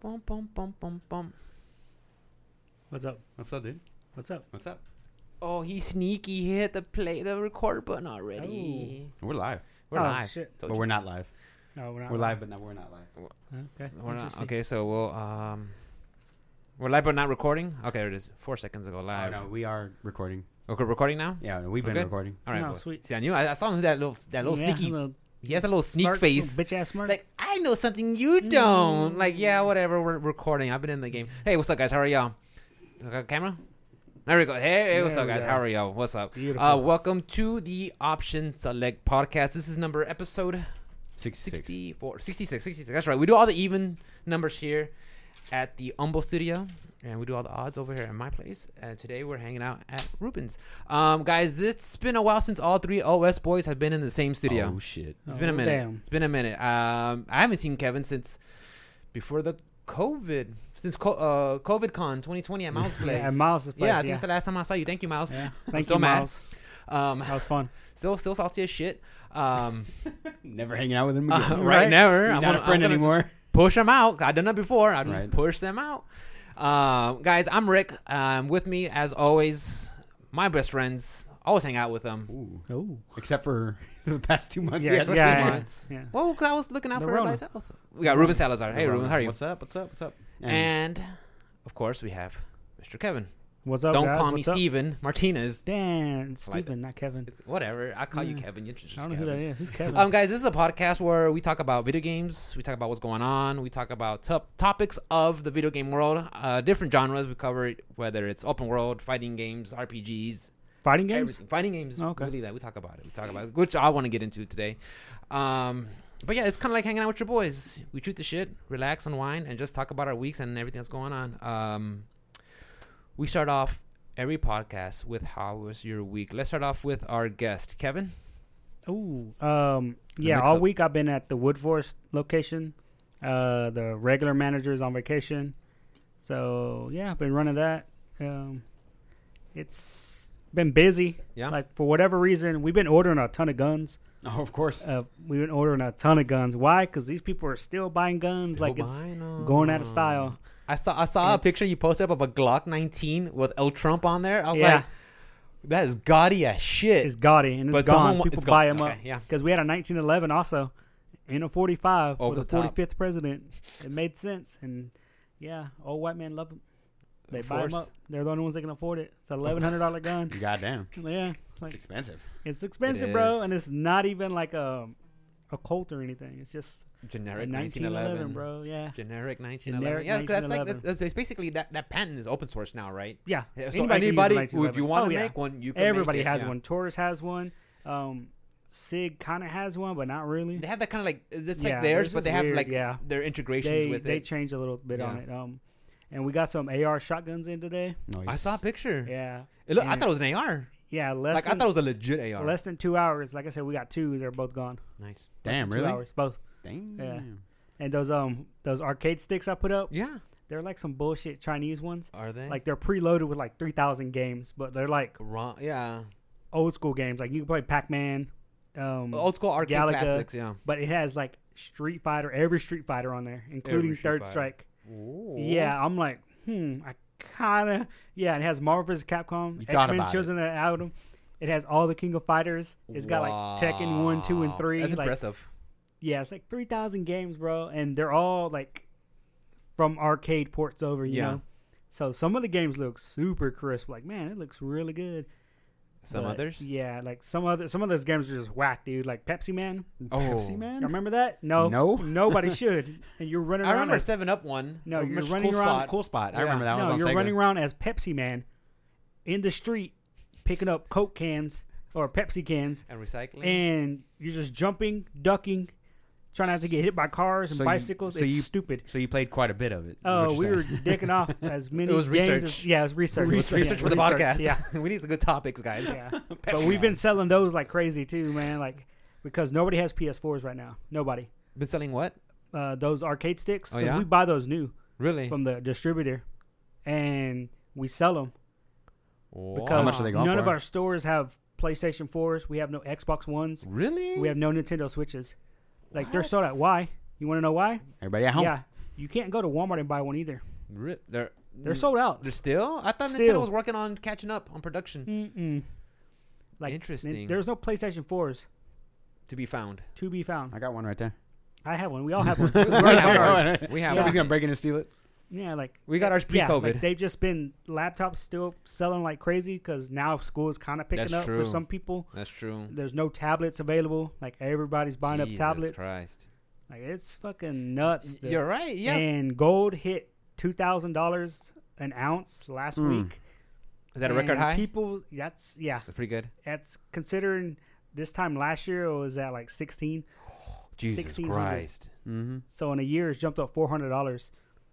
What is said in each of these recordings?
Bum, bum, bum, bum, bum. What's up? What's up, dude? What's up? What's up? Oh, he's sneaky. He hit the play, the record button already. We're live, We're oh, live. shit. Told but you. we're not live. No, we're not. We're live, but no, we're not live. Okay. We're not. Interesting. Okay, so we'll um, we're live but not recording. Okay, there it is. Four seconds ago, Oh, live. no, we are recording. Okay, recording now. Yeah, no, we've been Okay. recording. All right, No, boys. sweet. See, I knew. I, I saw him that little, that little Yeah, sneaky. little he has a little sneak smart- face. Bitch ass smart. Like I know something you don't. Like yeah, Mm. whatever. We're recording. I've been in the game. Hey, what's up, guys? How are y'all? Got camera. There we go. Hey, hey what's There up, we guys? go. How are y'all? What's up? Beautiful. Uh, welcome to the Option Select podcast. This is number episode 66. 64, 66, 66. That's right. We do all the even numbers here at the Humble Studio, and we do all the odds over here at my place. And today we're hanging out at Rubens. Um, guys, it's been a while since all three OS boys have been in the same studio. Oh, shit. It's been a Oh, minute. damn. It's been a minute. Um, I haven't seen Kevin since before the COVID, since co- uh, COVID Con 2020 at Miles Place. Yeah, and Miles is Yeah, playing. I think it's the last time I saw you. Thank you, Miles. yeah. Thank so you, mad. Miles. Um, That was fun. still, still salty as shit. Um, Never hanging out with him uh, again. right, Right. never. You're I'm not gonna- a I'm friend gonna anymore. just Push them out. I've done that before. I just Right. push them out. Um, guys, I'm Rick. Um, with me as always, my best friends. Always hang out with them. Ooh. Oh. Except for the past two months. Yeah, yes. yeah, yeah. months. yeah. Well, 'cause I was looking out The for Rona. everybody's health. We got Ruben Salazar. Hey, Ruben, how are you? What's up? What's up? What's up? And of course, we have Mr. Kevin. What's up, Don't guys? call me What's up? Steven Martinez. Dan. It's Steven, not Kevin. It's whatever. I call you Yeah. Kevin. You're just I don't know Kevin. who that is. Who's Kevin? Um, guys, this is a podcast where we talk about video games. We talk about what's going on. We talk about top topics of the video game world, uh, different genres. We cover it, whether it's open world, fighting games, RPGs, Fighting games? everything. Fighting games. Oh, okay. Really, that we talk about it. We talk about it, which I want to get into today. Um, but yeah, it's kind of like hanging out with your boys. We shoot the shit, relax, unwind, and just talk about our weeks and everything that's going on. Um, we start off every podcast with how was your week. Let's start off with our guest, Kevin. Ooh, um, The yeah. mix All up. week I've been at the Wood Forest location. Uh, the regular manager is on vacation, so yeah, I've been running that. Um, it's been busy. Yeah. Like for whatever reason, we've been ordering a ton of guns. oh, of course. Uh, we've been ordering a ton of guns. Why? Because these people are still buying guns. like it's going out of style. I saw I saw a It's- picture you posted up of a Glock 19 with L Trump on there. I was Yeah. like, that is gaudy as shit. It's gaudy and it's But someone gone. wa- People it's buy gone. them up Okay, yeah. because we had a 1911 also and a 45 Over for the, the top. 45th president. It made sense and yeah, old white men love them. They Of buy them course. up. They're the only ones that can afford it. It's an 1100 dollar gun. Goddamn. Yeah, It's like expensive. it's expensive, bro, and is. it's not even like a a Colt or anything. It's just a Generic 1911, 1911, bro. Yeah, Generic 1911. Generic Yeah, 'cause that's like 1911. that's- that's basically that, that patent is open source now, right? yeah. Yeah, so Anybody anybody, can use a who, if you 1911. want Oh, to yeah. make one, you can. make Everybody it, has yeah. one. Taurus has one. Um, Sig kind of has one, but not really. They have that kind of like it's like Yeah, theirs, theirs but is they have weird, like yeah. their integrations they, with they it. changed a little bit on Yeah. it. Um, and we got some AR shotguns in today. Nice. I saw a picture. Yeah, It look, I and- thought it was an AR. yeah. Less Like I than, thought it was a legit AR. less than two hours. Like I said, we got two. They're both gone. nice. Less Damn, than Two really? hours, both. Damn. And those um those arcade sticks I put up, Yeah. they're like some bullshit Chinese ones. Are they Like they're preloaded with like three thousand games, but they're like wrong? Yeah. old school games. Like you can play Pac Man, um, Old school arcade Galaga. classics. Yeah. but it has like Street Fighter, every Street Fighter on there, including Street Third Fighter. Strike. Ooh. Yeah, I'm like, hmm, I kind of yeah. It has Marvel vs. Capcom, You thought X Men: about it. Children of Adam. It has all the King of Fighters. It's got like Tekken one, two, and Wow. three. That's like, impressive. Yeah, it's like three thousand games, bro, and they're all like from arcade ports over. You Yeah. know, so some of the games look super crisp. Like, man, it looks really good. Some But, others. yeah, like some other some of those games are just whack, dude. Like Pepsi Man. Oh. Pepsi, man? You remember that? No, No. nobody should. And you're running. I around remember as- Seven Up one. No, Or you're Mr. running Cool around- Sod. Cool spot. I Yeah. remember that no, was on you're Sega. running around as Pepsi Man in the street, picking up Coke cans or Pepsi cans, and recycling. and you're just jumping, ducking, trying not to get hit by cars and So you- bicycles. so it's you- stupid. So you played quite a bit of it. is Oh, what you're we were saying. dicking off as many. was games research. As, yeah, it was research. research, research for the Research, podcast. Yeah, we need some good topics, guys. yeah. but we've been selling those like crazy too, man. Like because nobody has PS4s right now. Nobody. Been selling what? Uh, those arcade sticks Oh, because yeah? we buy those new Really? from the distributor, and we sell them. Wow. because much are they going none of for? our stores have PlayStation 4s. We have no Xbox Ones. Really? We have no Nintendo Switches. Like they're What? sold out. Why? You want to know why? Everybody at home. Yeah, You can't go to Walmart and buy one either. Rip. They're mm, They're sold out. They're still. I thought Still. Mm. Nintendo was working on catching up on production Mm-mm. Like nin- Interesting. There's no PlayStation 4s to be found. to be found. I got one right there. I have one. We all have one. We have Alright. ours. We have. Somebody's ours. gonna break in and steal it. yeah, like We got ours yeah, like, pre-COVID. they've just been laptops still selling like crazy because now school is kind of picking That's up true. for some people. That's true. There's no tablets available. Like everybody's buying Jesus up tablets. Christ. Like it's fucking nuts. the- You're right. Yeah. And gold hit two thousand dollars an ounce last Hmm. week. Is that a record And high? People, that's yeah, That's pretty good. that's considering this time last year it was at like sixteen. Jesus 1600. Christ. Mm-hmm. So in a year, it's jumped up four hundred dollars,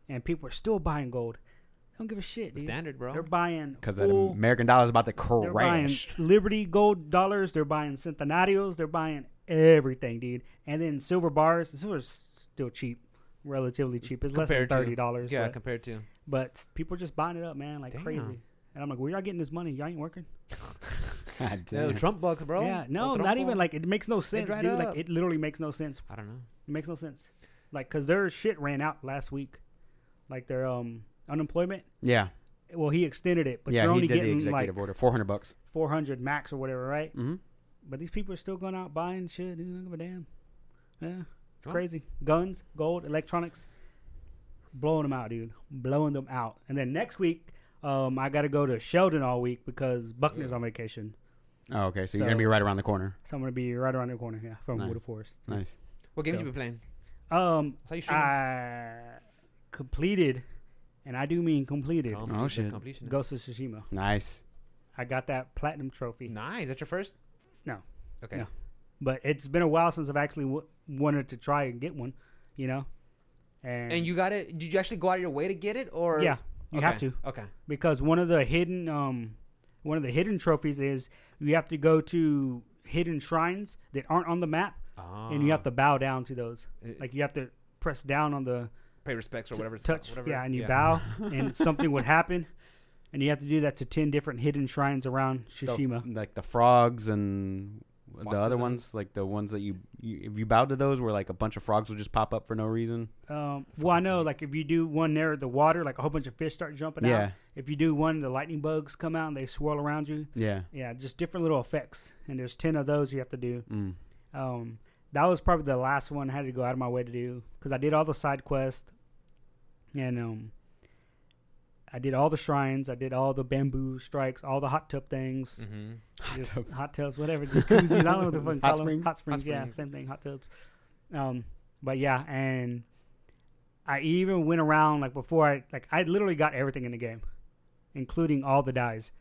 and people are still buying gold. They don't give a shit, dude. Standard, They're bro. buying Because that full- American dollar is about to They're buying crash. Liberty gold dollars. They're buying centenarios. They're buying everything, dude. And then silver bars. Silver's still cheap, relatively cheap. It's less than Compared to- thirty dollars. Yeah, but, compared to. but s- people just buying it up, man, like Damn. crazy. And I'm like, where y'all getting this money? Y'all ain't working. God damn. No, Trump bucks, bro. yeah, no, Go Trump not even on. like it makes no sense, dried dude. Like up. it literally makes no sense. I don't know. It makes no sense. Like, cause their shit ran out last week. Like their um unemployment. yeah, Well, he extended it, but yeah. you're He only did the getting like executive order. Four hundred bucks. 400 max or whatever, right? Mm-hmm. But these people are still going out buying shit. Dude, don't give a damn. Yeah, it's Well. crazy. Guns, gold, electronics, blowing them out, dude. Blowing them out. And then next week, um, I got to go to Sheldon all week because Buckner's on vacation. Oh, okay. So, you're gonna So- be right around the corner. So I'm gonna be right around the corner here from Nice. Wood Forest. Nice. What games So- you been playing? Um, That's how you streaming? I completed, and I do mean completed. Complete- Oh, shit. completionist. Ghost of Tsushima. Nice. I got that platinum trophy, Nice. That's your first? No. Okay. No. but it's been a while since I've actually w- wanted to try and get one. You know, and, And you got it? Did you actually go out of your way to get it? Or yeah, you have Okay, to Okay. because one of the hidden um one of the hidden trophies is you have to go to hidden shrines that aren't on the map and you have to bow down to those. It- Like you have to press down on the Ah. pay respects or t- whatever. it's touch, called, whatever. yeah, and you bow and something would happen. And you have to do that to 10 different hidden shrines around Shishima. The, like the frogs and the Wanzas other and- ones, like the ones that you, you if you bowed to those, where like a bunch of frogs will just pop up for no reason. Um, well, I know, like, if you do one near the water, like a whole bunch of fish start jumping out. Yeah, If you do one, the lightning bugs come out and they swirl around you. yeah. Yeah, just different little effects. And there's 10 of those you have to do. Mm. Um, that was probably the last one I had to go out of my way to do because I did all the side quests, and um, I did all the shrines, I did all the bamboo strikes, all the hot tub things, Mm-hmm. just hot tubs, whatever, jacuzzis, I don't know what the fuck you Hot call 'em. springs? hot springs, Hot yeah, springs. same thing, hot tubs. Um, but yeah, and I even went around like before I like I literally got everything in the game, including all the dies.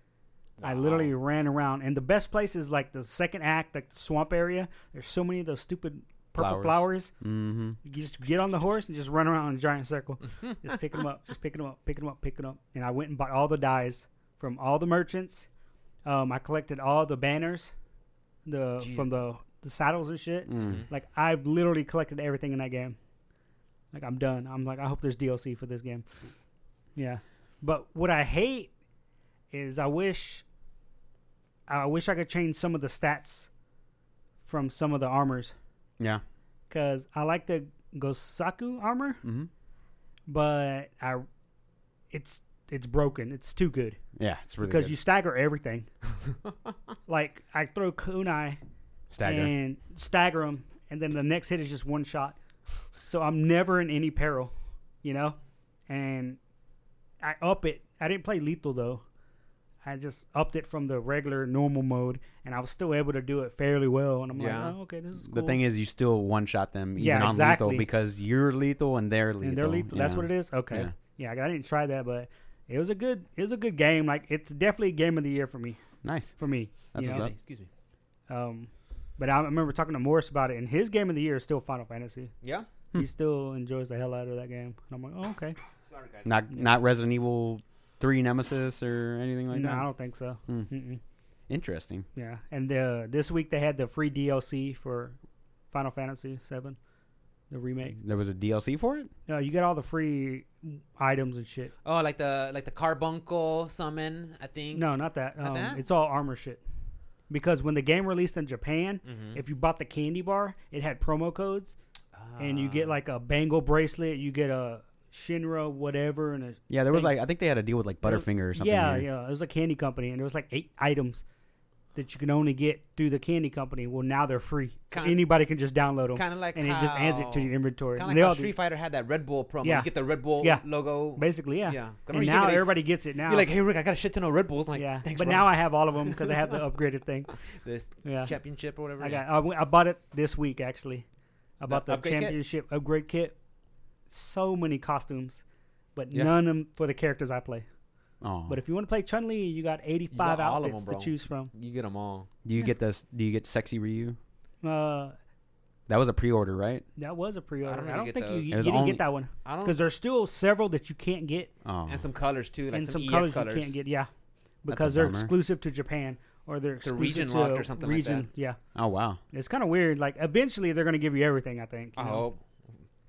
I literally ran around, and the best place is like the second act, like the swamp area. There's so many of those stupid purple flowers. Flowers. Mm-hmm. You just get on the horse and just run around in a giant circle, just picking them up, just picking them up, picking them up, picking them up. And I went and bought all the dies from all the merchants. Um, I collected all the banners, the Jeez. from the the saddles and shit. Mm. Like I've literally collected everything in that game. Like I'm done. I'm like I hope there's DLC for this game. Yeah. But what I hate is I wish I wish I could change some of the stats from some of the armors Yeah. cuz I like the Gosaku armor, Mm-hmm. but I it's it's broken. It's too good Yeah, it's really because good. you stagger everything. like I throw kunai stagger. and stagger them, and then the next hit is just one shot. So I'm never in any peril, you know. And I up it. I didn't play lethal though. I just upped it from the regular normal mode, and I was still able to do it fairly well. And I'm Yeah. like, oh, okay, this is The thing is, you still one shot them even Yeah, on exactly. lethal because you're lethal and they're lethal. and they're lethal. That's what it is. Okay, Yeah. yeah. I didn't try that, but it was a good. It was a good game. Like it's definitely game of the year for me. Nice. For me, That's you Excuse what's know? me. up. Excuse me. Um, but I remember talking to Morris about it, and his game of the year is still Final Fantasy. Yeah. Hmm. He still enjoys the hell out of that game, and I'm like, oh, okay. Sorry, guys. Not Yeah. not Resident Evil three Nemesis or anything like no, I that. don't think so. Hmm. Mm-mm. Interesting. Yeah, and uh, this week they had the free DLC for Final Fantasy VII, the remake. There was a DLC for it. No, you get all the free items and shit. Oh, like the like the carbuncle summon, I think. No, not that. Um, Not that? It's all armor shit. Because when the game released in Japan, Mm-hmm. if you bought Ah. the candy bar, it had promo codes, and you get like a bangle bracelet, you get a Shinra whatever and a, Yeah, there was Thing. like I think they had a deal with like There was- Butterfinger or something. yeah, weird. yeah. It was a candy company, and there was like eight items that you can only get through the candy company. Well, now they're free. So Kind- anybody can just download them, Kind of like and it just adds it to how- your inventory. Kind And of they like how all do- Street Fighter had that Red Bull promo. Yeah. You get the Red Bull Yeah. logo. basically, yeah. Yeah. I remember And you now thinking, everybody gets it now. You're like, hey Rick, I got a shit ton of Red Bulls. I'm like, yeah, thanks. but bro. now I have all of them because I have the upgraded thing. this Yeah, championship or whatever. I got. I, w- I bought it this week actually. I bought the, upgrade kit? championship upgrade kit. So many costumes, but Yeah. none of 'em for the characters I play. Aw. But if you want to play Chun Li, you got You 85 got all of 'em, outfits bro. to choose from. You get them all. do you yeah. get this? Do you get sexy Ryu? Uh, That was a pre-order, right? That was a pre-order. I don't don't, know if you get think you, those. Oh. you It was didn't only- get that one I don't. because there's still several that you can't get Oh, And some E colors too, like and some, EX colors, colors. you can't get. Yeah, because they're bummer. exclusive to Japan or they're They're exclusive region to locked a or something like region. that. Yeah, oh wow, it's kind of weird. Like eventually they're gonna give you everything. I think. you I know. hope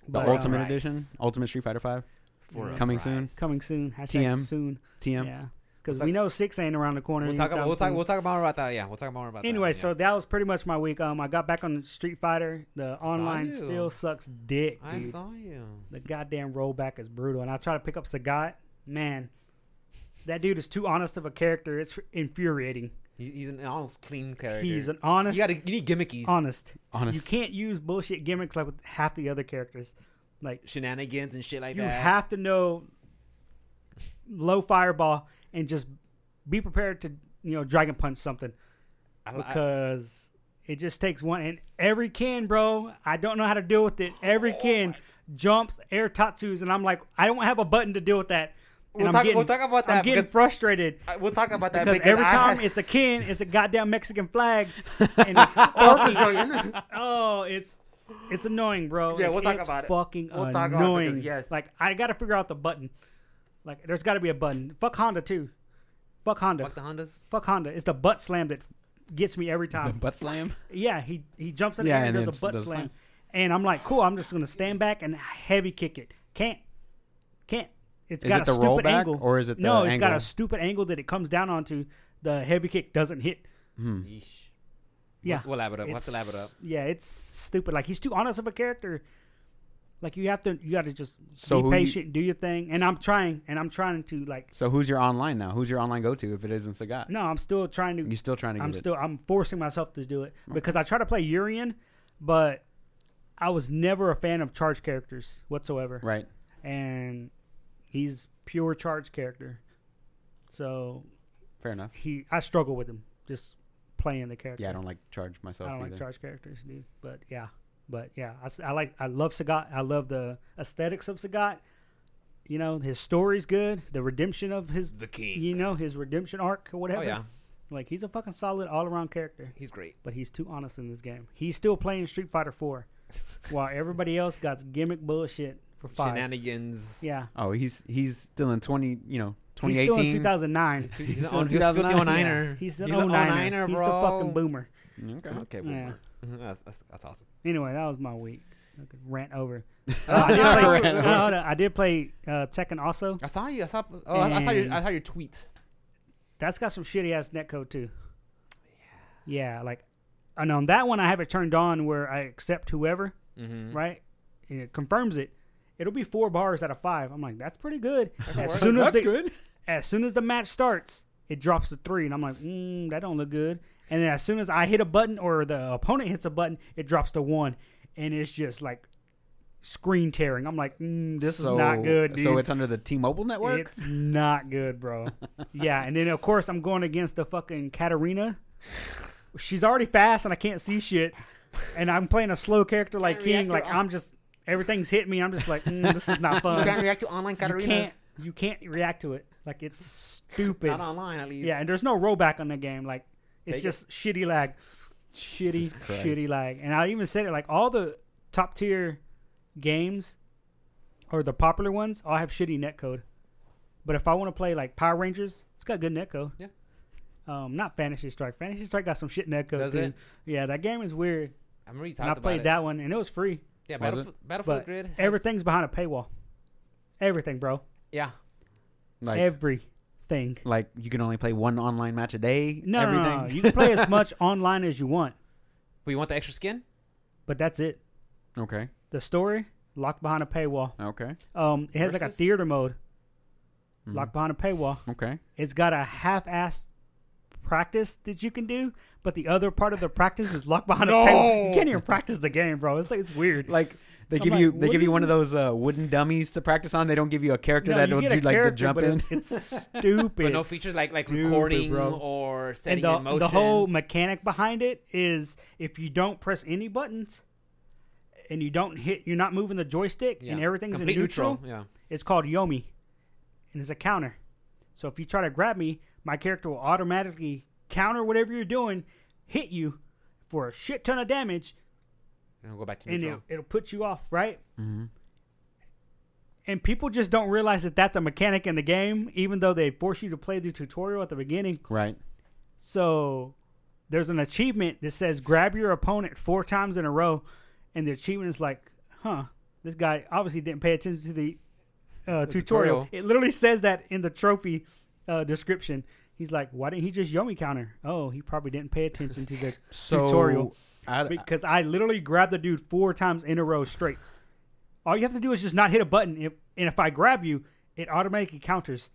the But, uh, Ultimate price. Edition, Ultimate Street Fighter Five, for a Coming soon. price. coming soon. Hashtag TM. soon. TM. Yeah, because We'll we talk- know six ain't around the corner. We'll talk about anytime we'll talk soon. we'll talk more about that. Yeah, we'll talk more about that. Anyway, yeah. so that was pretty much my week. Um, I got back on Street Fighter. The online you. still sucks dick, I dude. saw you. The goddamn rollback is brutal. And I try to pick up Sagat. Man, that dude is too honest of a character. It's infuriating. He's, he's an honest, clean character. He's an honest, you gotta you need gimmickies, honest. You Honest. can't use bullshit gimmicks like with half the other characters. Like shenanigans and shit like you that. have to know low fireball and just be prepared to you know dragon punch something I, li- I- because it just takes one and every kin, bro. I don't know how to deal with it. Oh Every kin jumps air tattoos, and I'm like, I don't have a button to deal with that. And We'll I'm talk- getting, we'll talk about that I'm getting because- frustrated I- we'll talk about that because every I time had- it's a kin, it's a goddamn Mexican flag, and it's Oh, fucking, oh, it's it's annoying, bro. Yeah, Like, we'll talk it's about it. Fucking We'll annoying. talk about it because, yes. like I got to figure out the button. Like, there's got to be a button. Fuck Honda too. Fuck Honda. fuck the Hondas. Fuck Honda. It's the butt slam that gets me every The time. butt slam. Yeah, he he jumps in the Yeah, air and, and does a then butt does a slam. slam. And I'm like, cool, I'm just gonna stand back and heavy kick it. Can't. Can't. It's Is got it a the stupid rollback, angle. or is it the No, it's got angle? a stupid angle that it comes down onto. The heavy kick doesn't hit. Yeesh. Yeah. We'll lab it up. We'll have to lab it It's- up. Yeah, it's stupid. Like he's too honest of a character. Like you have to you gotta just So who be you- patient, do your thing. And I'm trying and I'm trying to like So who's your online now? Who's your online go to if it isn't Sagat? no, I'm still trying to You still trying to get I'm it? still I'm forcing myself to do it because I try to play Urian, but I was never a fan of charge characters whatsoever. right. And he's pure charge character. So Fair enough. he I struggle with him just playing the character. Yeah, I don't like charge myself. I don't either. like charge characters, dude. But yeah, but yeah, I, s- I like I love Sagat. I love the aesthetics of Sagat. You know, his story's good. The redemption of his, The king. you know, his redemption arc or whatever. Oh yeah, Like he's a fucking solid all around character he's great. but he's too honest in this game. He's still playing Street Fighter Four, while everybody else got gimmick bullshit for five. Shenanigans. yeah, Oh, he's he's still in twenty. You know, he's still in 2018. 2009. He's, he's, He's on still in 2009. 2009 Yeah, er he's an 09er. He's the fucking boomer. Okay. Okay, boomer. Mm-hmm. That's, that's, that's awesome. Anyway, that was my week. I could rant over. Oh, I did yeah, play, right. no, hold on. I did play uh, Tekken also. I saw you. I saw. Oh, I, I saw your. And- I saw your tweet. That's got some shitty ass netcode too. Yeah. Yeah, like, and on that one I have it turned on where I accept whoever. Mm-hmm. right? And it confirms it. It'll be four bars out of five. I'm like, that's pretty good. As work. soon as That's the, good. as soon as the match starts, it drops to three, and I'm like, mm, that don't look good. And then as soon as I hit a button or the opponent hits a button, it drops to one, and it's just like screen tearing. I'm like, mm, this So- is not good, dude. So it's under the T-Mobile network. It's not good, bro. yeah, and then of course I'm going against the fucking Katarina. She's already fast and I can't see shit. And I'm playing a slow character like Can't King. react to Like all- I'm just everything's hit me. I'm just like mm, this is not You can't fun. react to online you can't Katarinas. you can't react to it. Like it's stupid. Not online, at least. Yeah, and there's no rollback on the game. Like it's Take it. just shitty lag, shitty Jesus Christ. shitty lag. And I even said it like all the top tier games or the popular ones all have shitty netcode. But if I want to play like Power Rangers, it's got good netcode. Yeah. Um, not Fantasy Strike. Fantasy Strike got some shit netcode. Does dude. it? Yeah, that game is weird. I'm really And I talking about played it. that one and it was free, Yeah, Was it? Battlefield, Battlefield But Grid. has- everything's behind a paywall. Everything, bro. Yeah. like Everything. like you can only play one online match a day. No, no, everything. no, no. you can play as much online as you want, But you want the extra skin? but that's it. okay. The story, locked behind a paywall. Okay. Um, it has like a Versus? Mm-hmm. theater mode, Mhm. locked behind a paywall. Okay. It's got a half-assed practice that you can do, but the other part of the practice is locked behind a paywall. You No! can't even practice the game, bro. It's like it's weird. Like they I'm give like, you they what give you is one of those uh, wooden dummies to practice on. They don't give you a character No, that you will get a do like the character, jump but in. It's, it's stupid. But no features like like Stupid, recording bro. or and setting the, in motion. the whole mechanic behind it is if you don't press any buttons and you don't hit, you're not moving the joystick and everything's in neutral, Yeah. It's called Yomi, and it's a counter. So if you try to grab me, my character will automatically counter whatever you're doing, hit you for a shit ton of damage, And we'll go back to and neutral. it, it'll put you off, right? Mhm. And people just don't realize that that's a mechanic in the game, even though they force you to play the tutorial at the beginning. Right. So there's an achievement that says grab your opponent four times in a row, and the achievement is like, huh, this guy obviously didn't pay attention to the, uh, The tutorial. tutorial. It literally says that in the trophy uh, description. He's like, why didn't he just Yomi counter? Oh, he probably didn't pay attention to the So tutorial I, because I literally grabbed the dude four times in a row straight. All you have to do is just not hit a button, if, and if I grab you, it automatically counters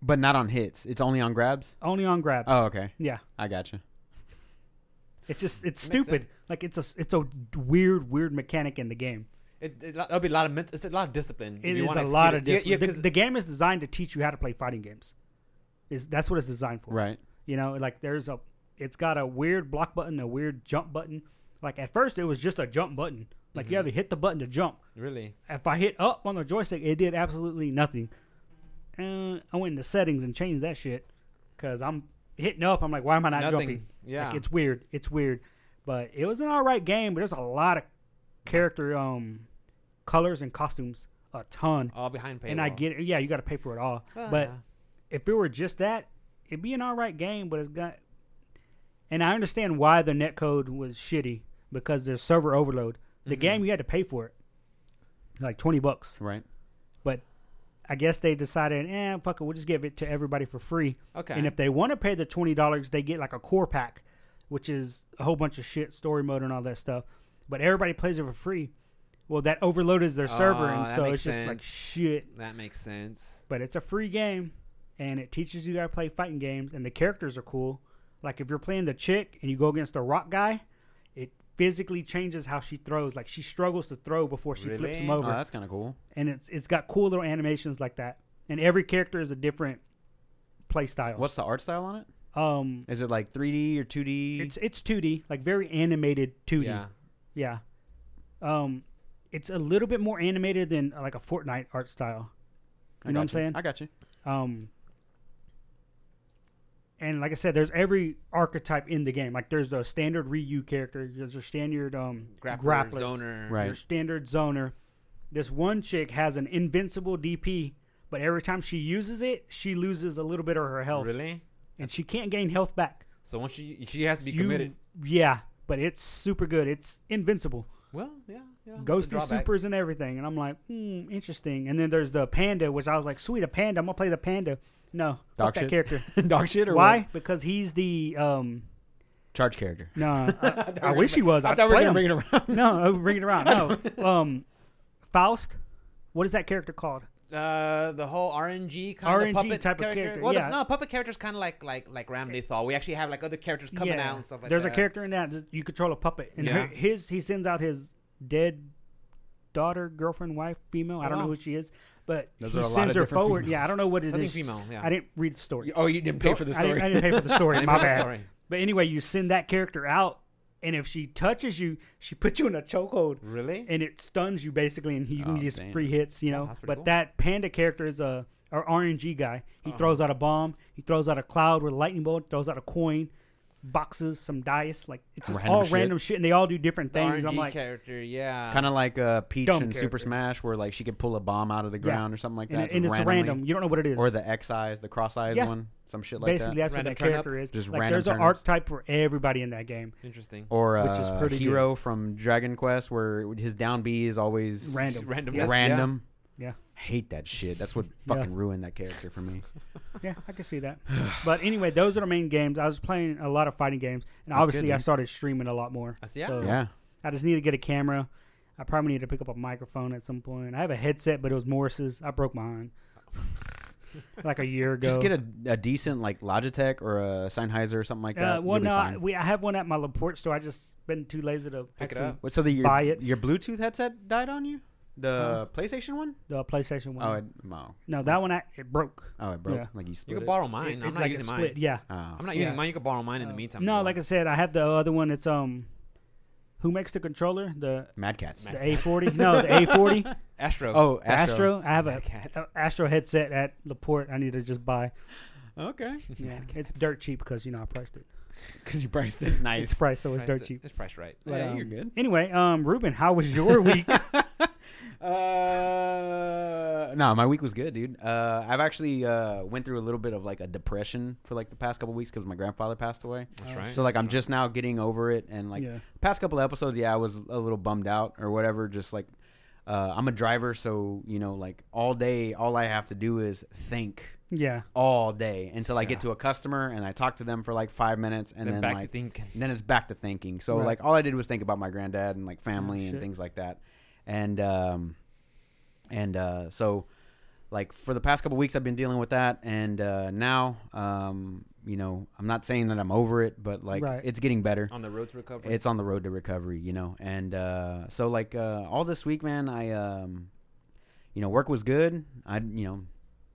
but not on hits. It's only on grabs. only on grabs. Oh, okay. Yeah. I gotcha. It's just it's Makes stupid. Like it's a it's a weird weird mechanic in the game. It, it, that'll be a lot of ment- it's a lot of discipline. if It you is wanna a execute lot it. of Yeah, discipline. Yeah, the, 'cause the game is designed to teach you how to play fighting games. Is that's what it's designed for? Right. You know, like there's a it's got a weird block button, a weird jump button. Like at first it was just a jump button. Like Mm-hmm. you had to hit the button to jump. really, If I hit up on the joystick, it did absolutely nothing. Uh, I went into settings and changed that shit because I'm hitting up. I'm like, why am I not nothing. jumping? Yeah, Like, it's weird. It's weird. But it was an all right game, but there's a lot of character um colors and costumes, a ton. all behind paywall. and I get it. Yeah, you got to pay for it all. But Ah. if it were just that, it'd be an all right game, but it's got and I understand why the netcode was shitty because there's server overload. The Mhm. game you had to pay for it. Like 20 bucks. Right. I guess they decided, "Eh, fuck it, we'll just give it to everybody for free." okay, And if they want to pay the twenty dollars, they get like a core pack, which is a whole bunch of shit, story mode and all that stuff. But everybody plays it for free. Well, that overloaded their server, Ah, and that so makes it's just like sense. shit. that makes sense. But it's a free game, and it teaches you how to play fighting games, and the characters are cool. Like if you're playing the chick and you go against the rock guy, it physically changes how she throws. Like she struggles to throw before she flips Really? him Oh, over that's kind of cool. and it's it's got cool little animations like that. And every character is a different play style. What's the art style on it? Um, Is it like 3D or 2D? it's it's 2D, like very animated 2D. Yeah, Yeah. Um, it's a little bit more animated than uh, like a Fortnite art style. I you know what I'm gotcha. saying? I got you. Um, and like I said, there's every archetype in the game. Like there's the standard Ryu character, there's your standard um grappler, grappler, zoner. Right. your standard zoner. This one chick has an invincible DP, but every time she uses it, she loses a little bit of her health, Really? and she can't gain health back. So once she she has to be You- committed. Yeah, but it's super good. It's invincible. Well, yeah, yeah. it's Goes a through drawback. supers and everything, and I'm like, hmm, interesting. And then there's the panda, which I was like, sweet, a panda. I'm gonna play the panda. No, fuck Dog that shit. character. Dog shit or Why? what? Because he's the um. Charge character. No, I, I wish he was. I, thought we were play gonna him. bring it around. no, I would bring it around. No, um, Faust. What is that character called? Uh, the whole RNG kind RNG of puppet type of character. character, Well, yeah. Eh. the, no, puppet character's kind of like like like Ram Thal. We actually have like other characters coming Yeah. out and stuff like There's that. a character in that just- you control a puppet, and Yeah. her, his he sends out his dead daughter, girlfriend, wife, female. I don't know Oh, wow. who she is, but Those are he a lot sends of her different forward. Yeah, I females. don't know what it is. Something female, yeah. I didn't read the story. Oh, you didn't pay for the I story. didn't, I didn't pay for the story. my Anyway, bad. sorry. But anyway, you send that character out, and if she touches you, she puts you in a chokehold. Really? and it stuns you basically, and he Oh, just damn. free hits, you know. that's pretty but cool. that panda character is a or RNG guy. He Uh-huh. throws out a bomb, he throws out a cloud with a lightning bolt, throws out a coin, boxes, some dice, like it's just Random all shit. random shit, and they all do different the things. RNG I'm like, character, yeah. Kind of like uh, Peach Dumb in Super character. Smash, where like she could pull a bomb out of the ground or something like that. and, it- and it's randomly. random. You don't know what it is. Or the X eyes, the cross eyes Yeah. one, some shit like basically that. that's Random what that turn up. character is. Just like random there's an turn ups. archetype for everybody in that game. Interesting. Or uh, Which is pretty good. Hero from Dragon Quest, where his down B is always Random. Random. Yes. random. Yeah. Hate that shit. That's what Yeah. fucking ruined that character for me. Yeah, I can see that. but anyway, those are the main games. I was playing a lot of fighting games, and That's good, obviously I dude. started streaming a lot more. I see, yeah. So- Yeah. I just need to get a camera. I probably need to pick up a microphone at some point. I have a headset, but it was Morris's. I broke mine like a year ago. Uh, Just get a, a decent like Logitech or a Sennheiser or something like that. Uh, well, You'll be no, I, fine. we, I have one at my Laporte store. I just been too lazy to Pick it actually- up. What, so the your, buy it. your Bluetooth headset died on you? The Huh? PlayStation one? The PlayStation one. Oh, it, no. no, that one I, it broke. Oh, it broke. Yeah. Like you You split could it. borrow mine. It- I'm it, not like, using it mine. split. Yeah. Oh. I'm not Yeah. using mine. You could borrow mine in the meantime. No, like I said, I have the other one. It's um, who makes the controller? The Mad Cats. Mad- the A forty? No, the A forty. Astro. Oh, Astro. Astro. I have a, Cats. a Astro headset at Laporte. I need to just buy. Okay. Yeah, it's dirt cheap because you know I priced it. Because you priced it nice. It's priced, so it's Priced dirt it- cheap. It's priced right. But, yeah, you're um, good. Anyway, um, Ruben, how was your week? Uh, no, my week was good, dude. Uh, I've actually uh, went through a little bit of like a depression for like the past couple weeks because my grandfather passed away. That's Oh. right. So like I'm just now getting over it, and like yeah. past couple of episodes, yeah, I was a little bummed out or whatever. Just like uh, I'm a driver, so you know, like all day, all I have to do is think Yeah. all day until I get Yeah. to a customer and I talk to them for like five minutes, and then, then, back like to thinking. and then it's back to thinking. So Right. like all I did was think about my granddad and like Oh, family and shit. things like that. And um and uh so like for the past couple weeks I've been dealing with that and uh now um you know, I'm not saying that I'm over it, but like Right. it's getting better. On the road to recovery. It's on the road to recovery, you know. And uh so like uh all this week, man, I um you know, work was good. I you know,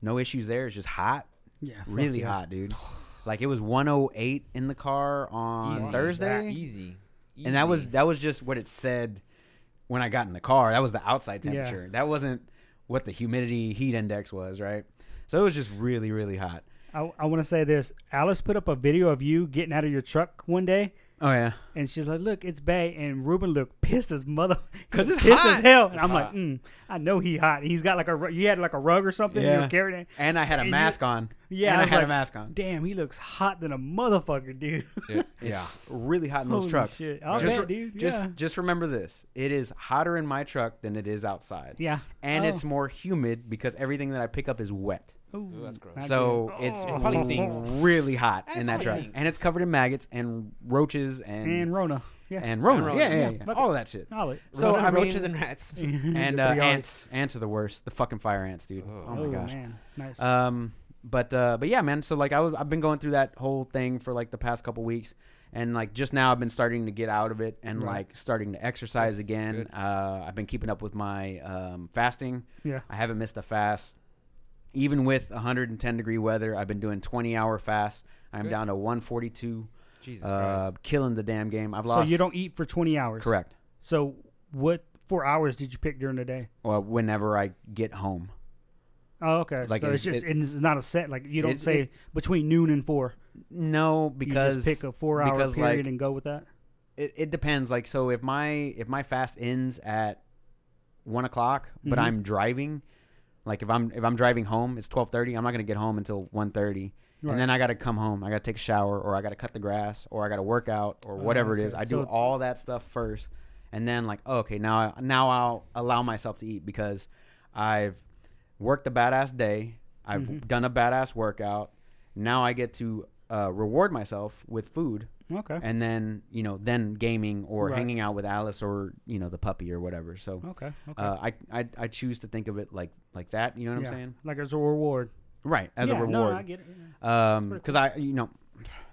no issues there. It's just hot Yeah. fuck really yeah. hot, dude. Like it was 108 in the car on Easy. Thursday, Easy. and that was Easy. that was just what it said when I got in the car. That was the outside Yeah. temperature. That wasn't what the humidity heat index was, right? So it was just really, really hot. I, I want to say this. Alice put up a video of you getting out of your truck one day, Oh yeah, and she's like, "Look, it's Bay," and Ruben looked pissed as mother, 'Cause it's pissed hot. as hell. And It's I'm like, hot. mm, "I know he hot. He's got like a ru- you had like a rug or something. Yeah. You were carrying it. and I had a And you- mask on. Yeah, and I I, was had like, a mask on. Damn, he looks hot than a motherfucker, dude. Yeah. yeah. It's really hot in those Holy trucks. shit. I'll just, bet, dude. just Yeah. just remember this: it is hotter in my truck than it is outside, Yeah, and Oh. it's more humid because everything that I pick up is wet. Ooh, that's gross. not So good. Oh, it's It probably stinks. really hot And it in that probably truck, stinks. and it's covered in maggots and roaches and, and Rona. Yeah, and Rona. And Rona. Yeah, yeah, Yeah, yeah. fuck all of that shit. I'll it. So Rona, I mean, roaches and rats. and The uh, three Rs. ants, ants are the worst. The fucking fire ants, dude. Oh. Oh, my gosh. man, nice. Um, but uh, but yeah, man. So like I was, I've been going through that whole thing for like the past couple weeks, and like just now I've been starting to get out of it and Right. like starting to exercise again. Good. Uh, I've been keeping up with my um, fasting. yeah, I haven't missed a fast. Even with 110 degree weather, I've been doing 20 hour fasts. I'm Good. down to 142, Jesus uh, Christ. killing the damn game. I've so lost. you don't eat for 20 hours. correct. So what four hours did you pick during the day? Well, whenever I get home, Oh, okay. Like, so it's, it's- just it's not a set. Like you don't It- say it- between noon and four. no, because you just pick a four-hour because, period like, and go with that. it, it depends. Like, so if my if my fast ends at one o'clock, but Mhm. I'm driving, like if I'm if I'm driving home, it's 12:30. I'm not gonna get home until 1:30. Right. And then I got to come home. I got to take a shower, or I got to cut the grass, or I got to work out, or Oh, whatever it is. okay. I So- do all that stuff first, and then like, oh, okay, now I, now I'll allow myself to eat because I've worked a badass day. I've Mhm. done a badass workout. Now I get to uh, reward myself with food, Okay. and then you know, then gaming or Right. hanging out with Alice or you know the puppy or whatever. So Okay. Okay. uh, I, I I choose to think of it like like that. You know what Yeah. I'm saying? like as a reward. Right, as Yeah, a reward No, no, I get it. yeah. um Pretty because i you know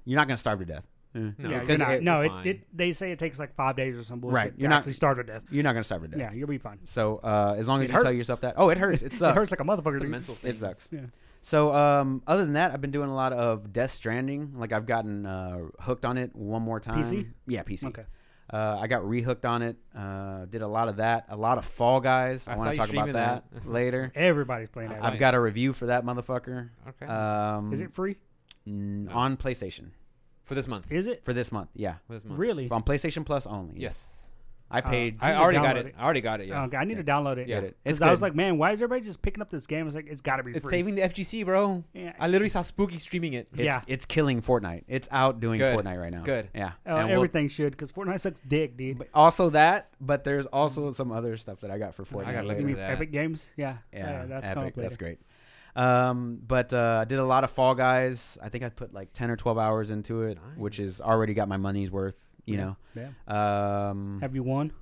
you're not gonna starve to death Eh, No, yeah, you're because not, it- no, you're it, fine. it, they say it takes like five days or some bullshit Right, to you're not- actually starve to death. you're not gonna starve to death Yeah, you'll be fine. so uh as long as It you tell hurts. yourself that oh it hurts it sucks It hurts like a motherfucker. It's a dude. mental thing. it sucks Yeah. so um other than that i've been doing a lot of death stranding like i've gotten uh hooked on it one more time PC? yeah pc Okay. uh, I got rehooked on it. Uh, did a lot of that. A lot of Fall Guys. I I, saw want you to talk about streaming that, that. later. Everybody's playing that. I- I've got a review for that motherfucker. Okay. Oh. Um, Is it free? mm, on PlayStation for this month. Is it for this month? Yeah, For this month. really? on PlayStation Plus only. Yes. I Uh, paid. I need to already got download it. it. I already got it. Yeah. Oh, Okay, I need Yeah. to download it. Yeah. Get it. It's Because I was good. like, man, why is everybody just picking up this game? It's like it's got to be It's free. saving the FGC, bro. yeah. I literally saw Spooky streaming it. It's, Yeah. it's killing Fortnite. It's outdoing Good. Fortnite right now. Good. Yeah. Uh, And we'll- everything should, because Fortnite sucks dick, dude. but also that, but there's also some other stuff that I got for Fortnite. I gotta look You later. mean into that. Epic Games? Yeah. Yeah, that's epic. complicated. That's great. Um, but uh, I did a lot of Fall Guys. I think I put like ten or twelve hours into it, which Nice. is already got my money's worth. You Yeah. know. Um, Have you won?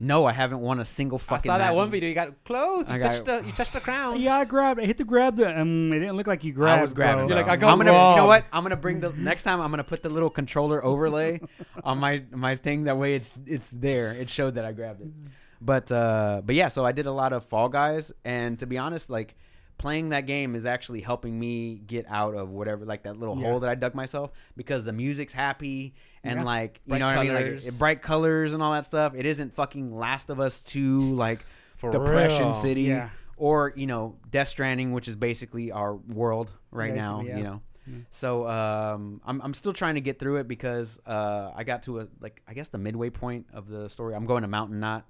No, I haven't won a single I fucking. saw that match. one video. You got close. You I touched got- the you touched the crown. Yeah, I grabbed. I hit the grab. The um, it didn't look like you grabbed. I was grabbing. bro. You're like, I got am gonna, You know robbed. what? I'm gonna bring the next time. I'm gonna put the little controller overlay on my my thing. That way, it's it's there. It showed that I grabbed it. But uh, but yeah, so I did a lot of Fall Guys, and to be honest, like playing that game is actually helping me get out of whatever like that little Yeah. hole that I dug myself because the music's happy and Yeah. like you Bright know what I mean, like colors. it- bright colors and all that stuff. It isn't fucking Last of Us two like For Depression real. City Yeah. or you know Death Stranding, which is basically our world right now. Basically, yeah. You know, so um, I'm I'm still trying to get through it because uh, I got to a like I guess the midway point of the story. I'm going to Mountain Knot.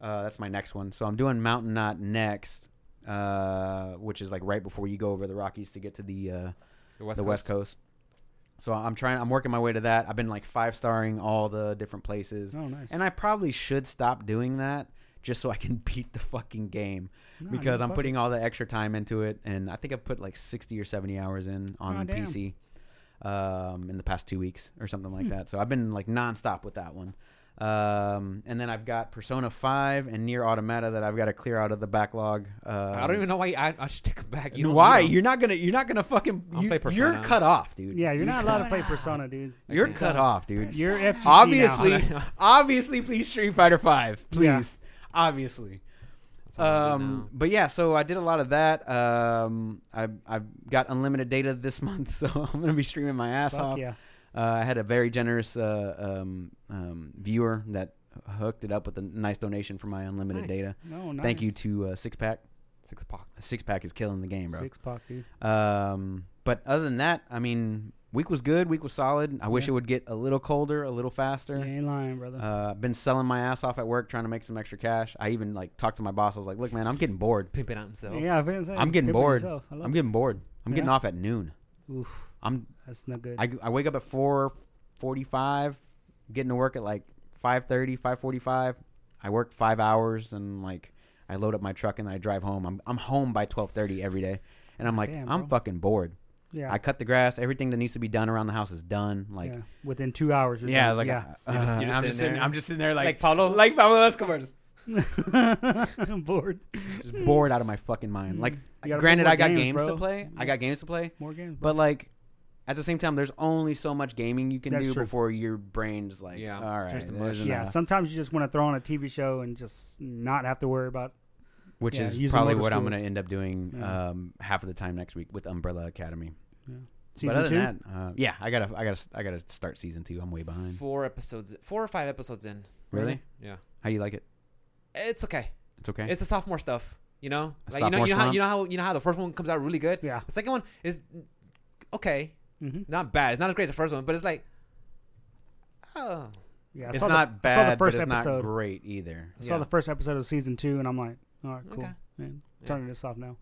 Uh, that's my next one. So I'm doing Mountain Knot next, uh, which is like right before you go over the Rockies to get to the uh, The West the West Coast. So I'm trying. I'm working my way to that. I've been like five starring all the different places. Oh, nice. And I probably should stop doing that just so I can beat the fucking game No, because you I'm fucking- putting all the extra time into it. And I think I've put like 60 or 70 hours in Oh, on damn. PC um, in the past two weeks or something Hmm. like that. So I've been like nonstop with that one. Um, and then I've got Persona 5 and Near Automata that I've got to clear out of the backlog. Um, I don't even know why you, I, I should take it back. You don't- why you don't- you're not gonna you're not gonna fucking I'll you, play you're Persona. cut off, dude. Yeah, you're not allowed to cut play off. Persona, dude. You're Okay. cut off, dude. You're FGC now. obviously, obviously, please Street Fighter Five, Yeah. please, obviously. That's all I do Um, but yeah, so I did a lot of that. Um, I I've got unlimited data this month, so I'm gonna be streaming my ass Fuck off. yeah. Uh, I had a very generous uh, um, um, viewer that hooked it up with a nice donation for my unlimited Nice. data. No, nice. Thank you to uh, Six Pack. now. six pack. Six Pack is killing the game, bro. Six pack, dude. Um, but other than that, I mean, week was good. Week was solid. I wish Yeah. it would get a little colder, a little You faster. ain't lying, brother. Uh, been selling my ass off at work, trying to make some extra cash. I even like talked to my boss. I was like, "Look, man, I'm getting bored. Pimping out himself. yeah, I've been saying, I'm getting good for bored. yourself. I love I'm getting bored. I'm getting Yeah. off at noon. it. Oof, I'm that's not good. I, I wake up at four forty five, getting to work at like 5.30, 5.45. I work five hours and like I load up my truck and I drive home. I'm I'm home by twelve thirty every day, and I'm like, Damn, I'm bro. fucking bored. yeah, I cut the grass. Everything that needs to be done around the house is done. Like, yeah. yeah, within two hours. you're I done. was like, uh, You're just- you're just I'm sitting just sitting, there. I'm just sitting there Like, like, Pablo. like Pablo Escobar, just, ah. I'm bored. just bored out of my fucking mind. Like, You gotta granted, play I got more games, games, to bro. play. I got games to play, More games. but like, at the same time, there's only so much gaming you can That's do true. before your brain's like, Yeah. all right, Just the this motion. is yeah, enough." sometimes you just want to throw on a TV show and just not have to worry about. which yeah, use is the probably motor what I'm skills. gonna end up doing Yeah. um, half of the time next week with Umbrella Academy. Season but other two. than that, uh, yeah, I gotta, I gotta, I gotta start season two. I'm way behind. Four episodes, four or five episodes in. Really? Yeah, How do you like it? it's okay. It's okay. It's the sophomore stuff. You know, A like you know, sophomore you know, how, slump? you know how you know how the first one comes out really good. yeah. The second one is okay, hmm not bad. It's not as great as the first one, but it's like, oh, Yeah, I it's saw the- not I saw the bad, first but it's episode. not great either. I saw Yeah. the first episode of season two, and I'm like, all right, cool. Okay. Man, Yeah. turning this off now.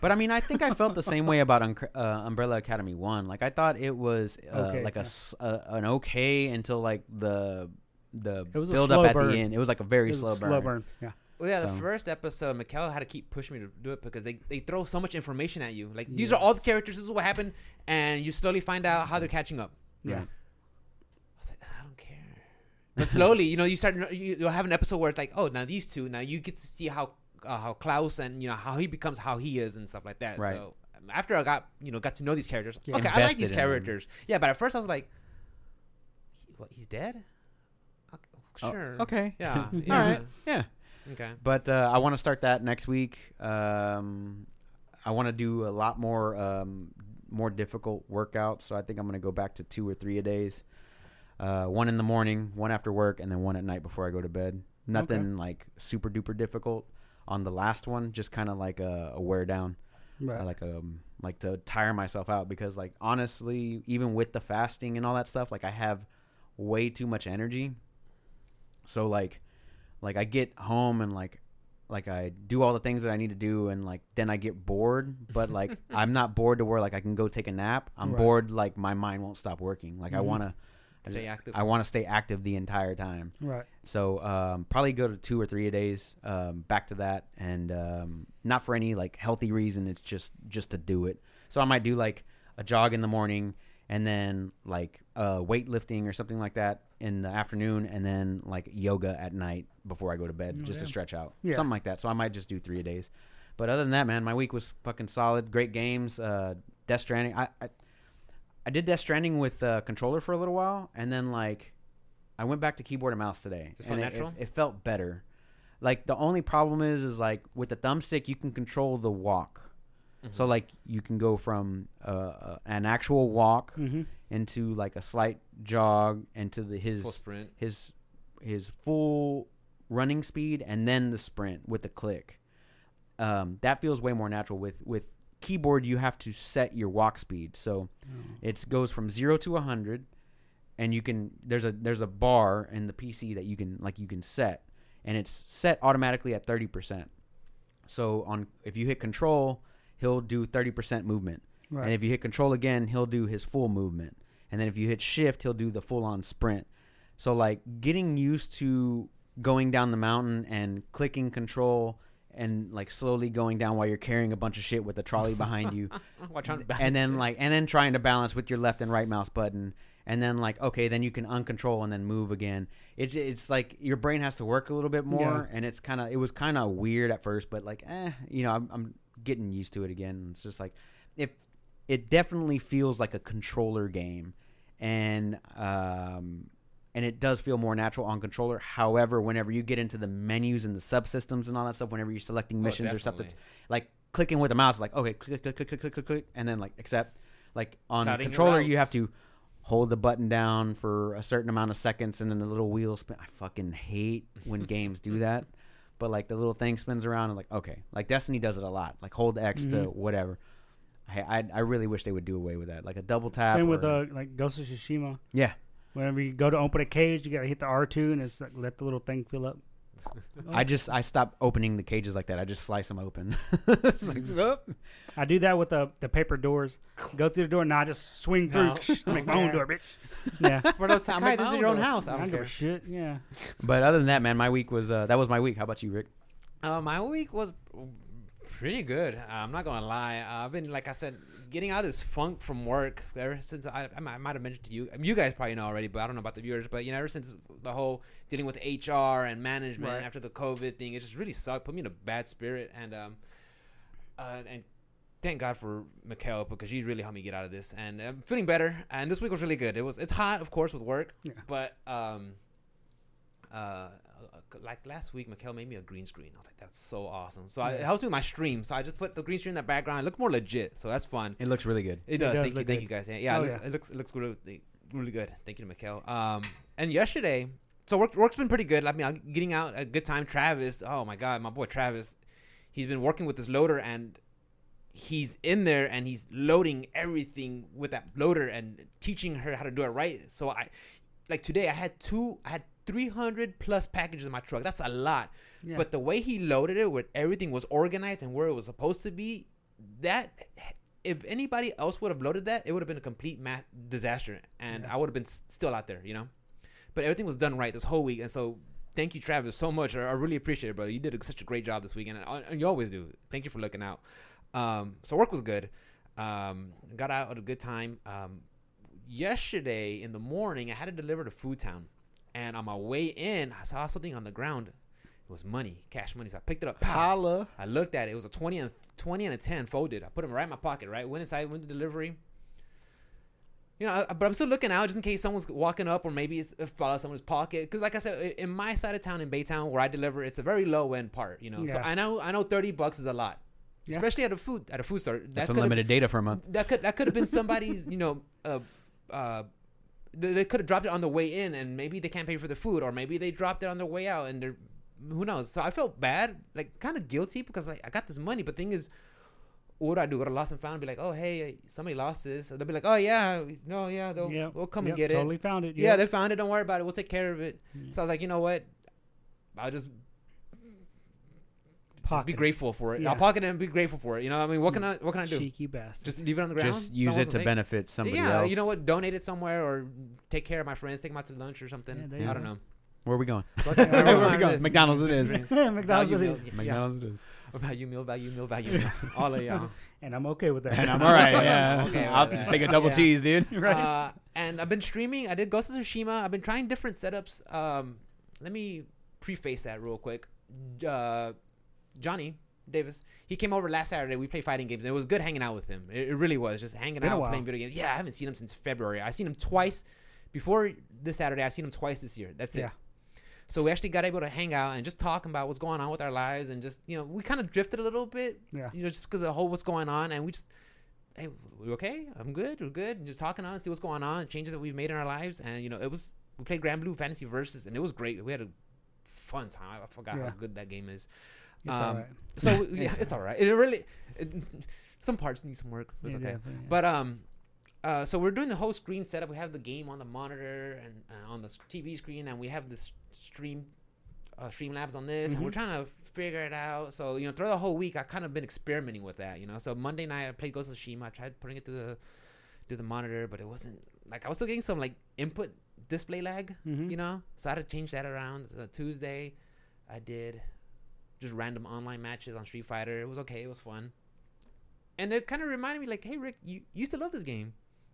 But I mean, I think I felt the same way about Unc uh, Umbrella Academy One. Like I thought it was uh, Okay, like a yeah. s uh, an okay until like the the It was a build slow up at burn. the end. It was like a very It was slow, a burn. Yeah. Well, yeah, the So- first episode, Mikkel had to keep pushing me to do it because they, they throw so much information at you. Like, these are all the Yes. characters, this is what happened, and you slowly find out how they're catching up. Yeah. Right. I was like, I don't care. But slowly, you know, you start, you, you'll have an episode where it's like, oh, now these two, now you get to see how uh, how Klaus and, you know, how he becomes how he is and stuff like that. Right. So um, after I got, you know, got to know these characters, Yeah. okay, I like Invested these in them. characters. Yeah, but at first I was like, he, what, he's dead? Okay, Oh, sure. Okay. Yeah. yeah. All right. Yeah. Okay. But uh, I want to start that next week. Um, I want to do a lot more um, more difficult workouts. So I think I'm going to go back to two or three a days. Uh, one in the morning, one after work, and then one at night before I go to bed. Nothing like super duper difficult. On the last one, just kind of like a, a wear down, Right. I like um like to tire myself out because like honestly, even with the fasting and all that stuff, like I have way too much energy. So like like I get home and like like I do all the things that I need to do and like then I get bored, but like I'm not bored to where like I can go take a nap. I'm Right. bored like my mind won't stop working. Like I Mhm. want to I Stay ju- active. I want to stay active the entire time. right. So um, probably go to two or three a days. Um, back to that, and um, not for any like healthy reason. It's just just to do it. So I might do like a jog in the morning, and then like uh, weightlifting or something like that in the afternoon and then like yoga at night before I go to bed Oh, just to yeah. stretch out. Yeah. Something like that. So I might just do three a days. But other than that, man, my week was fucking solid. Great games. Uh, Death Stranding. I, I I did Death Stranding with uh, controller for a little while, and then like I went back to keyboard and mouse today, Does it feel and it, natural? it, it felt better. Like the only problem is, is like with the thumbstick you can control the walk. Mm-hmm. So like you can go from uh, uh, an actual walk hmm into like a slight jog into the full his sprint. his his full running speed and then the sprint with the click. Um, that feels way more natural with with keyboard. You have to set your walk speed, so it goes from zero to a hundred, and you can there's a there's a bar in the PC that you can like you can set, and it's set automatically at thirty percent. So on if you hit control, he'll do thirty percent movement. Right. And if you hit control again, he'll do his full movement. And then if you hit shift, he'll do the full on sprint. So like getting used to going down the mountain and clicking control and like slowly going down while you're carrying a bunch of shit with a trolley behind you. Watch out. and then like and then trying to balance with your left and right mouse button. And then like okay, then you can uncontrol and then move again. It's it's like your brain has to work a little bit more, and it's kind of it was kind of weird at first, but like eh, you know, I'm, I'm getting used to it again. It's just like if it definitely feels like a controller game and um and it does feel more natural on controller however whenever you get into the menus and the subsystems and all that stuff whenever you're selecting Oh, missions or stuff that's definitely. like clicking with a mouse like okay click click click click click click, click and then like accept like on Plotting your controller you have routes. to hold the button down for a certain amount of seconds and then the little wheel spin i fucking hate when games do that but like the little thing spins around and like okay like destiny does it a lot like hold x to Mhm. whatever I, I I really wish they would do away with that like a double tap Same with or- uh, like Ghost of Tsushima. yeah Whenever you go to open a cage, you gotta hit the R two and it's like let the little thing fill up. oh. I just I stopped opening the cages like that. I just slice them open. It's like, Mm-hmm. "Oop." I do that with the the paper doors. Go through the door, and I just swing through. No. Make my own Okay. door, bitch. Yeah, Bro, that's I'm Kai, like, this I is don't your own know. house. I don't give a shit. Yeah, But other than that, man, my week was uh, that was my week. How about you, Rick? Uh, my week was pretty good. Uh, I'm not gonna lie. Uh, I've been, like I said, getting out of this funk from work ever since I, I, might- I might have mentioned to you. I mean, you guys probably know already, but I don't know about the viewers. But you know, ever since the whole dealing with HR and management Right. after the COVID thing, it just really sucked. Put me in a bad spirit, and um, uh, and thank God for Mikhail because she really helped me get out of this, and I'm feeling better. And this week was really good. It was it's hot, of course, with work, Yeah. but um, uh, like last week, Mikhail made me a green screen. I was like, that's so awesome. So I, it Yeah. helps me with my stream. So I just put the green screen in the background. It looked more legit, so that's fun. It looks really good. It does. does thank you, look thank good. you guys. Yeah, yeah, Oh, it, looks, yeah. it looks it looks really, really good. Thank you to Mikhail. Um, and yesterday, so work work's been pretty good. I mean, I'm getting out a good time. Travis, oh my god, my boy Travis, he's been working with this loader and he's in there and he's loading everything with that loader and teaching her how to do it right. So I, like today, I had two, I had 300 plus packages in my truck. That's a lot. yeah. But the way he loaded it, where everything was organized and where it was supposed to be, that if anybody else would have loaded that, it would have been a complete ma- disaster, and Yeah. I would have been s- still out there, you know. But everything was done right this whole week, and so thank you, Travis, so much. I, I really appreciate it, brother. You did a, such a great job this weekend, and, uh, and you always do. Thank you for looking out. Um, so work was good. Um, got out at a good time. Um, yesterday in the morning, I had to deliver to Food Town, and on my way in, I saw something on the ground. It was money, cash money. So I picked it up. Pow. Holla. I looked at it. It was a 20 and 20 and a 10 folded. I put them right in my pocket, right? Went inside, went to delivery. You know, I, but I'm still looking out just in case someone's walking up or maybe it's it fell out of someone's pocket. Because, like I said, i- in my side of town, in Baytown, where I deliver, it's a very low end part. You know, so Yeah. I know I know 30 bucks is a lot, Yeah. especially at a food at a food store. That That's could've- unlimited data for a month. that could that could have been somebody's, you know, uh, uh, they, they could have dropped it on the way in, and maybe they can't pay for the food, or maybe they dropped it on their way out, and they're who knows. So I felt bad, like kind of guilty, because like I got this money, but thing is, what do I do? Go to lost and found, and be like, oh hey, somebody lost this. They'll be like, oh yeah, no yeah, they'll Yep, we'll come yep, and get totally it. found it. Yeah, they found it. Don't worry about it. We'll take care of it. Yeah. So I was like, you know what? I'll just just be Pocket it. grateful for it. Yeah. Mm. I'll pocket it and be grateful for it. You know, what I mean, what can I what can I do? cheeky bastard. Just leave it on the ground. Just use Someone it will to take benefit somebody yeah, else. you know what? Donate it somewhere or take care of my friends, take them out to lunch or Yeah, something. there you I don't go. know. Where are we going? So I- I don't know Where what we it going? is. McDonald's it Just is. green. McDonald's Value it is. meal. Yeah. McDonald's it is. Value meal, value meal, value meal. All of y'all. and I'm okay with that. and I'm all right. Yeah, Okay, I'll well, just take a double yeah. cheese, dude. right. Uh, and I've been streaming. I did Ghost of Tsushima. I've been trying different setups. Um, let me preface that real quick. J- Uh, Johnny Davis, he came over last Saturday. We played fighting games. And it was good hanging out with him. It, it really was just hanging been a out, while. playing video games. Yeah, I haven't seen him since February. I've seen him twice before this Saturday. I've seen him twice this year. That's Yeah. it. So we actually got able to hang out and just talk about what's going on with our lives and just you know we kind of drifted a little bit Yeah. you know, just because of the whole what's going on, and we just, hey, we okay? I'm good. We're good. And just talking on, see what's going on, changes that we've made in our lives, and you know, it was we played Grand Blue Fantasy Versus, and it was great. We had a fun time. I forgot Yeah. how good that game is. It's all um, right. So we- yeah, it's all right. It really, it, some parts need some work. It's Yeah, okay. definitely, yeah. But um, uh, so we're doing the whole screen setup. We have the game on the monitor and uh, on the s- TV screen, and we have this stream, uh, Streamlabs on this, and we're Mhm. trying to figure it out. So you know, throughout the whole week, I kind of been experimenting with that. You know, so Monday night I played Ghost of Tsushima. I tried putting it through the through the monitor, but it wasn't like I was still getting some like input display lag. Mhm. You know, so I had to change that around. So Tuesday, I did just random online matches on Street Fighter. It was okay. It was fun. And it kind of reminded me, like, hey, Rick, you, you used to love this game.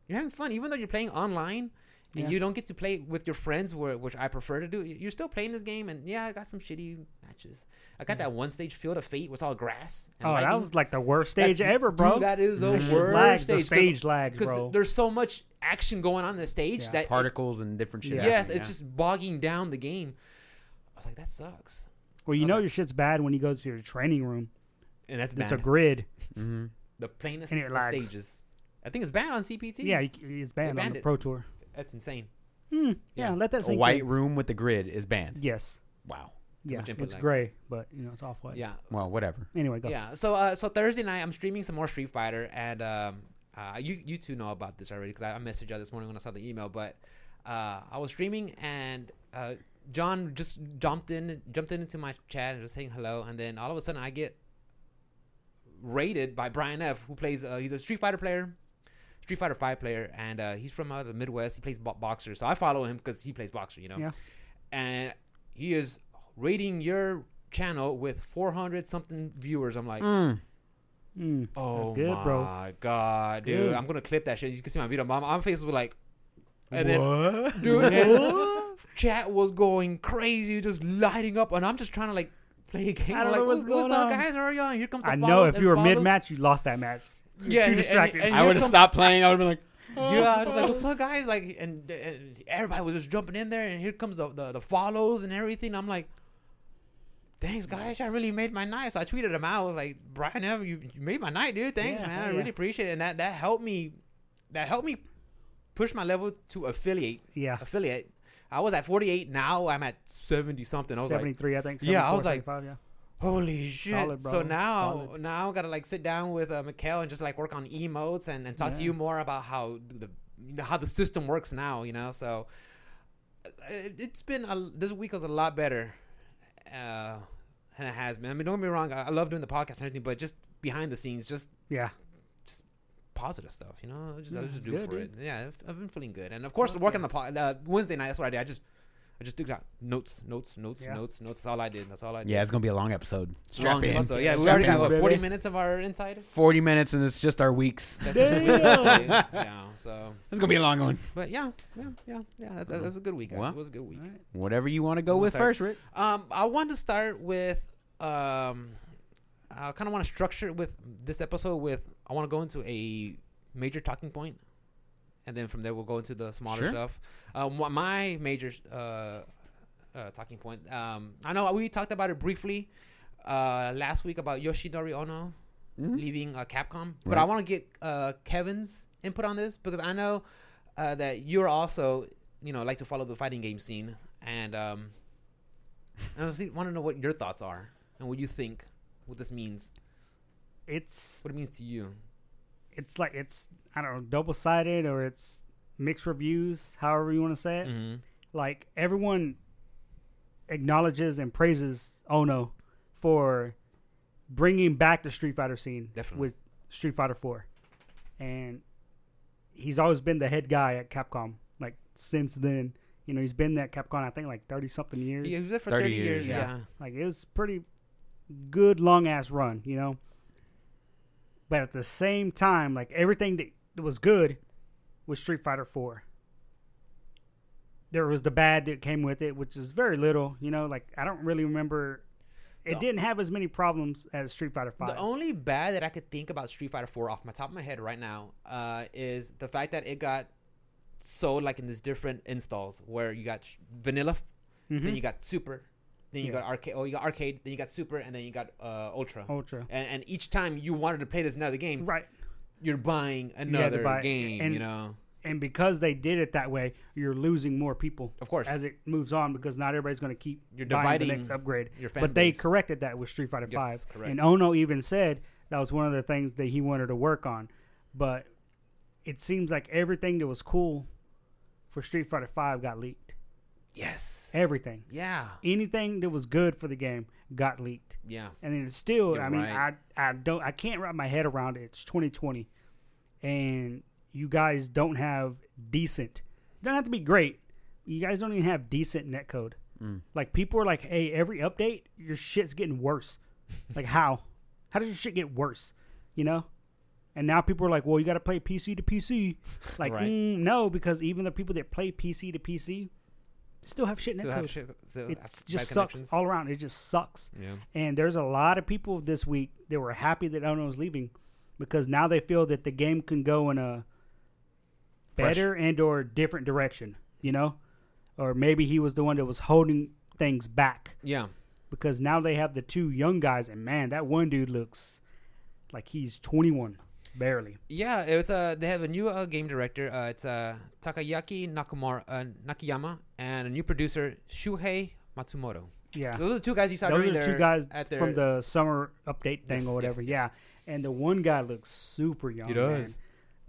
You're having fun, even though you're playing online and Yeah. you don't get to play with your friends, where, which I prefer to do. You're still playing this game, and yeah, I got some shitty matches. I got that one stage field of fate was all grass. And oh, that lightning. was like the worst That's- stage ever, bro. Dude, that is the That shit worst lag, stage. the 'cause- stage lag, th- bro. there's so much action going on in the stage Yeah. that it- Particles and different shit. Yeah. yes, happening, it's yeah. just bogging down the game. I was like, that sucks, Well, you know Okay. your shit's bad when you go to your training room. and that's It's a bad. grid. Mhm. the plainest and it of lags. stages. I think it's banned on CPT. Yeah, you c- it's banned on banned the it. Pro Tour. that's insane. Hmm. yeah, Yeah. let that A sink white in. room with the grid is banned. Yes. Wow. Yeah, much input it's lag. gray, but you know it's off white. Yeah, Well, whatever. Anyway, go. yeah. So, uh, so Thursday night, I'm streaming some more Street Fighter, and um, uh, you you two know about this already because I, I messaged you this morning when I saw the email. But uh, I was streaming, and uh, John just jumped in, jumped in into my chat and was saying hello, and then all of a sudden, I get raided by Brian F, who plays. Uh, he's a Street Fighter player. Street Fighter Five player, and uh, he's from uh, the Midwest. He plays bo- boxer, so I follow him because he plays boxer, you know. Yeah. And he is rating your channel with 400 something viewers. I'm like, Mm. Mm. oh That's good, my bro. god, That's dude! good. I'm gonna clip that shit. You can see my video. My, my face was like, and then What? dude, and chat was going crazy, just lighting up, and I'm just trying to like play a game. I I'm don't like, know what's what's going up, on." guys? How are y'all? Here comes the I know follows if and you were follows. mid match, you lost that match. You're Yeah, too and- and- distracted. and I here would have comes- stopped playing. I would have been like, yeah, I was like, what's up, guys? Like, and, and everybody was just jumping in there, and here comes the, the, the follows and everything. I'm like, thanks, guys. I really made my night. So I tweeted him out. I was like, Brian, F, you, you made my night, dude. Thanks, Yeah, man. hell I yeah. really appreciate it. And that, that helped me. That helped me push my level to affiliate. yeah, Affiliate. I was at 48. Now I'm at 70 something. I was like, seventy three, I think. Yeah, I was 74, like- 75, yeah. Holy shit! Solid, So bro. now, Solid. now I gotta like sit down with uh, Mikhail and just like work on emotes and, and talk to Yeah. you more about how the you know, how the system works now. You know, so uh, it, it's been a, this week was a lot better uh, than it has been. I mean, don't get me wrong, I, I love doing the podcast and everything, but just behind the scenes, just yeah, positive stuff. You know, I just, I Yeah, was just it's do good, for dude. it. Yeah, I've, I've been feeling good, and of course, Fuck working yeah. on the po- uh, Wednesday night. That's what I did. I just I just took out notes, notes, notes, Yeah. notes, notes. That's all I did. That's all I did. Yeah, it's gonna be a long episode. Strap Long in. episode. Yeah, we Strap already in, have what, baby. 40 minutes of our inside. Forty minutes, and it's just our weeks. That's Damn. really- yeah, so, It's gonna be a long one. but yeah, yeah, yeah, yeah. That, that, was a good week. Guys. Well. It was a good week. Alright. Whatever you want to go We'll with start. first, Rick. Um, I want to start with um, I kind of want to structure it with this episode with I want to go into a major talking point, and then from there we'll go into the smaller Sure. stuff. Um, wha- my major uh, uh, talking point. Um, I know we talked about it briefly uh, last week about Yoshinori Ono leaving uh, Capcom, but Mm-hmm. Right. I want to get uh, Kevin's input on this because I know uh, that you're also you know like to follow the fighting game scene and um, I want to know what your thoughts are and what you think, what this means, it's what it means to you. it's like it's I don't know, double sided or it's mixed reviews, however you want to say it. Mm-hmm. Like everyone acknowledges and praises Ono for bringing back the Street Fighter scene Definitely. with Street Fighter Four, and he's always been the head guy at Capcom. Like since then, you know, he's been at Capcom I think like thirty something years. Yeah, he was there for 30, 30 years. years, yeah. Like it was pretty good long ass run, you know. But at the same time, like everything that was good was Street Fighter Four. There was the bad that came with it, which is very little, you know. Like I don't really remember. It The- didn't have as many problems as Street Fighter Five. The only bad that I could think about Street Fighter 4 off my top of my head right now uh, is the fact that it got sold like in these different installs where you got sh- vanilla, f- then Mhm. you got super, then you Yeah. got arcade, oh you got arcade, then you got super, and then you got uh, ultra. Ultra, And, and each time you wanted to play this another game, right? you're buying another buy- game. and- you know, And because they did it that way, you're losing more people of course, as it moves on because not everybody's going to keep You're buying the dividing next upgrade. your fan But they base. corrected that with Street Fighter Yes, Five, correct. and Ono even said that was one of the things that he wanted to work on. But it seems like everything that was cool for Street Fighter Five got leaked. yes, Everything, yeah, anything that was good for the game got leaked, yeah, and it's still. You're I mean, right. I I don't I can't wrap my head around it. It's 2020, and you guys don't have decent. Don't have to be great. You guys don't even have decent netcode. Mm. Like people are like, "Hey, every update, your shit's getting worse." like how? How does your shit get worse? You know? And now people are like, "Well, you got to play PC to PC." Like, Right. mm, no, because even the people that play PC to PC still have shit Still netcode. have shit- still It have bad just sucks connections. all around. It just sucks. yeah, And there's a lot of people this week that were happy that Ono was leaving because now they feel that the game can go in a Fresh. better and or different direction, you know? Or maybe he was the one that was holding things back yeah. because now they have the two young guys and man, that one dude looks like he's 21 barely. Yeah, it was uh they have a new uh, game director. Uh, it's uh Takayaki Nakamura uh, Nakayama and a new producer Shuhei Matsumoto. Yeah. Those are the two guys you saw Those during are the their- two guys at their from the summer update thing Yes, or whatever. yes, Yeah. yes. And the one guy looks super young. does.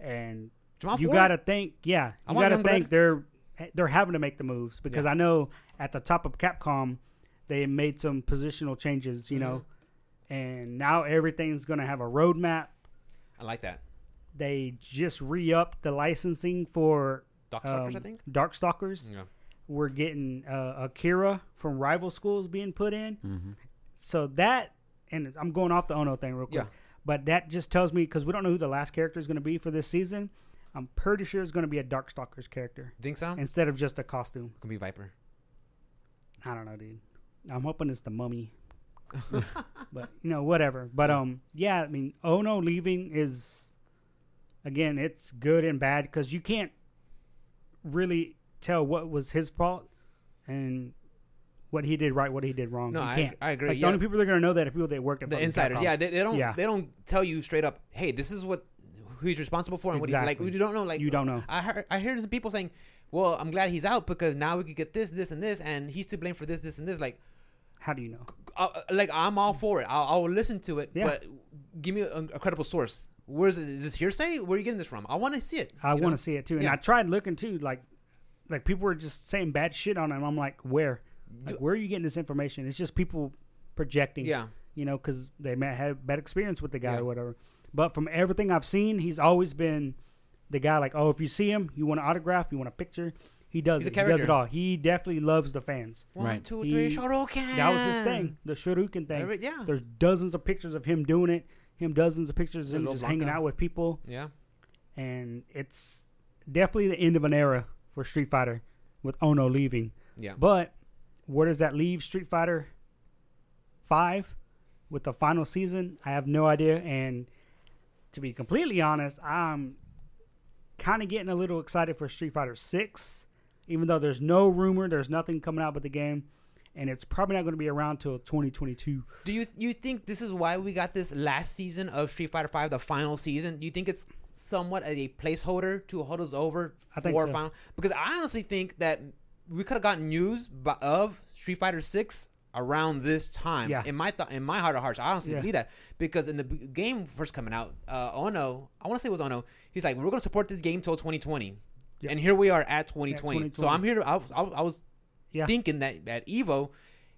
man. And Jamal you Ford? gotta think, yeah, I you want gotta young think they're they're having to make the moves because Yeah. I know at the top of Capcom they made some positional changes, you know, Mm-hmm. and now everything's gonna have a roadmap. I like that. They just re upped the licensing for Doc Suckers, um, I think. Darkstalkers. Yeah. We're getting uh, Akira from rival schools being put in, Mm-hmm. so that and I'm going off the Ono thing real quick, Yeah. but that just tells me because we don't know who the last character is gonna be for this season. I'm pretty sure it's gonna be a Darkstalkers character Think so? It's instead of just a costume. gonna be Viper. I don't know, dude. I'm hoping it's the mummy. but you know, whatever. But um, yeah. I mean, Ono leaving is again, it's good and bad because you can't really tell what was his fault and what he did right, what he did wrong. No, you I, can't. I agree. like the yeah. only people that are gonna know that are people that worked at the fucking insiders, Capcom. yeah, they, they don't Yeah. they don't tell you straight up. Hey, this is what who he's responsible for and what he Exactly. like. We don't know. Like you don't know. I heard I heard some people saying, "Well, I'm glad he's out because now we could get this, this, and this, and he's to blame for this, this, and this." Like. How do you know? uh, like I'm all for it. I'll, I'll listen to it, Yeah. but give me a, a credible source. Where's it? Is this hearsay? Where are you getting this from? I want to see it. I you want know? to see it too. And Yeah. I tried looking too, like like people were just saying bad shit on him. I'm like, where? Like, Do- where are you getting this information? It's just people projecting. Yeah, you know, because they may have had bad experience with the guy Yeah. or whatever. But from everything I've seen, he's always been the guy. Like, oh, if you see him, you want an autograph, you want a picture. He does. He's a It. He does it character. all. He definitely loves the fans. one, Right. two, He- three. Shoryuken. That was his thing, the Shuriken thing. Every- yeah, There's dozens of pictures of him doing it. Him dozens of pictures The of him little just block hanging guy. out with people, yeah. and it's definitely the end of an era for Street Fighter with Ono leaving. Yeah. But where does that leave Street Fighter Five with the final season? I have no idea. And to be completely honest, I'm kind of getting a little excited for Street Fighter Six, even though there's no rumor, there's nothing coming out but the game, and it's probably not going to be around till 2022. Do you you think this is why we got this last season of Street Fighter Five, the final season? Do you think it's somewhat as a placeholder to hold us over I think for so. final? Because I honestly think that we could have gotten news bu- of Street Fighter Six around this time. Yeah. In my th- in my heart of hearts, I honestly Yeah. believe that because in the b- game first coming out, uh, Ono, I want to say it was Ono. He's like, we're gonna support this game till 2020. Yep. And here we are at 2020. So 2020. I'm here. To, I, was- I, was- I was Yeah. thinking that at Evo,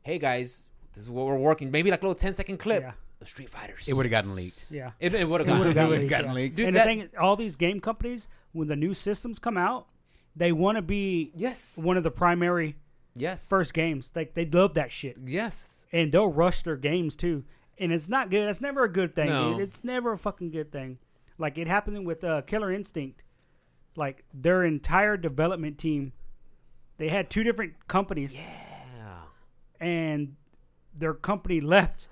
hey guys, this is what we're working. Maybe like a little 10 second clip. Yeah, The Street Fighters. It would've gotten leaked. yeah. It, it would have It gotten, would've gotten leaked. leaked, gotten yeah. leaked. Dude, and that- the thing, is, all these game companies, when the new systems come out, they want to be Yes. one of the primary Yes. first games. Like they love that shit, Yes. and they'll rush their games too. And it's not good. That's never a good thing. No. dude. It's never a fucking good thing. Like it happened with uh, Killer Instinct. Like their entire development team, they had two different companies, Yeah. and their company left,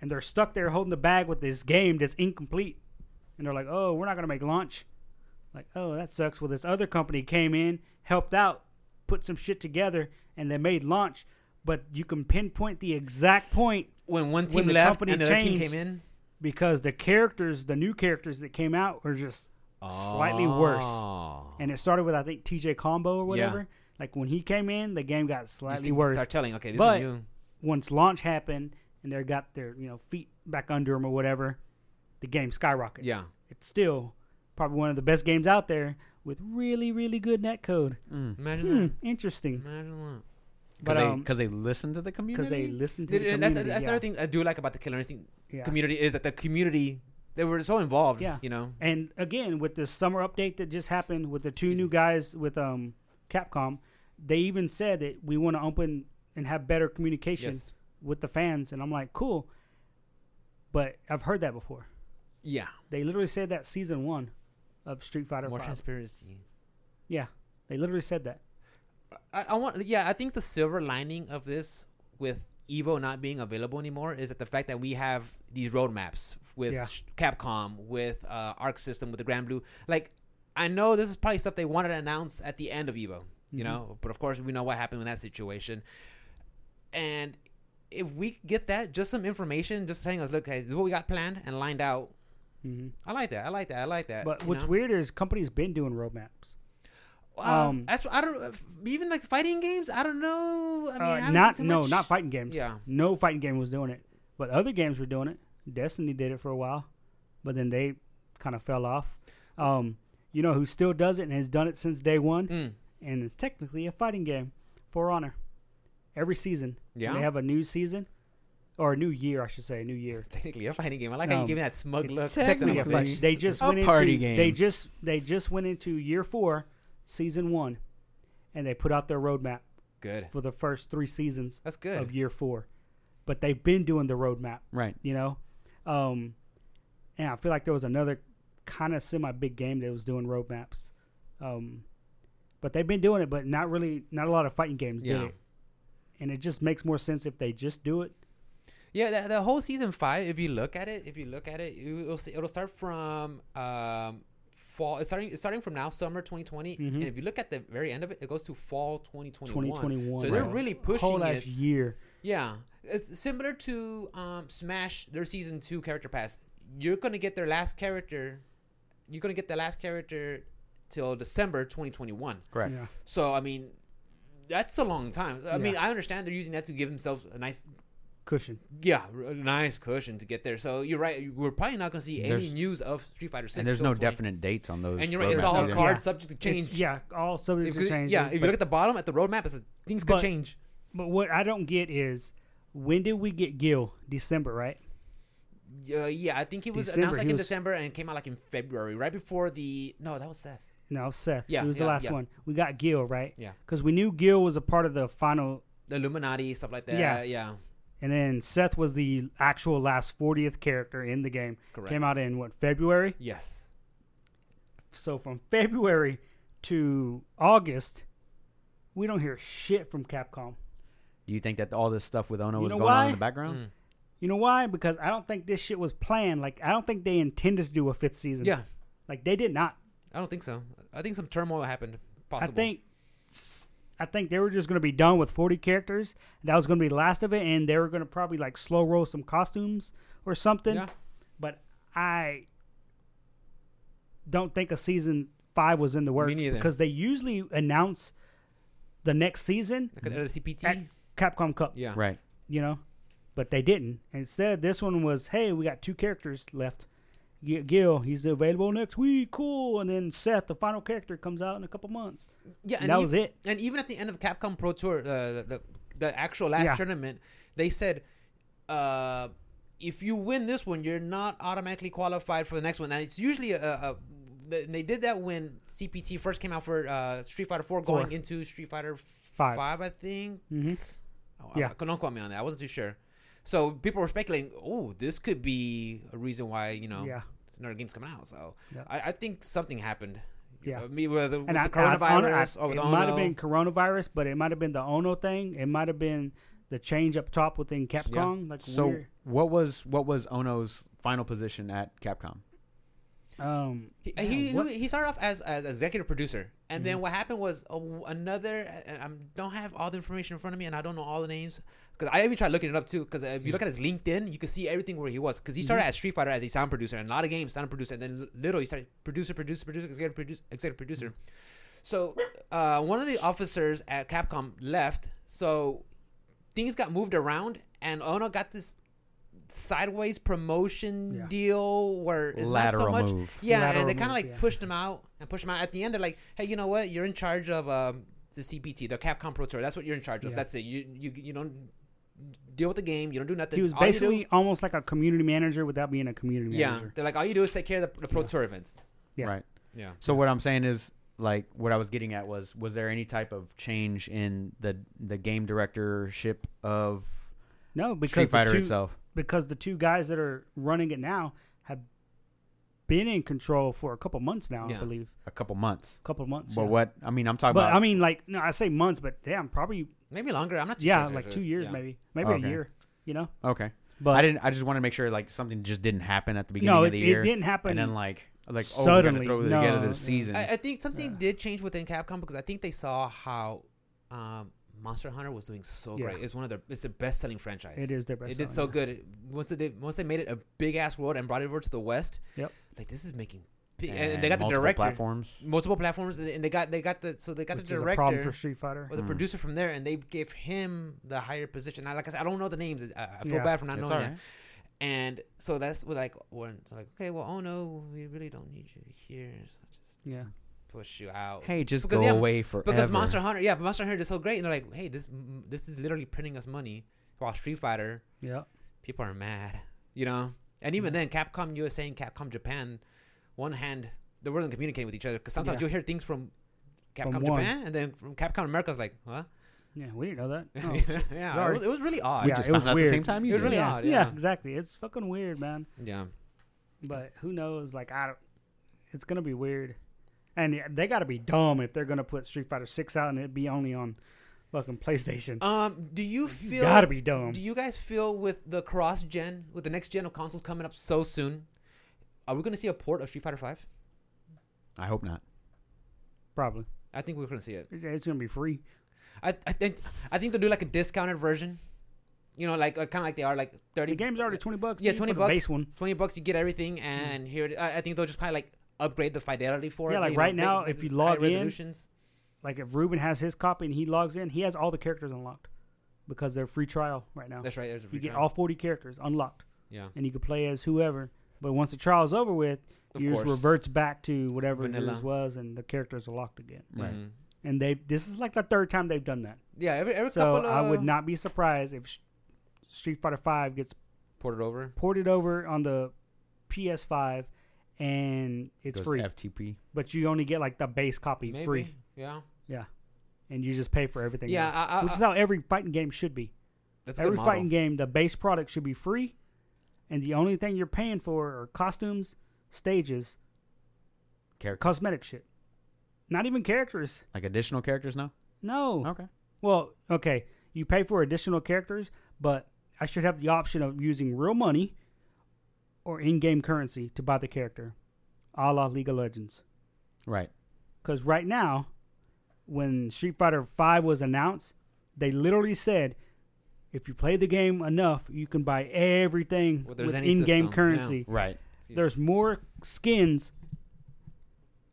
and they're stuck there holding the bag with this game that's incomplete. And they're like, "Oh, we're not gonna make launch." Like, "Oh, that sucks." Well, this other company came in, helped out, put some shit together, and they made launch. But you can pinpoint the exact point When one When team the left company and the other team changed, came in, because the characters, the new characters that came out, were just slightly worse. Oh. And it started with I think TJ Combo or whatever. Like when he came in, the game got Just slightly to worse. Start telling. Okay, this But- is new. once launch happened and they got their you know feet back under them or whatever, the game skyrocketed. Yeah. It's still probably one of the best games out there with really really good netcode. Imagine Hmm, that. interesting. Imagine that. Mm-hmm. But Because um, they, listen to the community. because they listen to Dude, the and that's community. that's yeah. another thing I do like about the Killer Instinct Yeah. community is that the community they were so involved. Yeah. You know. And again, with this summer update that just happened with the two new guys with um Capcom, they even said that we want to open and have better communication Yes. with the fans. And I'm like, cool. But I've heard that before. Yeah. They literally said that season one of Street Fighter More V. transparency. Yeah, they literally said that. I, I want. Yeah, I think the silver lining of this with Evo not being available anymore is that the fact that we have these roadmaps with Yeah. sh Capcom, with uh, Arc System, with the Grand Blue. Like, I know this is probably stuff they wanted to announce at the end of Evo. You Mhm. know, but of course we know what happened in that situation. And if we could get that, just some information, just telling us, look, guys, this is what we got planned and lined out. hmm I like that. I like that. Uh, I like that. But you what's know? weird is companies been doing roadmaps. Um, um, that's I don't f- even like fighting games. I don't know. I mean, I Uh, haven't not seen too no, much. not fighting games. Yeah. no fighting game was doing it, but other games were doing it. Destiny did it for a while, but then they kind of fell off. Um, you know who still does it and has done it since day one, Mm. and it's technically a fighting game. For Honor, every season when Yeah. they have a new season or a new year, I should say, a new year. technically a fighting game. I like how you Um, give me that smug look. It's technically Son a of a fight. bitch. They just A went party into, game. They just they just went into year four, season one, and they put out their roadmap Good. for the first three seasons That's of good. year four. But they've been doing the roadmap, right. you know. Um, and I feel like there was another kind of semi big game that was doing roadmaps. Um, but they've been doing it, but not really, not a lot of fighting games Yeah. did it. And it just makes more sense if they just do it. Yeah, the, the whole season five. If you look at it, if you look at it, you- it'll see- it'll start from um fall. It's starting it's starting from now, summer 2020, Mhm. and if you look at the very end of it, it goes to fall 2021. 2021. So they're Right. really pushing Whole it. last year. Yeah, it's similar to um, Smash. Their season two character pass. You're gonna get their last character. You're gonna get the last character till December 2021. Correct. Yeah. So I mean, that's a long time. I mean, Yeah. I understand they're using that to give themselves a nice, Cushion. yeah, a nice cushion to get there. So you're right. We're probably not gonna see any There's- news of Street Fighter Six. And there's till no 20 definite dates on those. And you're right. It's roadmaps all either. car- cards subject to change. It's- yeah, all subjects If- are changed. yeah, if you but, look at the bottom at the roadmap, it's things could But- change. but what I don't get is when did we get Gil? December, right? Yeah, Uh, yeah, I think it was December, announced like he in was- December and it came out like in February, right before the. No, that was Seth. No, Seth. Yeah, he was yeah, the last yeah. one. We got Gil, right? Yeah. Because we knew Gil was a part of the final, The Illuminati stuff like that. Yeah, Yeah. yeah, and then Seth was the actual last fortieth character in the game. correct. Came out in what February? Yes, So from February to August, we don't hear shit from Capcom. Do you think that all this stuff with Ono You was know going on why? in the background? Mm. You know why? Because I don't think this shit was planned. Like I don't think they intended to do a fifth season. yeah. Like they did not. I don't think so. I think some turmoil happened. Possible. I think I think they were just going to be done with 40 characters. That was going to be the last of it and they were going to probably like slow roll some costumes or something. Yeah. But I don't think a season 5 was in the works neither. because they usually announce the next season Like another CPT. at Capcom Cup, yeah. Right. you know. But they didn't. Instead, this one was, "Hey, we got two characters left. G- Gil, he's available next week. Cool." And then Seth, the final character, comes out in a couple months. Yeah, And that ev- was it. And even at the end of Capcom Pro Tour, uh, the, the the actual last Yeah. tournament, they said, uh, if you win this one, you're not automatically qualified for the next one. And it's usually a, a they- they did that when CPT first came out for uh, Street Fighter Four, going Four. into Street Fighter Five. five, I think. Mm-hmm. Oh, Yeah. yeah. Don't quote me on that. I wasn't too sure. So people were speculating, oh, this could be a reason why, you know, Yeah. another game's coming out. So Yeah. I, I think something happened. Yeah. Uh, Me with, the- with And I, the I- on- I- coronavirus or with it might Ono. have been coronavirus, but it might have been the Ono thing. It might have been the change up top within Capcom. Like So weird. what was what was Ono's final position at Capcom? um, He, yeah, he, what- Mm-hmm. he started off as as executive producer, and then what happened was a, another. I I'm- don't have all the information in front of me, and I don't know all the names because I even tried looking it up too. Because if you look at his LinkedIn, you can see everything where he was. Because he Mm-hmm. started as Street Fighter as a sound producer, and a lot of games sound producer, and then little he started producer, producer, producer, executive producer, executive producer. Mm-hmm. So uh, one of the officers at Capcom left, so things got moved around, and Ono got this sideways promotion Yeah. deal where it's Lateral not so much move. yeah, Lateral and they kind move, of like yeah. pushed him out and pushed him out. At the end, they're like, "Hey, you know what? You're in charge of um, the CPT, the Capcom Pro Tour. That's what you're in charge of. Yeah. That's it. You you you don't deal with the game. You don't do nothing. he was All you do- basically almost like a community manager without being a community yeah. manager. They're like, all you do is take care of the, the Pro Yeah. Tour events. Yeah. Right. Yeah. So what I'm saying is like what I was getting at was was there any type of change in the the game directorship of No, because Street the Fighter two, itself? because the two guys that are running it now have been in control for a couple months now, I Yeah. believe. A couple months. A couple months. But yeah. what I mean I'm talking But about I mean, like, no, I say months, but damn, probably Maybe longer. I'm not. Too yeah, sure like Josh. two years Yeah. maybe, maybe Okay. a year. You know, Okay. but I didn't I just want to make sure like something just didn't happen at the beginning no, of the it, year. it didn't happen. and then like like Suddenly, oh, we're gonna throw it together no, this yeah. season. I, I think something Yeah. did change within Capcom because I think they saw how um, Monster Hunter was doing so Yeah. great. It's one of their. It's the best selling franchise. it is their best. it did so selling, good. Once they once they made it a big ass world and brought it over to the west. Yep. Like this is making big, and, they got the multiple director, platforms. multiple platforms, and they got they got the so they got which the is a problem director for Street Fighter. or the Mm. producer from there, and they gave him the higher position. I, like I said, I don't know the names. I, I feel Yeah. bad for not It's knowing alright. that. And so that's what like when it's like okay, well, oh no, we really don't need you here. So just Yeah, push you out. Hey, just Because, go yeah, away forever. Because Monster Hunter, yeah, Monster Hunter did so great, and they're like, hey, this this is literally printing us money. While Street Fighter, yeah, people are mad, you know. And even then, Capcom USA and Capcom Japan, one hand, they weren't communicating with each other because sometimes Yeah. you'll hear things from Capcom From one. Japan and then from Capcom America's like, huh? yeah. We didn't know that. Oh, shit. yeah, it Sorry. was, it was really odd. Yeah, Yeah, just it was found out at weird. the same time you It was did. really yeah. odd, Yeah. yeah. exactly. It's fucking weird, man. But who knows? Like, I don't. It's gonna be weird, and yeah, they got to be dumb if they're gonna put Street Fighter Six out and it be only on fucking PlayStation. Um, do you You feel? gotta be dumb. do you guys feel with the cross gen, with the next gen of consoles coming up so soon? Are we going to see a port of Street Fighter Five? I hope not. Probably. I think we're going to see it. It's, it's gonna be free. I, I think I think they'll do like a discounted version. You know, like, like kind of like they are like thirty. The game's already twenty bucks. Yeah, dude, 20 for the bucks. base one. 20 bucks you get Hmm. everything and here it, I, I think they'll just probably like upgrade the fidelity for it Yeah, like you know, right now, make- if you high log in- resolutions like if Ruben has his copy and he logs in, he has all the characters unlocked because they're free trial right now. that's right there's a free you get trial. all 40 characters unlocked yeah and you can play as whoever. But once the trial's over with, Of yours course. reverts back to whatever Vanilla. yours was and the characters are locked again. Right. Mhm. And they this is like the third time they've done that. yeah every, every So couple of I would not be surprised if S- Street Fighter 5 gets port it over ported over on the PS5 and it's Goes free, FTP. but you only get like the base copy maybe free yeah and you just pay for everything yeah else. I, I, which I, is how every fighting game should be. that's a Every good model. fighting game, the base product should be free, and the only thing you're paying for are costumes, stages, Character cosmetic shit. Not even characters. like additional characters now? No. Okay. Well, okay, you pay for additional characters, but I should have the option of using real money or in-game currency to buy the character, a la League of Legends. Right. Because right now, when Street Fighter Five was announced, they literally said, if you play the game enough, you can buy everything Well, with, there's any in-game system, yeah. currency. Right. There's more skins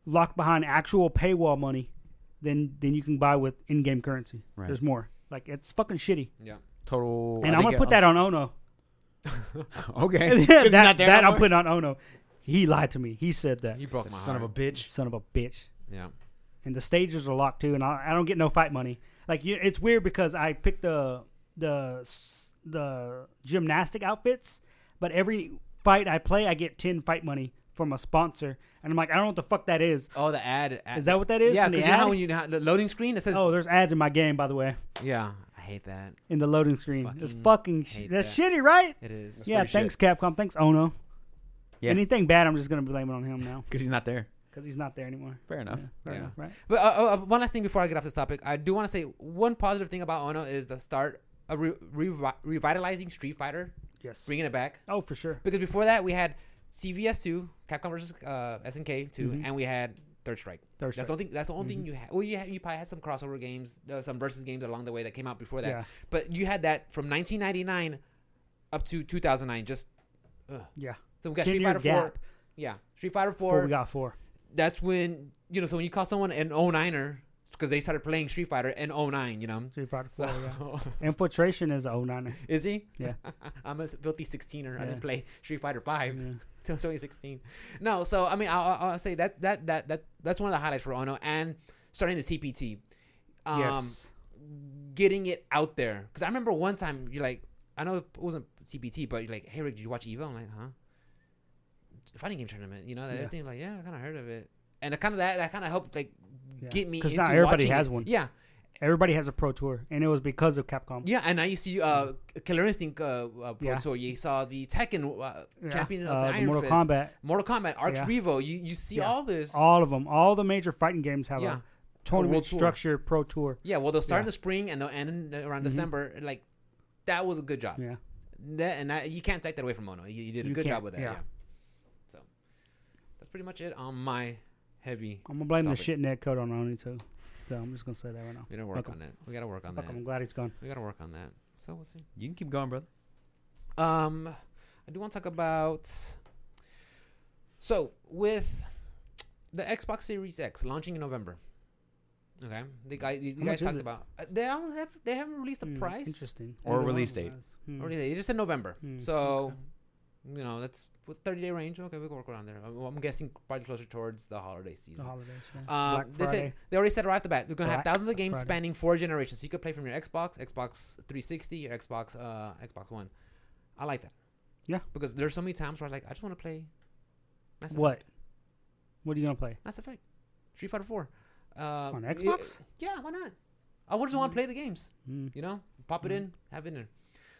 locked behind actual paywall money than than you can buy with in-game currency. Right. There's more. Like it's fucking shitty. yeah Total and I I'm think gonna put it- that on Ono. Okay. 'Cause that it's not there that no I'm more. putting on Ono. He lied to me. He said that. you broke my son of a heart. bitch. Son of a bitch. yeah and the stages are locked too, and I, I don't get no fight money. Like you, it's weird because I picked the the s- the gymnastic outfits, but every fight I play, I get ten fight money from a sponsor, and I'm like, I don't know what the fuck that is. Oh, the ad. ad. Is that what that is? Yeah, From the because you know how ad? when you the loading screen it says. Oh, there's ads in my game, by the way, yeah. I hate that. in the loading screen. it's Fucking fucking sh- hate that's that. shitty, right? It is. yeah, pretty thanks Capcom, thanks Ono. Yeah. Anything bad, I'm just gonna blame it on him now because he's not there. because he's not there anymore. Fair enough. Yeah, fair Yeah. enough, right? But uh, uh, one last thing before I get off this topic, I do want to say one positive thing about Ono is the start of re- revi- revitalizing Street Fighter, Yes. bringing it back. Oh, for sure. Because before that, we had CVS two, Capcom versus uh, SNK 2 Mhm. and we had Third Strike. Third That's strike. Mm-hmm. the only thing. That's the only thing you had. Well, you had, you probably had some crossover games, uh, some versus games along the way that came out before that. Yeah. But you had that from 1999 up to 2009. Just ugh. Yeah. so we got Ten-year Street Fighter four. gap. Yeah, Street Fighter Four. four. We got four. that's when you know. So when you call someone an 09er, because they started playing Street Fighter in 09, you know. Street Fighter So four. Oh, Yeah. Infiltration is oh, a 09er. is he? Yeah. I'm a filthy 16er. I Yeah. didn't play Street Fighter five. Yeah. till 2016. No, so I mean, I'll, I'll- I'll say that that that that that's one of the highlights for Ono and starting the CPT, um, yes. getting it out there. Because I remember one time you're like, I know it wasn't CPT, but you're like, hey Rick, did you watch Evo? I'm like, huh? Fighting game tournament, you know, that Yeah. everything. Like, yeah, I kind of heard of it, and kind of that that kind of helped like Yeah. get me 'Cause into now everybody watching has it. one. Yeah, Everybody has a pro tour, and it was because of Capcom. yeah, and now you see uh, Killer Instinct uh, uh, Pro Yeah. Tour. You saw the Tekken uh, Yeah. champion of Uh, the the Iron Mortal Fist, Kombat, Mortal Kombat, Arx Yeah. Revo. You you see Yeah. all this. all of them, all the major fighting games have Yeah. a tournament world tour. structure pro tour. Yeah, well, they'll start Yeah. in the spring and they'll end in, uh, around Mhm. December. Like, that was a good job. Yeah, That, and that, you can't take that away from Ono. You, you did a You good job can't, with that. yeah. Yeah. So that's pretty much it on my heavy. I'm gonna blame the Topic. shit net code on Oni too. So I'm just gonna say that right now. We don't work Okay. on it. We gotta work on Fuck, that. I'm glad he's gone. We gotta work on that. So we'll see. You can keep going, brother. Um, I do want to talk about. So with the Xbox Series X launching in November. Okay, the guy, you How much guys is talked it? about. uh, They don't have. They haven't released a Hmm, price. Interesting. Or Yeah, release well, date. hmm. Or they just said November. Hmm, So, you know, that's with 30 day range. Okay, we can work around there. I'm, I'm guessing probably closer towards the holiday The season. holidays. Yeah. Um, Black they Friday. said they already said right off the bat they're gonna Black have thousands of games Friday. spanning four generations. So you could play from your Xbox, Xbox 360, your Xbox, uh, Xbox One. I like that. Yeah. Because there's so many times where I was like, I just want to play. Mass Effect. What? What are you gonna play? Mass Effect, Street Fighter 4. Uh, On y- Xbox? Mm. yeah, why not? I just want to play the games. Hmm. You know, pop it Mhm. in, have it in there.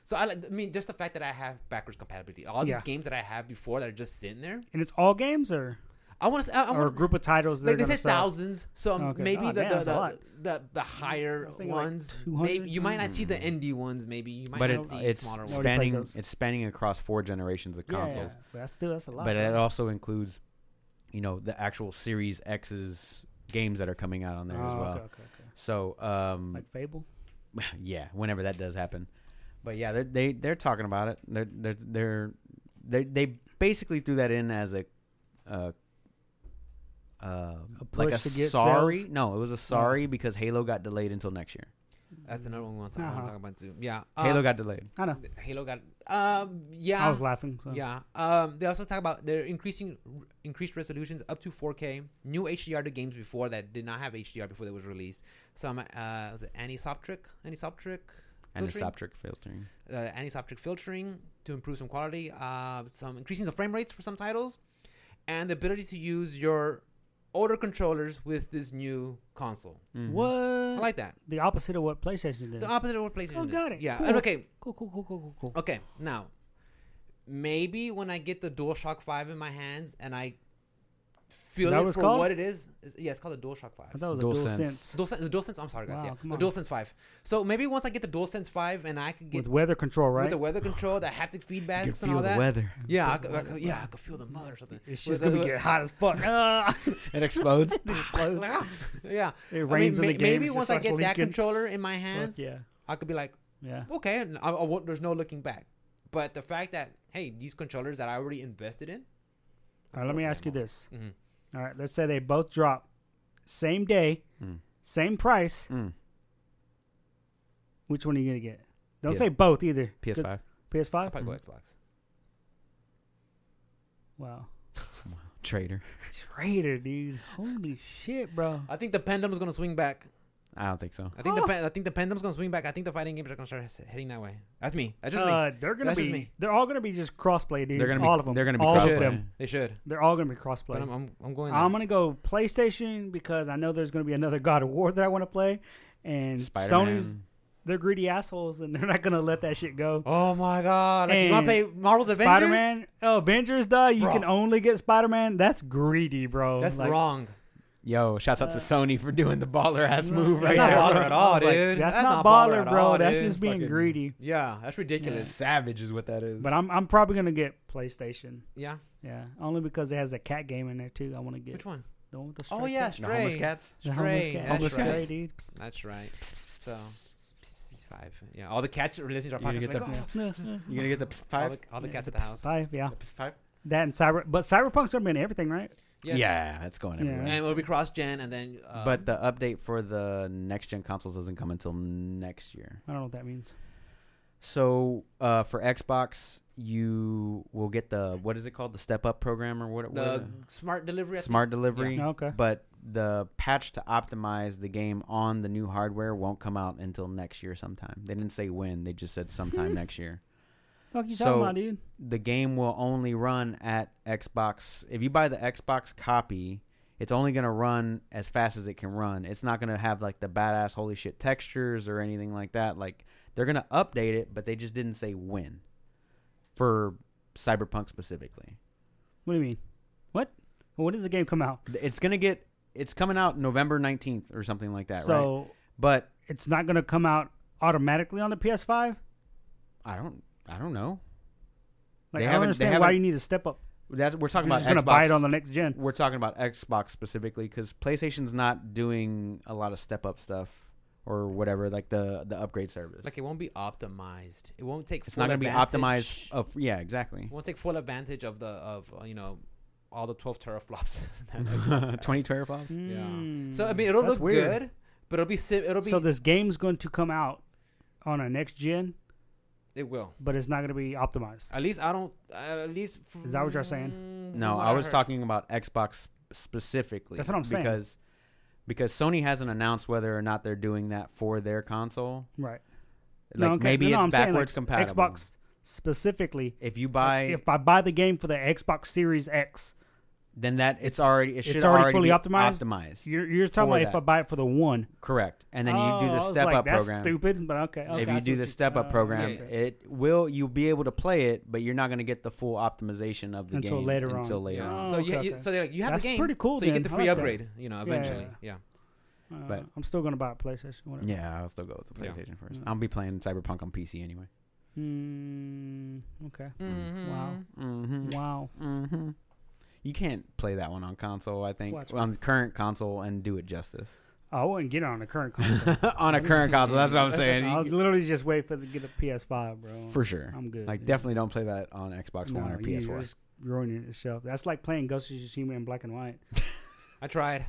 So I, like- I mean, just the fact that I have backwards compatibility, all these Yeah. games that I have before that are just sitting there. And it's all games or I want to. I, I or a want group of titles. like they they said thousands, so um, Okay. maybe Oh, the, damn, the, that's a the, lot. the the higher I was thinking like Mm-hmm. ones, 200. maybe you might not see the indie ones. Maybe you might But not it's see it's smaller ones. Nobody plays spanning those. it's spanning across four generations of consoles. But that's still that's a lot. But it man. also includes, you know, the actual Series X's games that are coming out on there as Oh, well. Okay, okay, okay. So, um, Like Fable. yeah, whenever that does happen. But yeah, they're, they they're talking about it. They're they're they're they they basically threw that in as a. Uh, uh, like a push to get sorry? sales? Oh. No, it was a sorry because Halo got delayed until next year. That's another one we want to talk, I wanna Uh-huh. talk about too. Yeah, Halo um, got delayed. I know. Halo got. Um, yeah, I was laughing. So. Yeah. Um, they also talk about they're increasing increased resolutions up to 4K. New HDR to games before that did not have HDR before it was released. Some uh, was it anisoptric, anisoptric, And Filtering? Anisoptric filtering. uh, anisoptric filtering to improve some quality. Uh, some increasing the frame rates for some titles, and the ability to use your older controllers with this new console. Mhm. What? I like that. the opposite of what PlayStation did. The opposite of what PlayStation. Oh, is. got it. Yeah. Cool. And okay. cool, cool, cool, cool, cool, cool. Okay, now maybe when I get the DualShock Five in my hands and I feel Is that it what it's for called? what it is, it's, yeah, it's called the DualShock I Five. thought it was a DualSense. DualSense. DualSense, the DualSense. I'm sorry, guys. Wow, come yeah, on. the DualSense Five. So maybe once I get the DualSense Five and I could get with with, weather control, right? the weather control, the haptic You feedbacks, and can all feel the that. weather. Yeah, I Feel the could, I weather. could- yeah, I could feel the mud or something. it's With just the- gonna get hot as fuck. Ah, It explodes. it explodes. yeah, It I mean, rains may- in the game. maybe it just once I starts get that leaking. controller in my Fuck hands, Yeah, I could be like, yeah. okay, and I, I won't, there's no looking back. But the fact that hey, these controllers that I already invested in. All right, let me ask you this. this. Mm-hmm. All right, let's say they both drop same day, Mm. same price. Mm. Which one are you gonna get? Don't PS- say both either. PS5. PS I'll Five. Mm-hmm. probably go Xbox. Wow. Traitor. Traitor, dude. Holy shit, bro. Uh, I think the pendulum's gonna swing back. I don't think so. I Oh. think the pen, I think the pendulum's gonna swing back. I think the fighting games are gonna start he- heading that way. That's me. That's just me. Uh, they're gonna That's just be. me. They're all gonna be just crossplay. Dudes. They're gonna be. all of them. They're gonna be all crossplay. of them. They should. They're all gonna be But crossplay. I'm I'm, I'm going. I'm there. gonna go PlayStation because I know there's gonna be another God of War that I want to play, and Spider-Man. Sony's they're greedy assholes and they're not gonna let that shit go. Oh my god! Like you wanna play And Marvel's Spider Avengers? Man, oh, Avengers, duh. You Bro. can only get Spider Man. That's greedy, bro. That's Like, wrong. Yo, shouts Uh, out to Sony for doing the baller ass move That's right not there. baller bro. at all, I was like, dude. that's, That's not not, baller, baller at bro. all, that's dude. just being Fucking- greedy. Yeah, that's ridiculous. Savage is what that is. But I'm I'm probably gonna get PlayStation. Yeah. Yeah, only because it has a cat game in there too. I want to get Which one? the one with the. Oh, stray yeah, cat. the homeless Stray. cats. The homeless Stray. cat. That's Homeless right. cats. dude. That's right. So five. Yeah, all the cats are listening to our podcast. You get like, the- "Oh, Yeah. You're gonna get the ps- all five. the, all the Yeah. cats at the house. Five, yeah. The ps- five. That and cyber, but cyberpunk's gonna be in everything, right? Yes. Yeah, it's going Yeah. everywhere. And it'll be cross gen, and then. Uh, but the update for the next gen consoles doesn't come until next year. I don't know what that means. So uh, for Xbox, you will get the what is it called? The step up program or what? what the smart delivery. I think. smart delivery. Yeah. Okay. But the patch to optimize the game on the new hardware won't come out until next year sometime. They didn't say when. They just said sometime next year. Fuck you So- talking about, dude? the game will only run at Xbox. If you buy the Xbox copy, it's only going to run as fast as it can run. It's not going to have like the badass holy shit textures or anything like that. Like they're going to update it, but they just didn't say when for Cyberpunk specifically. What do you mean? What? When does the game come out? Th- It's going to get it's coming out November 19th or something like that, right? so But it's not gonna come out automatically on the PS5. I don't I don't know. Like They I haven't- don't they understand why haven't- you need to step up. That's we're talking You're about just gonna Xbox. buy it on the next gen. we're talking about Xbox specifically because PlayStation's not doing a lot of step up stuff or whatever, like the the upgrade service. Like it won't be optimized. It won't take. it's not full going to be advantage- optimized. Of, yeah, exactly. It won't take full advantage of the of uh, you know all the twelve teraflops. that Xbox has. Twenty teraflops. Yeah. Mm. So I mean, it'll That's look weird. good, but it'll be sim- it'll be So this game's going to come out on a next gen, it will. but it's not gonna be optimized. At least I don't. Uh, at least Is that what you're saying? Mm, from No, what I was heard. talking about Xbox specifically. That's what I'm saying. Because because Sony hasn't announced whether or not they're doing that for their console. Right. Like okay. maybe it's I'm saying, like, backwards s- compatible. Xbox specifically. If you buy, if I buy the game for the Xbox Series X, then that it's, it's- already it it's should already already fully be optimized? optimized. you're, you're talking For about if that. I buy it for the one. Correct. And then you do Oh, I the was step like, up that's program. Stupid, but okay. okay, if I you see do what the step up uh, program, makes sense. it will you'll be able to play it, but you're not going to get the full optimization of the Until game later on. until later Yeah. on. Oh, so you, okay, you okay. so they're like you have That's the game, pretty cool, So you then. get the I free like that. upgrade, you know, Yeah, yeah, eventually. Yeah. Uh, but- I'm still gonna buy a PlayStation. Whatever. Yeah, I'll still go with the Yeah. PlayStation first. Mm. I'll be playing Cyberpunk on PC anyway. Mm, okay. Mhm. Wow. Mm-hmm. Wow. Mm-hmm. You can't play that one on console, I think, Watch on current console and do it justice. I wouldn't get it on the current console. on a current console, that's what I'm That's saying. just- I'll literally just wait for the get a PS5, bro. For sure. I'm good. Like, dude. definitely don't play that on Xbox One No, or you- PS4. You're just ruining the shelf. That's like playing Ghost of Tsushima in black and white. I tried.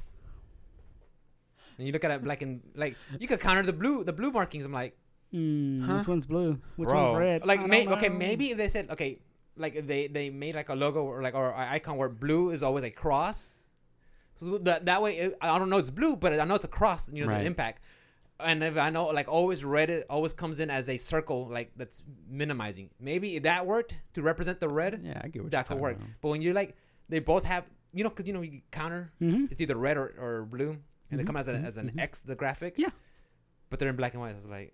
And you look at it black and like you could counter the blue the blue markings. I'm like, Mm, Huh? Which one's blue? Which Bro. one's red? I like don't may, okay, know. maybe if they said okay, like if they they made like a logo or like or an icon where blue is always a cross. So that that way it, I don't know it's blue, but I know it's a cross. You know Right. the impact. And if I know like always red it always comes in as a circle like that's minimizing. Maybe if that worked to represent the red. yeah, I get what that you're could talking work. about. But when you're like, they both have, you know, because you know, you counter, Mhm. it's either red or, or blue, and they Mm-hmm. Mhm, come as, a, mhm, as an mhm. X, the graphic. Yeah. But they're in black and white. So it's like,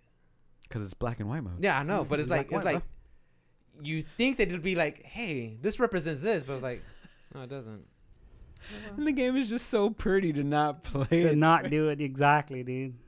Because it's black and white mode. yeah, I know, but it's like, Black and it's white, like, you think that it'll be like, hey, this represents this, but it's like, no, it doesn't. And the game is just so pretty to not play To it. not do it exactly, dude.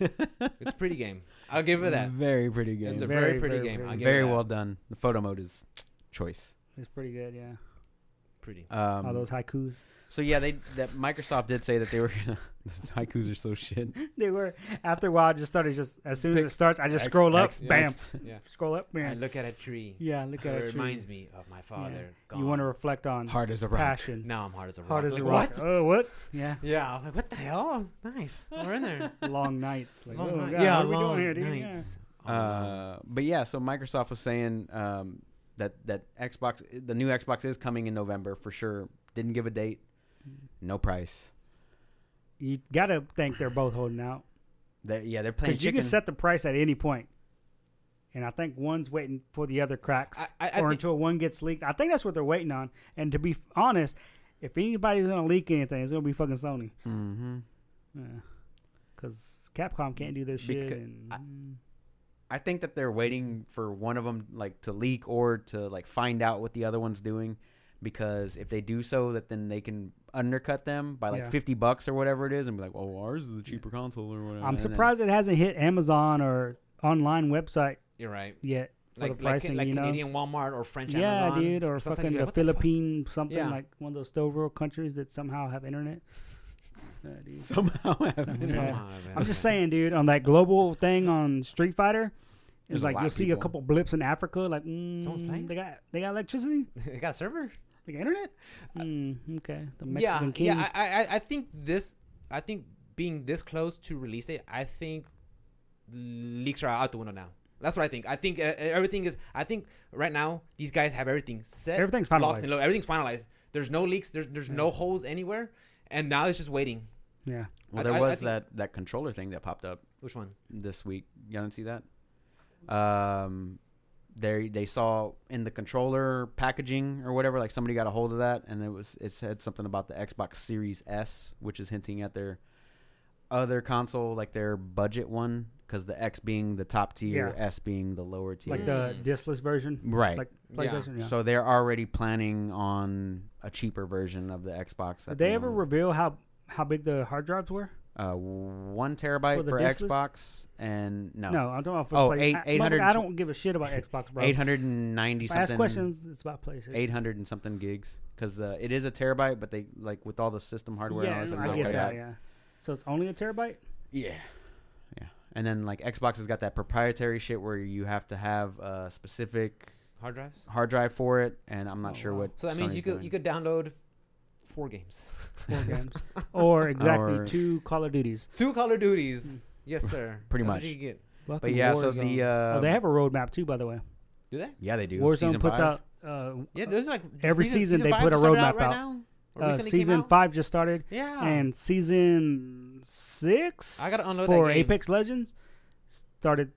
It's a pretty game. I'll give it that. Very pretty game. It's a Mm, Very, very, pretty very game. pretty. I'll give Very it that. well done. The photo mode is choice. It's pretty good, yeah. Pretty. Um, All those haikus. so yeah, they that Microsoft did say that they were gonna. the haikus are so shit. Mm-hmm. They were after a while. I just started just as soon as Pick- it starts, I just X- scroll up, X- bam, X. Yeah. scroll up, I man. look at a tree. Yeah, look at it it. reminds me of my father. You want to reflect on Hard as a rock. passion. Now I'm hard as a rock. Hard as Like, a rock. What? Oh, what? Yeah. Yeah. I'm like, what the hell? Nice. We're in there. Long nights. Like, Long oh, night- God, yeah, what are we long doing here, dude? Yeah. nights. Oh, Uh, but yeah, so Microsoft was saying um, that that Xbox, the new Xbox, is coming in November for sure. Didn't Mm-hmm. give a date, no price. You gotta think they're both holding out. They're, yeah, they're playing because you chicken. can set the price at any point. And I think one's waiting for the other cracks, I- I- I or thi- until one gets leaked. I think that's what they're waiting on. And to be f- honest, if anybody's gonna leak anything, it's gonna be fucking Sony, mm-hmm. because Capcom can't do their shit. Becau- and, Mm. I- I think that they're waiting for one of them like to leak or to like find out what the other one's doing because if they do so that then they can undercut them by like Yeah. 50 bucks or whatever it is and be like, "Well, ours is a cheaper console or whatever." I'm and then- surprised it hasn't hit Amazon or online website You're right. yet for Like the pricing. like, like you know, Canadian Walmart or French yeah, Amazon. dude, or Sometimes fucking you're the like, "What fuck?" Philippine something Yeah. like one of those third world countries that somehow have internet. Yeah, dude. somehow happened. Yeah. Somehow, man. I'm just saying, dude, on that global thing on Street Fighter, There's it's a like lot you'll of see a people. couple blips in Africa. Like, Someone's playing? mm, they got they got electricity, They got a server. they got internet. Mm, okay, the Mexican Uh, yeah, yeah. kings. I, I, I think this. I think being this close to release it, I think leaks are out the window now. That's what I think. I think uh, everything is. I think right now these guys have everything set. Everything's locked and finalized. loaded. everything's finalized. There's no leaks. There's there's no holes anywhere, and now it's just waiting. yeah, Well, I- there I- I was think- that that controller thing that popped up Which one? this week. You didn't see that? Um, they they saw in the controller packaging or whatever, like somebody got a hold of that, and it was it said something about the Xbox Series S, which is hinting at their other console, like their budget one, because the X being the top tier, Yeah. S being the lower tier. like the Mm. discless version, right. like Yeah. PlayStation. Yeah. So they're already planning on a cheaper version of the Xbox. Did at the they ever moment. reveal how how big the hard drives were? uh, one For terabyte the for, discless? Xbox and no, No, I'm talking about for Oh, play- eight- I, 800 I don't give a shit about Xbox, bro. eight hundred and ninety If I ask something. questions, it's about PlayStation. Eight hundred and something gigs because uh, it is a terabyte, but they like with all the system hardware. Yeah, and all I that, get they that. got- Yeah. So it's only a terabyte. yeah, yeah. And then like Xbox has got that proprietary shit where you have to have a specific Hard drives. hard drive for it, and I'm not Oh, sure wow. what. So that means Sony's you could doing. you could download four games, four games, or exactly Or- two Call of Duties. two Call of Duties. Yes, sir. Pretty That's what much. you get. But yeah, so the uh, oh, they have a roadmap too, by the way. Do they? yeah they do. Warzone Season puts five. out uh, Yeah, there's like Every season they five put a just started roadmap right out. now? Or uh, recently came season out? five just started, Yeah. and season six I gotta unload that for game. Apex Legends started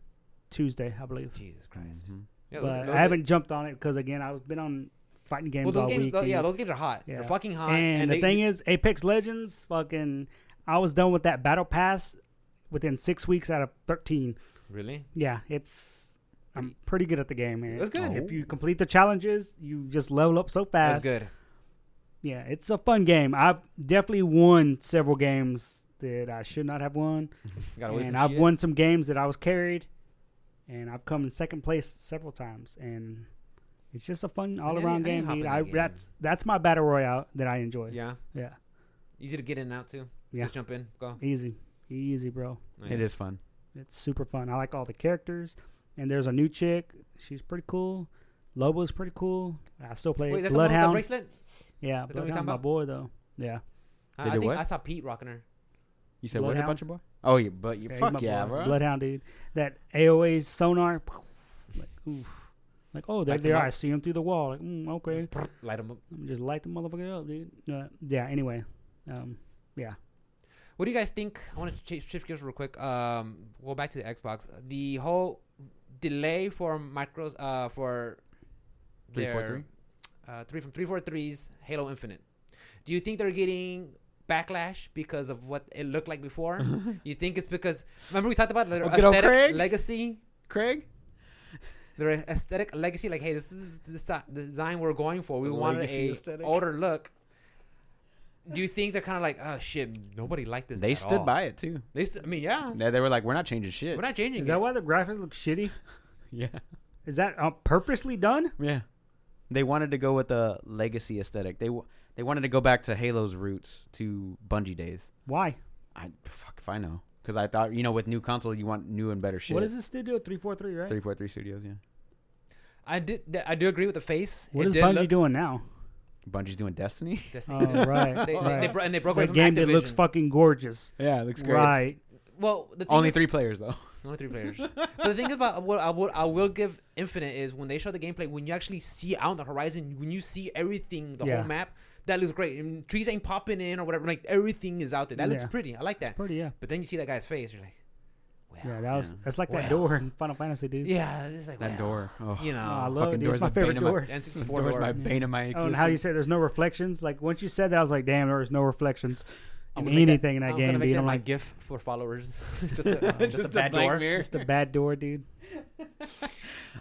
Tuesday, I believe. Jesus Christ. Mhm. Yeah, those- but those- I haven't jumped on it because again, I've been on fighting games Well, all those games, week. tho- yeah, and- those games are hot. Yeah. They're fucking hot. and, the they- thing is, Apex Legends, fucking, I was done with that battle pass within six weeks out of thirteen. really, Yeah, it's. I'm pretty good at the game, man. That's good. If you complete the challenges, you just level up so that's fast. good. Yeah, it's a fun game. I've definitely won several games that I should not have won, You gotta waste and some I've shit. won some games that I was carried, and I've come in second place several times. And it's just a fun all around I need game, to hop dude. in that I, game. That's that's my battle royale that I enjoy. Yeah, yeah, easy to get in and out too. Yeah. Just jump in, go. easy, easy, bro. Nice. It is fun. It's super fun. I like all the characters. And there's a new chick. She's pretty cool. Lobo's pretty cool. I still play Wait, that's the Bloodhound. one with the bracelet. yeah, that the one you're Bloodhound, talking my about? boy though. Yeah, I, They I do think what? I saw Pete rocking her. You said what a Bloodhound? bunch of boy? Oh yeah, but you, he's my fuck yeah, boy. bro. Bloodhound dude. That AOA sonar. Like, oof. Like, oh, there Lights they him are. up. I see them through the wall. Like, mm, okay, Light 'em up. Let me just light the motherfucker up, dude. Uh, yeah. Anyway, um, yeah. What do you guys think? I want to ch- shift gears real quick. Um, go back to the Xbox. The whole delay for micros uh, for Three, four, their- three? uh, three from three four threes Halo Infinite. Do you think they're getting backlash because of what it looked like before? you think it's because remember we talked about their Oh, good old aesthetic Craig. legacy, Craig, their aesthetic legacy. Like, hey, this is the sti- the design we're going for. We The wanted legacy a aesthetic. older look. Do you think they're kind of like, oh shit, nobody liked this? they at stood all." by it too. They, st- I mean, yeah. They, they were like, we're not changing shit. We're not changing Is it. that why the graphics look shitty? yeah, Is that uh, purposely done? yeah. They wanted to go with a legacy aesthetic. They w- they wanted to go back to Halo's roots to Bungie days. Why? I fuck if I know because I thought you know with new console you want new and better shit. What is this studio? Three four three, right? Three four three studios? Yeah, I did. th- I do agree with the face. What It is did Bungie look doing now? Bungie's doing Destiny. Destiny Oh, too. right. They, right. they, they, bro- and they broke away the from game that looks Activision. fucking gorgeous. Yeah, it looks Right. Well, the thing Only is- three players though. Only three players. but the thing about what I will, I will give Infinite is when they show the gameplay, when you actually see out on the horizon, when you see everything, the Yeah. whole map, that looks great. And trees ain't popping in or whatever. Like everything is out there. That looks Yeah. pretty. I like that. Pretty, yeah. But then you see that guy's face, you're like, well. Yeah, that was Yeah. that's like Well. that door in Final Fantasy, dude. Yeah, it's like well, That door. Oh. You know, Oh, I love fucking it. Dude. It's door is my the bane favorite of my- door. N64 Door is my door. bane of my Oh, and existence. how you say there's no reflections? Like once you said that, I was like, damn, there was no reflections I'm in gonna make that- anything in that I'm game, gonna make dude. that I'm my like, GIF for followers. just a, just, a bad blank door. mirror. just a bad door, dude.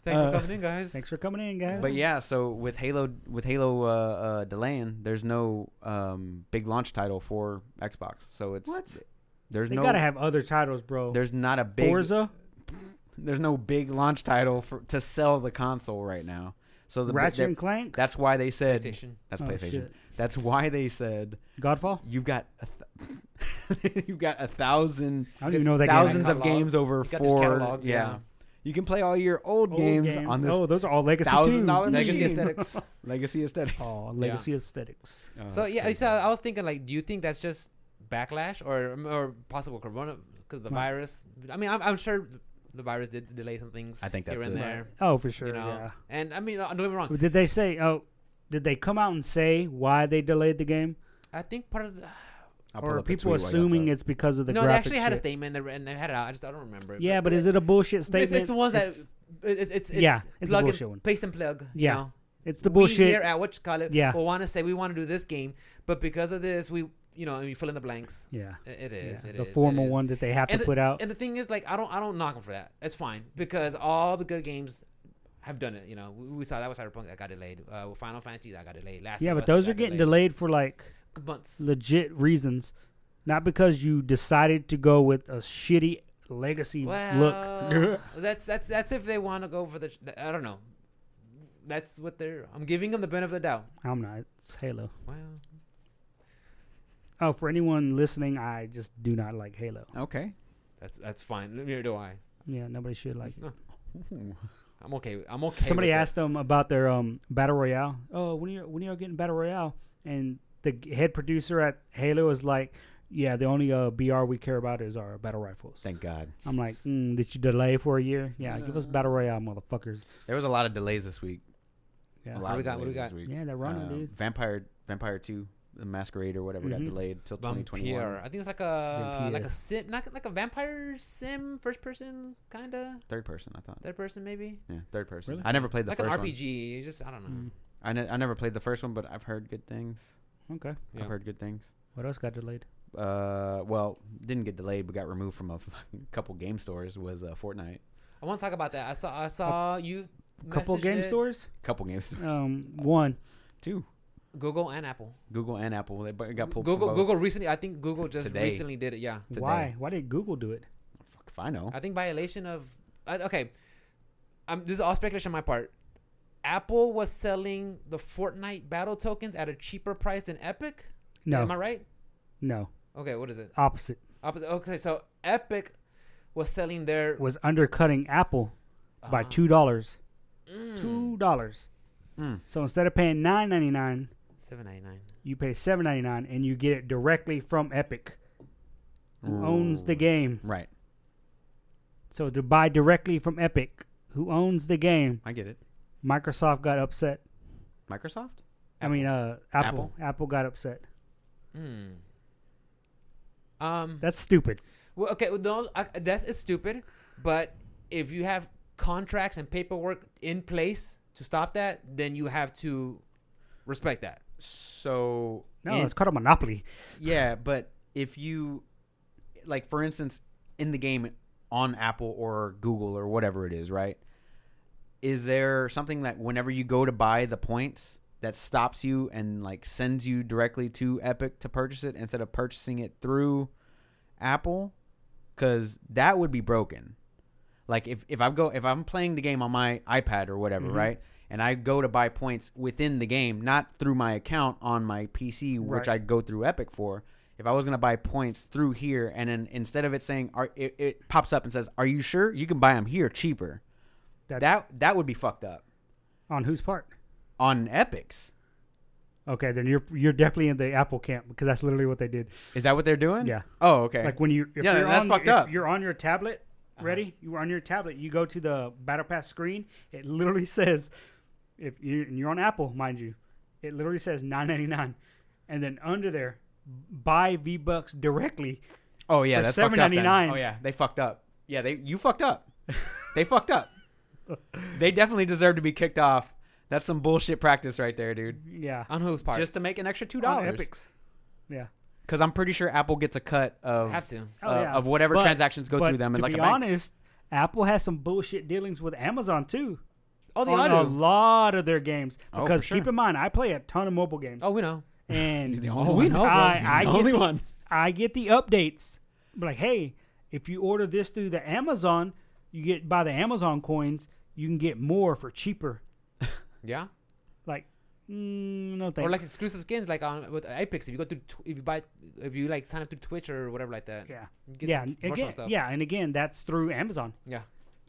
Thanks Uh, for coming in, guys. Thanks for coming in, guys. But yeah, so with Halo with Halo uh, uh, delaying, there's no um, big launch title for Xbox. So it's what? there's They no gotta have other titles, bro. there's not a big Forza, there's no big launch title for to sell the console right now. So the Ratchet they're- and Clank, that's why they said PlayStation. that's Oh, PlayStation. shit. That's why they said Godfall. you've got a th- you've got a thousand I don't even know that thousands game. of Catalog. games over You got those four. catalogs, yeah. yeah. you can play all your old, Old games, on this oh, those are all legacy too. $1,000 Legacy machine. aesthetics. legacy aesthetics. Oh, legacy aesthetics. Oh, so that's yeah, crazy. so uh, I was thinking like, do you think that's just backlash or or possible corona because Hmm. the Right. virus? I mean, I'm, I'm sure the virus did delay some things. I think here that's and it. there. Oh, for sure. you know, Yeah. and I mean, uh, don't get me wrong. Well, Did they say? Oh, did they come out and say why they delayed the game, I think part of the, I'll pull or are up the people tweet while y'all assuming talk. it's because of the no, graphics? they actually had a shit? statement that- and they had it out. I just I don't remember. it, Yeah, but is it a bullshit It's- statement? It's, the ones that It's, it's, it's, it's, Yeah, it's a plug bullshit and, one. Paste and plug. you Yeah. know? it's the We bullshit. here at what you call it, Yeah. will want to say we want to do this game, but because of this, we you know we fill in the blanks. yeah, I- It is yeah. it the is, it formal is. one that they have to And the- put out. And the thing is, like, I don't I don't knock them for that. That's fine because all the good games have done it. You know, we, we saw that was Cyberpunk that got delayed. Uh, Final Fantasy that got delayed. Last yeah, of but Us that those are got getting delayed, delayed for like months. legit reasons, not because you decided to go with a shitty legacy look. Well, that's that's that's if they want to go for the. I don't know. That's what they're. I'm giving them the benefit of the doubt. I'm not. It's Halo. Well, Oh, for anyone listening, I just do not like Halo. Okay. that's that's fine. Neither do I. Yeah, nobody should like. it. Ooh. I'm okay. with- I'm okay. Somebody with it. asked them about their um, battle royale. Oh, when are you when are you getting battle royale? And the g- head producer at Halo is like, "Yeah, the only uh, BR we care about is our battle rifles." Thank God. I'm like, mm, "Did you delay for a year? Yeah, give us battle royale, motherfuckers." There was a lot of delays this week. Yeah. A What lot we of got- what we delays this week. Yeah, that Rhino Um, dude. Vampire Vampire 2, The Masquerade or whatever got Mhm. delayed till Mm-hmm. Vampire. 2021. I think it's like a like Vampire. a sim, not like a vampire sim, first person kind of Third person, I thought. third person maybe, Yeah, third person. Really? I never played the like an first RPG. one. You just I don't know. Mm, I, ne- I never played the first one, but I've heard good things. okay. Yeah. I've heard good things. What else got delayed? Uh, well, didn't get delayed, but got removed from a fucking couple game stores. Was uh, Fortnite, I want to talk about that. I saw I saw you couple messaged game it. stores. couple game stores, Um, one. two, Google and Apple. Google and Apple. They bu- got pulled. from Google both. Google recently. I think Google just Today. recently did it. Yeah, Today. Why? Why did Google do it? Fuck if I know. I think violation of I okay. Um, this is all speculation on my part. Apple was selling the Fortnite battle tokens at a cheaper price than Epic. No, am I right? no. Okay, what is it? Opposite Opposite. Okay, so Epic was selling their was undercutting Apple by Ah. two dollars. Mm. Two dollars. Mm. So instead of paying nine ninety nine, Seven ninety nine. you pay seven ninety nine, and you get it directly from Epic, who owns the Ooh. game. Right, So to buy directly from Epic, who owns the game, I get it. Microsoft got upset. Microsoft. I mean, uh, Apple. Apple. got upset. Hmm. Um. That's stupid. Well, okay. Well, no, I, that's it's stupid. But if you have contracts and paperwork in place to stop that, then you have to respect that. So No, in- it's called a monopoly. Yeah, but if you like for instance in the game on Apple or Google or whatever it is, right? Is there something that whenever you go to buy the points that stops you and like sends you directly to Epic to purchase it instead of purchasing it through Apple? Cuz that would be broken. Like if if I go if I'm playing the game on my iPad or whatever, Mhm. right? And I go to buy points within the game, not through my account on my PC, which Right. I go through Epic for. If I was gonna buy points through here, and then instead of it saying, "Are it, it pops up and says, "Are you sure you can buy them here cheaper?" That's that that would be fucked up on whose part? on Epics. Okay, then you're you're definitely in the Apple camp because that's literally what they did. Is that what they're doing? Yeah. Oh, okay. Like when you if Yeah, you're that's on, if fucked up. Uh-huh. You're on your tablet. Ready? You're on your tablet. You go to the Battle Pass screen. It literally says, if you and you're on Apple, mind you, it literally says 9.99, and then under there, buy V Bucks directly. oh yeah, for that's fucked up. then. $7.99. Oh yeah, they fucked up. Yeah, they you fucked up. they fucked up. They definitely deserve to be kicked off. That's some bullshit practice right there, dude. Yeah. On whose part? Just to make an extra two On dollars. Epics. Yeah. Because I'm pretty sure Apple gets a cut of have to. Oh, uh, yeah. of whatever But- transactions go but through them. To And like be a bank. honest, Apple has some bullshit dealings with Amazon too. Oh, the on a audio. lot of their games. Oh, for Because sure. keep in mind, I play a ton of mobile games. Oh, we know. and You're the only Oh, we one. know. I, bro. I The get only the, one. I get the updates. But like, hey, if you order this through the Amazon, you get by the Amazon coins, you can get more for cheaper. yeah. Like, mm, no thanks. Or like exclusive skins, like on with Apex. If you go through, tw- if you buy, if you like sign up through Twitch or whatever like that. yeah, you get yeah, some and promotional again, stuff. yeah, and again, that's through Amazon. Yeah.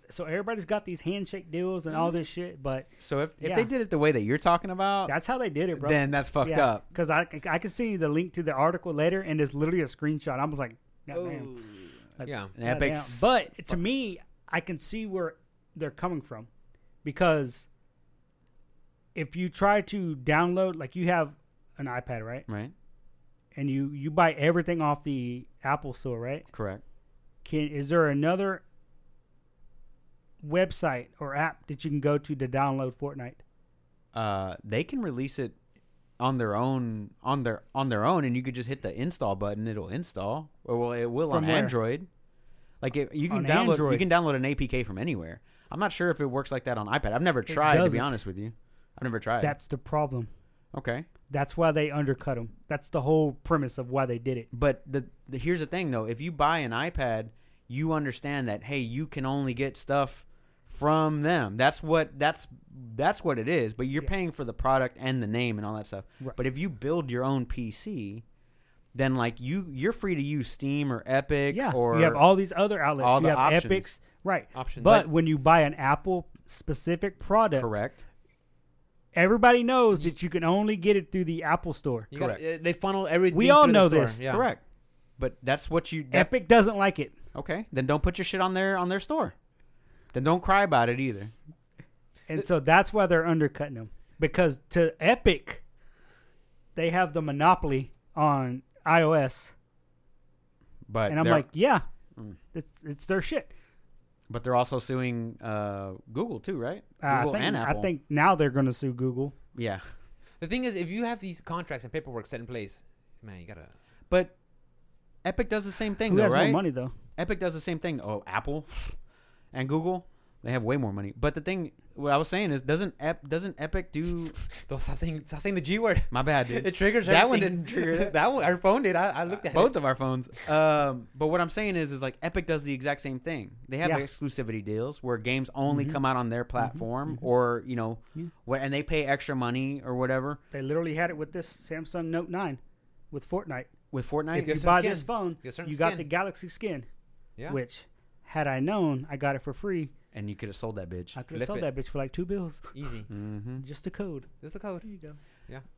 So everybody's got these handshake deals and Mm-hmm. all this shit, but So if, if Yeah. they did it the way that you're talking about, that's how they did it, bro. then that's fucked up. Because I, I can see the link to the article later, and it's literally a screenshot. I was like, God damn. Like, Yeah. And God damn. Epic's But to me, I can see where they're coming from because if you try to download, like you have an iPad, right? right, And you you buy everything off the Apple Store, right? correct. Can is there another website or app that you can go to to download Fortnite? Uh, they can release it on their own on their on their own, and you could just hit the install button. It'll install, or well, it will From on where? Android. Like it, you can On download you Android. can download an APK from anywhere. I'm not sure if it works like that on iPad. I've never tried to be doesn't. honest with you. I've never tried. That's the problem. okay. That's why they undercut them. That's the whole premise of why they did it. But the, the here's the thing though, if you buy an iPad, you understand that hey, you can only get stuff from them. That's what that's that's what it is. But you're Yeah. paying for the product and the name and all that stuff. Right. But if you build your own PC, then like you you're free to use Steam or Epic Yeah, or you have all these other outlets. all you the have options. Epics, right? Options. But when you buy an Apple specific product, correct. everybody knows that you can only get it through the Apple Store. You gotta- uh, they funnel everything. We all through the know store. this. Yeah. Correct. But that's what you that, Epic doesn't like it. okay. Then don't put your shit on their on their store. Then don't cry about it either. And so that's why they're undercutting them because to Epic they have the monopoly on iOS. But And I'm they're- like, yeah. Mm. It's it's their shit. but they're also suing uh, Google too, right? Uh, I Google think and Apple. I think now they're going to sue Google. yeah. The thing is, if you have these contracts and paperwork set in place, man, you gotta. But Epic does the same thing, Who though, has right? more money though? Epic does the same thing. Oh, Apple and Google, they have way more money. But the thing, what I was saying is, doesn't Ep- doesn't Epic do? Don't stop saying stop saying the G word. My bad, It dude. triggers That one everything. didn't trigger it. that one, our phone did. I, I looked at Both it. of our phones. Um, but what I'm saying is, is like Epic does the exact same thing. They have Yeah. exclusivity deals where games only Mhm. come out on their platform, or you know, Mm-hmm. Yeah. wh- and they pay extra money or whatever They literally had it with this Samsung Note 9 with Fortnite. with Fortnite. if you get buy certain this skin. phone, You get certain you got skin. the Galaxy skin, Yeah. which had I known I got it for free, and you could have sold that bitch. I could Flip have sold it. that bitch for like two bills. Easy. Mm-hmm. Just the code. Just the code. There you go.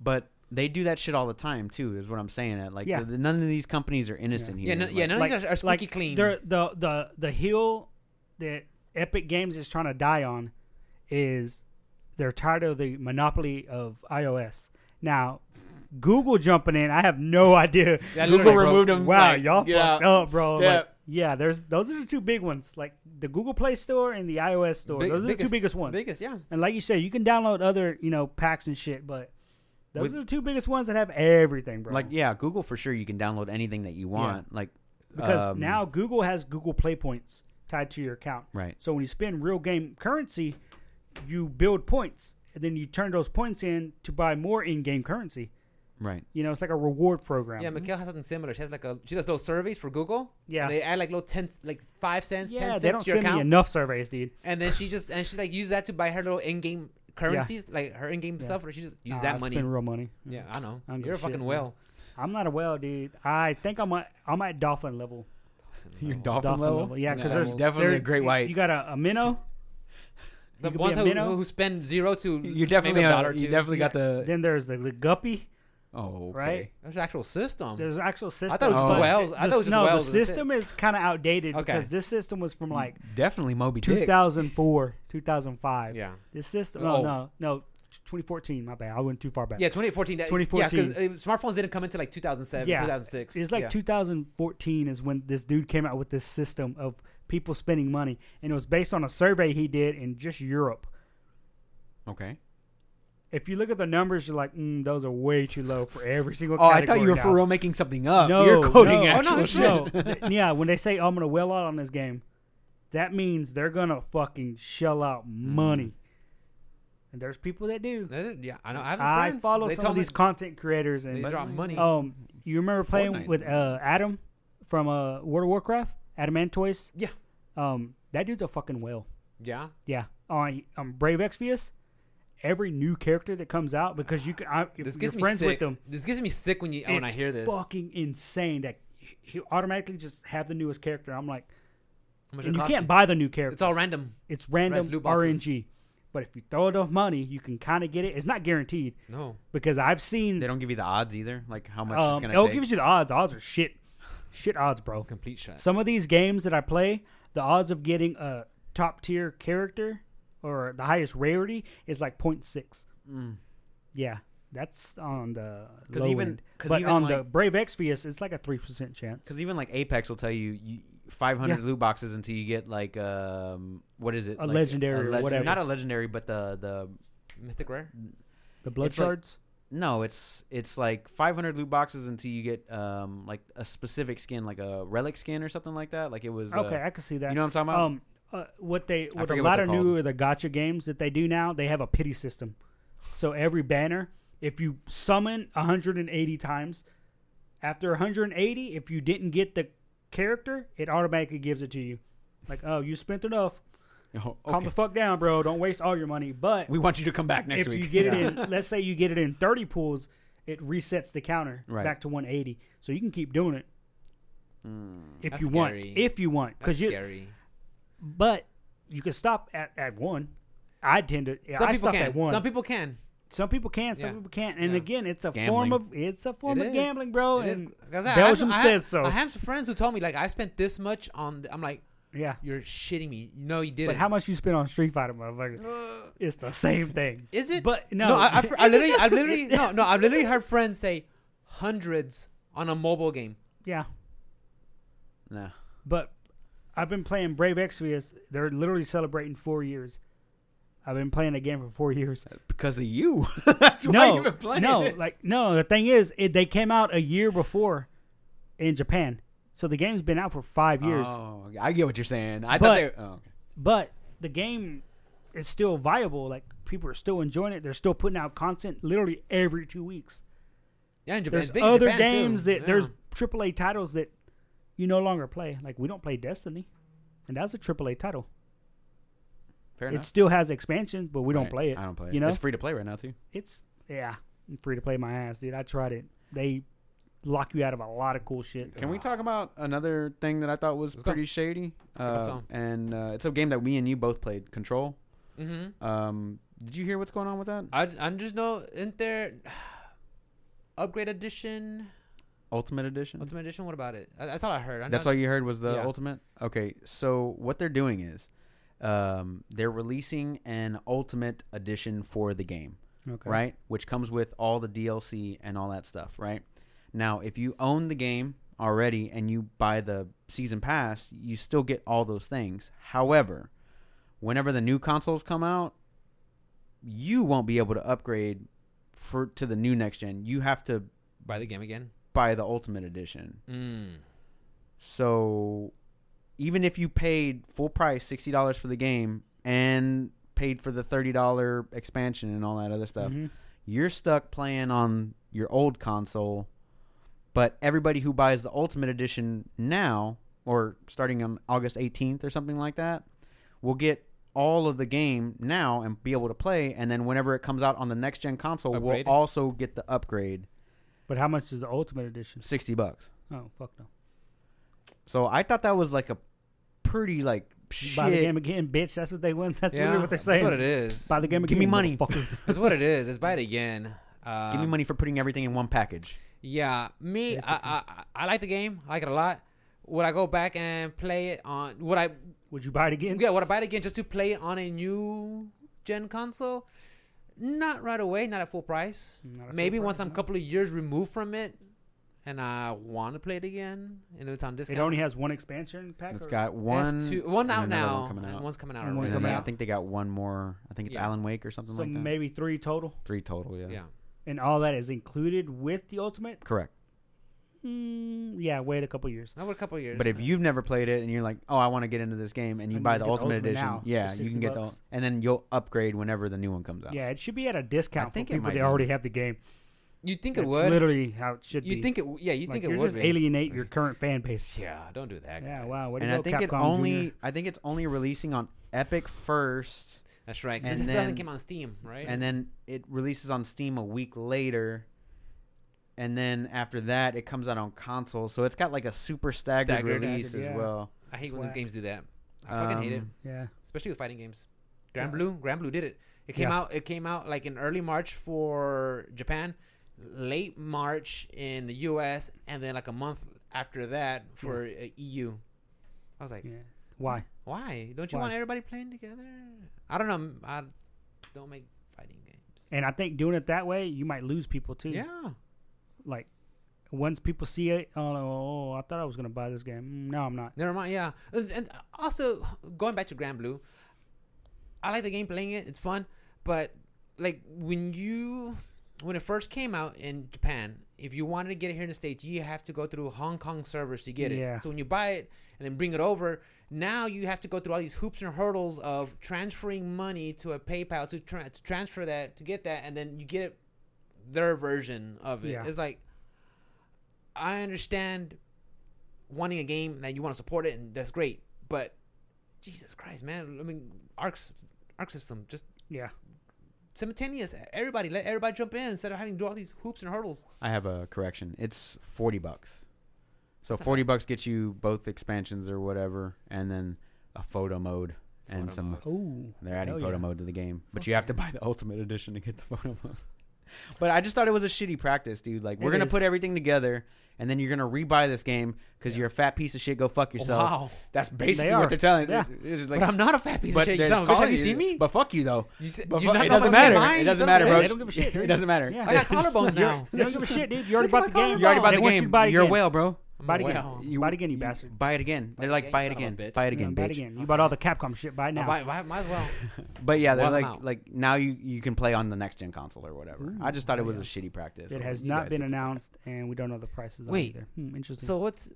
But they do that shit all the time too. Is what I'm saying. At like, Yeah. th- none of these companies are innocent Yeah, here. no, yeah. Like, None Like- of these are, are squeaky clean. they're- The the the hill that Epic Games is trying to die on is they're tired of the monopoly of iOS. Now, Google jumping in, I have no idea. Yeah, Google literally, bro. removed them. Wow, like, y'all get fucked out, up, bro. Like, step. yeah, there's those are the two big ones, like the Google Play Store and the iOS Store. Big- those are the two biggest- biggest ones. Biggest, yeah. And like you said, you can download other, you know, packs and shit, but those With- are the two biggest ones that have everything, bro. Like, yeah, Google for sure. You can download anything that you want. Like, because um, now Google has Google Play points tied to your account. right, So when you spend real game currency, you build points and then you turn those points in to buy more in-game currency. right. You know, it's like a reward program. Yeah, Mikhail has something similar. She has like a she does those surveys for Google. Yeah. and they add like little ten, like five cents, Yeah, ten cents they don't to your send account, me enough surveys, dude. and then she just and she like uses that to buy her little in-game currencies, like her in-game Yeah. stuff. Or she just uses Nah, I that money. Spend real money. yeah, I know. I don't give You're a a fucking shit, whale. I'm not a well, dude. I think I'm at I'm at dolphin level. Your No. dolphin, level. yeah. Because Oh. Yeah. there's There's definitely there's- a great you- white. You got a, a minnow. The You could be ones a who, minnow. who spend zero to You're definitely. maybe a uh, dollar you to- definitely got Yeah. the. Then there's the, the guppy. Oh, okay. Right? There's an actual system. There's an actual system. I thought it was just but whales. I the- thought it was just no, whales, that's the it. system is kind of outdated Okay. because this system was from like Definitely Moby Dick. 2004, 2005. yeah, This system. No, Oh. no, no. 2014. My bad. I went too far back. yeah, 2014. That, 2014. Yeah, because smartphones didn't come into like 2007, Yeah. 2006. It's like yeah. 2014 is when this dude came out with this system of people spending money, and it was based on a survey he did in just Europe. Okay. If you look at the numbers, you're like, mm, those are way too low for every single. Oh, I thought you category were now. for real making something up. No, You're quoting no. Oh, no, actual it's shit. real. No, th- yeah, when they say I'm gonna well out on this game, that means they're gonna fucking shell out Mm. money. And there's people that do. They- Yeah, I know. I, have I friends. follow they some told of me these content creators They and drop money. um, you remember playing Fortnite. with uh Adam from uh World of Warcraft, Adam Antois. Yeah. Um, that dude's a fucking whale. Yeah. Yeah. On um, Brave Exvius, every new character that comes out because you can, I, if This you're gets me friends sick. with them. This gets me sick when you oh, when I It's hear this. fucking insane that he- he automatically just have the newest character. I'm like, How much it and you cost can't buy the new character. It's all random. It's Rest random loot boxes. RNG. But if you throw enough money, you can kind of get it. It's not guaranteed No. because I've seen They don't give you the odds either, like how much it's um, gonna it'll take. give you the odds. The odds are shit, shit odds, bro. Complete shot. Some of these games that I play, the odds of getting a top tier character or the highest rarity is like 0.6. Mm. Yeah, that's on the 'Cause low even- end. 'cause But even, on the like- Brave Exvius, it's like a three percent chance. Because even like Apex will tell you, you 500 loot boxes until you get like um what is it? A Like, legendary or leg- whatever. Not a legendary, but the the Mythic rare. The blood it's like- shards. no, it's it's like 500 loot boxes until you get um like a specific skin, like a relic skin or something like that. Like it was uh, okay, I can see that. you know what I'm talking um, uh, about? what they what a forget what lot they're of called. new the gotcha games that they do now, they have a pity system. So every banner, if you summon 180 times, after 180, if you didn't get the character, it automatically gives it to you. Like, oh, you spent enough. Oh, Calm the okay. fuck down, bro. Don't waste all your money. But we want you to come back next if week. you get Yeah. it in, let's say you get it in 30 pools, it resets the counter Right. back to 180. So you can keep doing it Mm. if That's you scary. want. If you want, That's because you scary. but you can stop at, at one. I tend to. Some I people stop can. at one. Some people can. Some people can. Some Yeah. people can't. And Yeah. again, it's a It's form gambling. of it's a form It of is. gambling, bro. It is. Oh, and 'Cause I- I have- Belgium I have- says so. I have some friends who told me like I spent this much on. The, I'm like, yeah. you're shitting me. No, you didn't. But how much you spend on Street Fighter, motherfucker? much? It's the same thing. Is it? But no, no I, I, I literally, I literally, no, no, I've literally heard friends say hundreds on a mobile game. yeah. Nah. But I've been playing Brave Exvius. They're literally celebrating four years. I've been playing the game for four years. because of you. That's why no, you've been playing no, it. like no. The thing is, it, they came out a year before in Japan, so the game's been out for five years. Oh, I get what you're saying. I But- thought they. Oh, okay. But the game is still viable. Like people are still enjoying it. They're still putting out content literally every two weeks. Yeah, in Japan. There's it's big in other Japan, too. games that Yeah. there's AAA titles that you no longer play. Like we don't play Destiny, and that's a AAA title. fair It enough. still has expansions, but we Right. don't play it. I don't play it. You know, it's free to play right now too. it's yeah, I'm free to play my ass, dude. I tried it. They lock you out of a lot of cool shit. Can we talk about another thing that I thought was Let's go. pretty shady? us Uh, on. and uh, it's a game that we and you both played, Control. Mhm. Um, did you hear what's going on with that? I, I just know, isn't there upgrade edition, Ultimate Edition. ultimate edition? What about it? I, that's all I heard. I That's know- all you heard was the Yeah. Ultimate. Okay, so what they're doing is, um, they're releasing an Ultimate Edition for the game. Okay. right? Which comes with all the DLC and all that stuff, right? Now, if you own the game already and you buy the season pass, you still get all those things. However, whenever the new consoles come out, you won't be able to upgrade for to the new next gen. You have to buy the game again. buy the ultimate edition. Mm. So even if you paid full price sixty dollars for the game and paid for the thirty dollar expansion and all that other stuff, Mhm. you're stuck playing on your old console, but everybody who buys the Ultimate Edition now, or starting on August 18th or something like that, will get all of the game now and be able to play. And then whenever it comes out on the next gen console, Upgraded. we'll also get the upgrade, But how much is the Ultimate Edition? 60 bucks. Oh fuck no! So I thought that was like a pretty like Buy the shit. game again, bitch. That's what they want. That's Yeah, literally what they're that's saying. what it is. Buy the game Give again. me money. motherfucker. That's what it is. It's buy it again. Um, Give me money for putting everything in one package. Yeah, me, I, Basically. I, I- I like the game. I like it a lot. Would I go back and play it on? Would I? Would you buy it again? Yeah, would I buy it again just to play it on a new gen console? Not right away. Not at full price. Not at full Maybe price, once I'm a no. couple of years removed from it, and I want to play it again, and it's on discount. It only has one expansion pack. It's or- got It has one, two- one and out another now, one coming and out. one's coming out. And one already. And then coming I out. think they got one more. I think it's Yeah. Alan Wake or something so like that. maybe three total, Three total, yeah. Yeah. and all that is included with the ultimate. Correct. Mm, yeah, wait a couple years. Over a couple years. But if you've never played it and you're like, oh, I want to get into this game, and you And buy you the get the Ultimate Ultimate Edition, now yeah, for you 60 can get the, bucks. and then you'll upgrade whenever the new one comes out. Yeah, it should be at a discount I think it for people might that be. already have the game. you think it That's would, literally how it should be. you think it. w- Yeah, you Like, think it you're would. just be. alienate your current fan base. Yeah, don't do that. Yeah, guys. wow. What do and you I know, think it Capcom only, Junior? I think it's only releasing on Epic first, That's right. 'cause And this doesn't then- come on Steam, right? and then it releases on Steam a week later, and then after that it comes out on console. So it's got like a super staggered, Staggered. release Staggered, as yeah. well. I hate It's when whack. games do that. I fucking hate it, Um, Yeah. especially with fighting games. Grand Yeah. Blue, Grand Blue did it. It came Yeah. out. It came out like in early March for Japan, late March in the U.S., and then like a month after that for uh, EU. I was like, Yeah. Why? why? Don't you Why? want everybody playing together? I don't know. m- I don't make fighting games. And I think doing it that way, you might lose people too. Yeah, Like, once people see it, oh, oh, I thought I was gonna buy this game. Mm, No, I'm not. never mind. Yeah, and, and also going back to Grand Blue, I like the game playing it. It's fun, but like when you when it first came out in Japan, if you wanted to get it here in the states, you have to go through Hong Kong servers to get it. Yeah. So when you buy it and then bring it over, now you have to go through all these hoops and hurdles of transferring money to a PayPal to, tra- to transfer that to get that, and then you get it, their version of it. Yeah. It's like I understand wanting a game that you want to support it, and that's great, but Jesus Christ, man! I mean, Arcs, Arc System, just Yeah. simultaneous. Everybody, let everybody jump in instead of having to do all these hoops and hurdles. I have a correction. It's forty bucks. So forty bucks gets you both expansions or whatever, and then a photo mode and Photo some. mode. Oh. They're adding Hell photo yeah. mode to the game, but you have to buy the ultimate edition to get the photo mode. But I just thought it was a shitty practice, dude. Like we're It gonna is. put everything together, and then you're gonna rebuy this game because Yeah. you're a fat piece of shit. Go fuck yourself. wow! That's basically They what are. they're telling. Yeah. It's just like, but I'm not a fat piece of but shit. You they're son of a just bitch. Have calling you seen me? But fuck you though. You said, But you fuck- not it know doesn't my fucking matter. mind, It you doesn't son of matter, a bro. They don't give a shit, It dude. doesn't matter. Yeah. I got collarbones now. You don't give a shit, dude. You already Look bought the at my game. collarbones. You already Oh. They bought the want you game. to buy it You're a again. whale, bro. I'm Buy a it again. whale. You- buy it again, you bastard. Buy it again. They're like, again, buy it son of a again. bitch. Buy it Yeah, again, buy it bitch. again. You bought all the Capcom shit. Buy it now. Might, might, might as well. But yeah, they're Well, I'm like out. Mm, like now you you can play on the next gen console or whatever. Ooh, I just thought it hell was yeah. a shitty practice. It and has you not guys been get to- announced, and we don't know the prices. Wait. on it either. Hmm, interesting. So what's?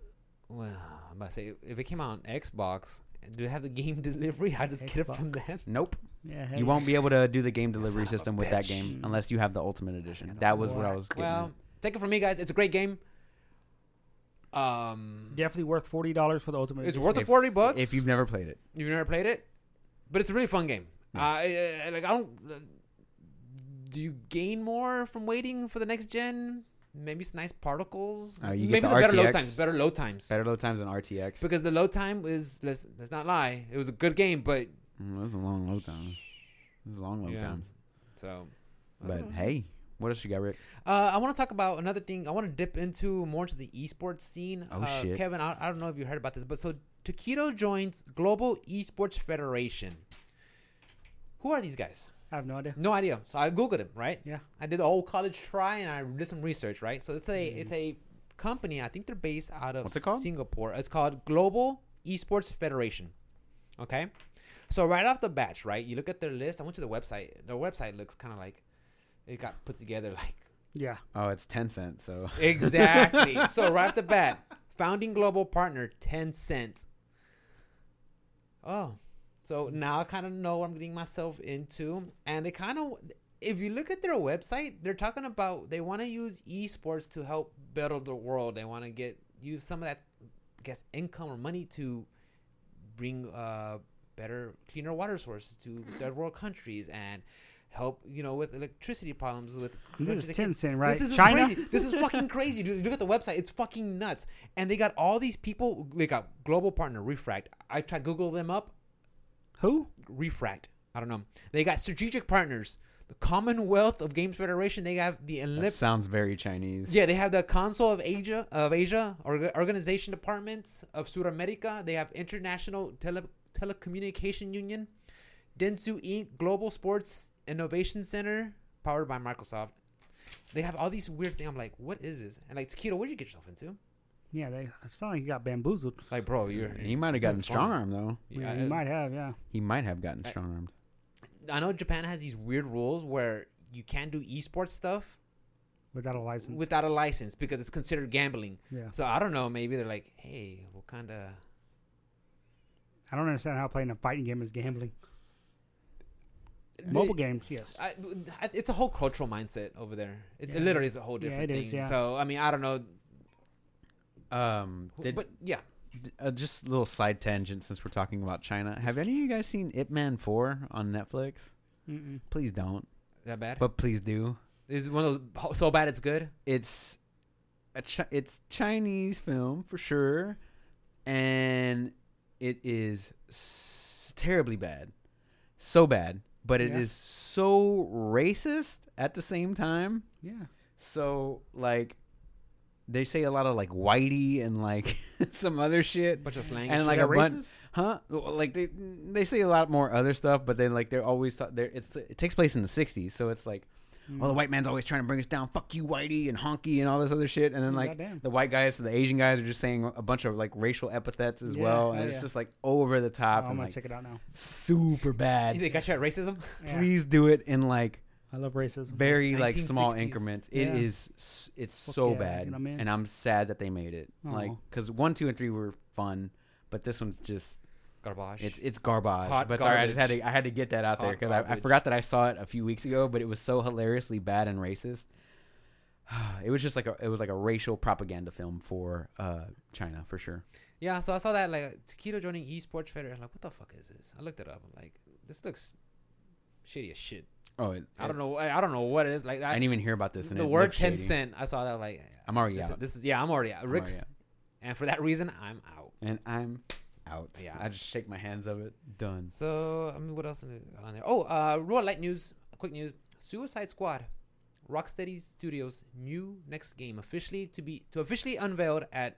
Well, I'm about to say if it came out on Xbox, do they have the game delivery? I just get it from them. Nope. yeah, hell You won't be able to do the game Son delivery of a system with that bitch. game Mm. unless you have the Ultimate Edition. That was what I Whack. was getting. Well, take it from me, guys. It's a great game. Um, definitely worth forty dollars for the ultimate. it's edition. worth the If- forty at. bucks if you've never played it, You've never played it, but it's a really fun game. Yeah. I I- like. I don't. do you gain more from waiting for the next gen? Maybe it's nice particles. Uh, you get Maybe the they're better load RTX. times. Better load times. Better Load Time's an RTX. Because the load time is let's let's not lie. It was a good game, but Mm, that's a long load time. That's a long load Yeah. time. so. But hey, what else you got, Rick? Uh, I want to talk about another thing. I want to dip into more to the esports scene. Oh, uh, shit. Kevin, I, I don't know if you heard about this, but so Taquito joins Global Esports Federation. Who are these guys? I have no idea. No idea. So I googled him, right? Yeah. I did the whole college try and I did some research, right? So it's Mm-hmm. a it's a company. I think they're based out of What's it called? Singapore. It's called Global Esports Federation. Okay. So right off the batch, right? You look at their list. I went to the website. Their website looks kind of like it got put together like Yeah, Oh, it's ten cents. So exactly. so right off the bat, founding global partner Tencent. Oh, so now I kind of know what I'm getting myself into, and they kind of, if you look at their website, they're talking about they want to use esports to help better the world. They want to get use some of that, I guess, income or money to bring uh, better, cleaner water sources to third world countries and help you know with electricity problems with this electricity- is Tencent, right? this is China. crazy. This is fucking crazy, dude. Look at the website. It's fucking nuts. And they got all these people. They got global partner Refract. I tried Google them up. Who? Refract. I don't know. They got strategic partners. The Commonwealth of Games Federation. They have the that Olymp- sounds very Chinese. yeah, they have the Council of Asia of Asia or organization departments of Sudamerica. They have International Tele- Telecommunication Union, Dentsu Inc. Global Sports Innovation Center, powered by Microsoft, They have all these weird things. I'm like, what is this? And like, Taquito, what'd you get yourself into? Yeah, they, it's not like you got bamboozled. Like, bro, Oh, you're. He might have gotten Fun. strong arm though. Yeah, I- you might have, yeah. He might have gotten I- strong armed. I know Japan has these weird rules where you can't do esports stuff Without a license. without a license because it's considered gambling. yeah. So I don't know. Maybe they're like, hey, what kind of. I don't understand how playing a fighting game is gambling. Mobile games, yes. I, I- it's a whole cultural mindset over there. It's it Yeah. literally is a whole Yeah, different it thing. is, yeah. So I mean, I don't know, Um, did, but yeah, d- uh, just a little side tangent since we're talking about China. Have any of you guys seen Ip Man Four on Netflix? Mm-mm. Please don't, that bad. but please do. is it one of those ho- so bad it's good? it's a chi- it's Chinese film for sure, and it is s- terribly bad, so bad, but it is Yeah. so racist at the same time. Yeah. So like, they say a lot of like whitey and like some other shit, Bunch of slang. and shit. like They're a bunch, racist? huh? Like they they say a lot more other stuff, but then like they're always ta- they're, it's it takes place in the '60s, so it's like Mm. well, the white man's always trying to bring us down. Fuck you, whitey, and honky, and all this other shit. And then Yeah, like goddamn. the white guys to the Asian guys are just saying a bunch of like racial epithets as Yeah, well, and hell it's yeah. just like over the Oh, top I'm and gonna like check it out now. super bad. they got you at racism. Yeah. Please do it in like I love racism. very like small 1960s. increments. It Yeah. is s it's Fuck so yeah, bad, you know what I mean? and I'm sad that they made it. Like Aw. because one, two, and three were fun, but this one's just Garbage. it's it's garbage. Hot but sorry, I just had garbage. to I had to get that out there Hot because I, I garbage. forgot that I saw it a few weeks ago, but it was so hilariously bad and racist. It was just like a it was like a racial propaganda film for uh, China for sure. yeah. So I saw that like Taquito joining esports federation. I'm like, what the fuck is this? I looked it up. I'm like, this looks shitty as shit. Oh, it, I don't know. I, I don't know what it is. Like I I, didn't even hear about this. And the it word looked shady. ten cent. I saw that like I'm already this, out, this is yeah. I'm already out. I'm already Rick's, out. and for that reason, I'm out. and I'm out. Yeah. I just shake my hands of it. Done. So I mean, what else is on there? Oh, uh, real light news. Quick news: Suicide Squad, Rocksteady Studios' new next game officially to be to officially unveiled at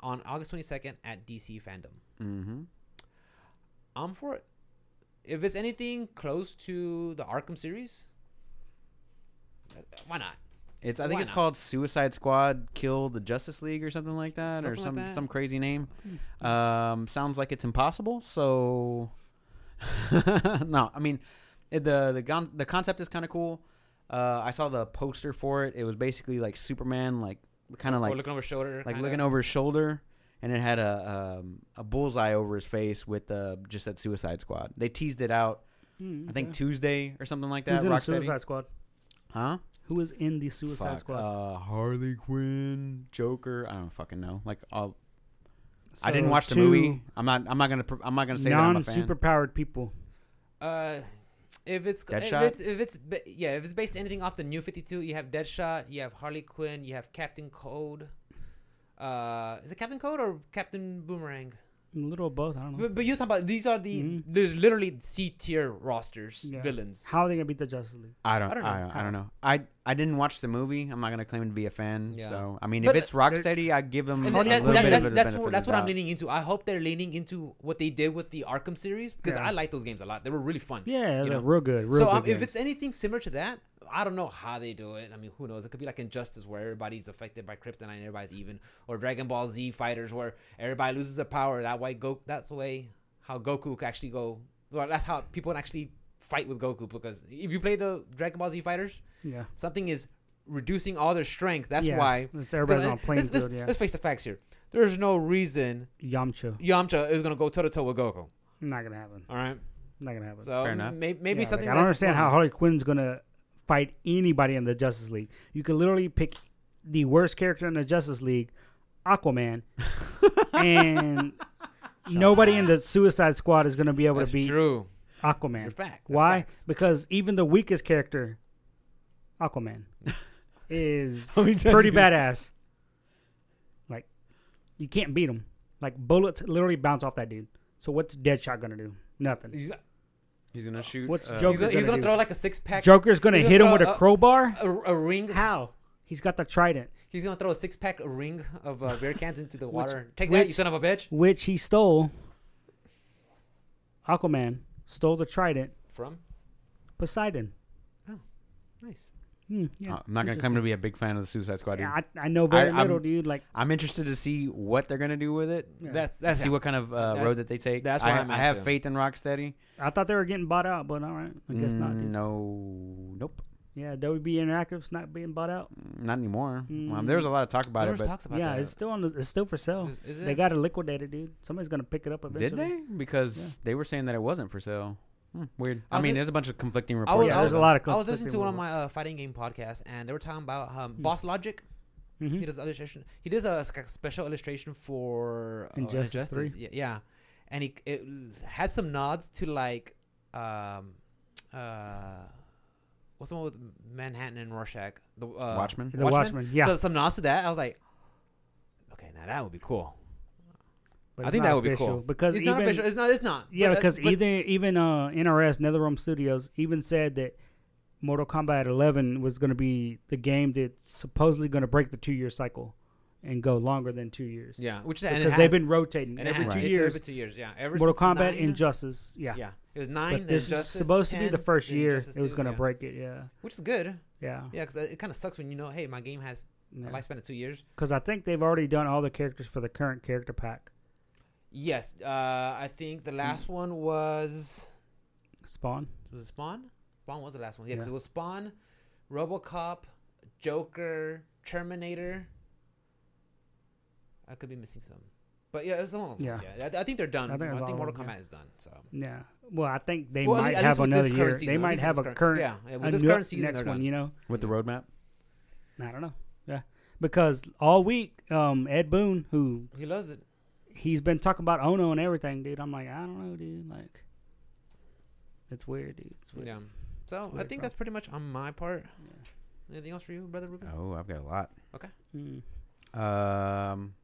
on August twenty second at DC Fandom. Mm-hmm. I'm for it. If it's anything close to the Arkham series, uh, why not? It's I think Why it's not? called Suicide Squad Kill the Justice League or something like that Something or like some that. Hmm. some crazy name. Um, sounds like it's impossible. So no, I mean it, the the gon- the concept is kind of cool. Uh, I saw the poster for it. It was basically like Superman, like kind Oh, of Or like looking over his shoulder, like kinda. looking over his shoulder, and it had a um, a bullseye over his face with uh, just that Suicide Squad. They teased it out. I think Tuesday or something like that. Who's Hmm. in the Rocksteady. Suicide Squad? Huh? Who is in the Suicide Fuck, Squad? Uh, Harley Quinn, Joker. I don't fucking know. Like, I'll, I didn't watch the movie. I'm not. I'm not gonna. pr- I'm not gonna say that I'm a fan. non-superpowered people. Uh, if it's if Deadshot? it's if it's ba- yeah, if it's based anything off the New Fifty Two, you have Deadshot, you have Harley Quinn, you have Captain Code. Uh, is it Captain Code or Captain Boomerang? A little of both. I don't know. But, but you talk about these are the Mhm. Mm-hmm. there's literally C tier rosters Yeah. villains. How are they gonna beat the Justice League? I don't. I I don't don't, know. I don't, I know. I I didn't watch the movie. I'm not gonna claim to be a fan. Yeah. So I mean, But if it's Rocksteady, I give them And a that- Harley that- little that- bit that- of the that's benefit what, of that's the what I'm doubt. leaning into. I hope they're leaning into what they did with the Arkham series because Yeah. I like those games a lot. They were really fun. Yeah, You know. they're real good. Real so good. uh, um, if games. it's anything similar to that, I don't know how they do it. I mean, who knows? It could be like Injustice, where everybody's affected by kryptonite, and everybody's even, or Dragon Ball Z fighters, where everybody loses their power. That way, Go that's the way how Goku could actually go. Well, that's how people can actually fight with Goku because if you play the Dragon Ball Z fighters, yeah, something is reducing all their strength. That's Yeah. why. it's everybody's on Let's- playing let's, field. Yeah, let's face the facts here. There's no reason Yamcha. Yamcha is gonna go toe to toe with Goku. Not gonna happen. All right, Not gonna happen. so Fair enough. may- maybe Yeah, like, something. I don't that's- understand how Harley Quinn's gonna fight anybody in the Justice League. You could literally pick the worst character in the Justice League, Aquaman, and nobody in the Suicide Squad is gonna be able That's to beat true. Aquaman. You're fact. That's Why? facts. Because even the weakest character, Aquaman, is Oh, How many times pretty you gonna badass. Like, you can't beat him. Like bullets literally bounce off that dude. So what's Deadshot gonna do? Nothing. He's, He's gonna shoot. What's uh, Joker he's gonna, gonna he's gonna do? throw like a six pack. Joker's gonna he's hit him gonna with throw a a- crowbar. A, a ring. How? He's got the trident, He's gonna throw a six pack ring of uh, beer cans into the water. Take that, which- you son of a bitch. which he stole. Aquaman stole the trident. From Poseidon. nice. Hmm, yeah, Uh, I'm not gonna claim to be a big fan of the Suicide Squad. Dude. Yeah, I, I know very I- little, I'm- dude. Like, I'm interested to see what they're gonna do with it. yeah. That's that's see what kind of uh, That- road that they take. that's I, where I'm I at, have too. faith in Rocksteady. I thought they were getting bought out, but all right, I guess not. Mm, Dude. No, nope, Yeah, WB Interactive's not being bought out. not anymore. Well, Mm. there was a lot of talk about There it, was but talks about yeah, that. it's still on. The, it's still for sale. Is- is They it? got to liquidate it, dude. Somebody's gonna pick it up eventually. did they? Because Yeah. they were saying that it wasn't for sale. Hmm, weird. I I, was mean, li- there's a bunch of conflicting I reports. was- yeah, I there's was- a lot of. I was conflicting listening to one of my reports. uh, fighting game podcasts, and they were talking about um, Hmm. Boss Logic. Mhm. He does illustration. He does a sc- special illustration for uh, Injustice three. Yeah, yeah, and he it had some nods to like, um, uh, what's the one with Manhattan and Rorschach? The uh, Watchmen. The Watchmen? Watchmen. Yeah, So some nods to that. I was like, okay, now that would be cool. but I it's think that not would be official, cool. because It's even not official. It's not. It's not. yeah, But, uh, because but- even even uh, NRS NetherRealm Studios even said that Mortal Kombat 11 was going to be the game that's supposedly going to break the two year cycle and go longer than two years. yeah, which and it because has, they've been rotating and it every has- two it's years. Every two years, yeah. Ever Mortal since Kombat nine, Injustice, yeah. Yeah, it was nine. But then this is Justice, supposed to be 10, the first then year Justice it was 2, going to yeah. break it. Yeah, which is good. yeah. Yeah, because it kind of sucks when you know, hey, my game has a lifespan of two years. Because I think they've already done all the characters for the current character pack. Yes, uh, I think the last Mm. one was Spawn. was it Spawn. Spawn was the last one. Yeah, because Yeah. it was Spawn, RoboCop, Joker, Terminator. I could be missing some, but yeah, it's the one. Yeah, Yeah. yeah. I, th- I think they're done. I I think think, it's all Mortal of them, Kombat yeah. is done. So. Yeah. Well, I think they Well, at might lea- at least have with this another current year. season, They at might least with have this a current, yeah, yeah, with a this new- current season, next they're one. done. You know, with the Yeah. roadmap. I don't know. Yeah, because all week, um, Ed Boone, who He loves it. he's been talking about Ono and everything, dude. I'm like, I don't know, dude. Like, it's weird, dude. It's weird. Yeah. So It's I weird, think bro. that's pretty much on my part. Yeah. Anything else for you, brother Ruben? Oh, I've got a lot. Mm. Um,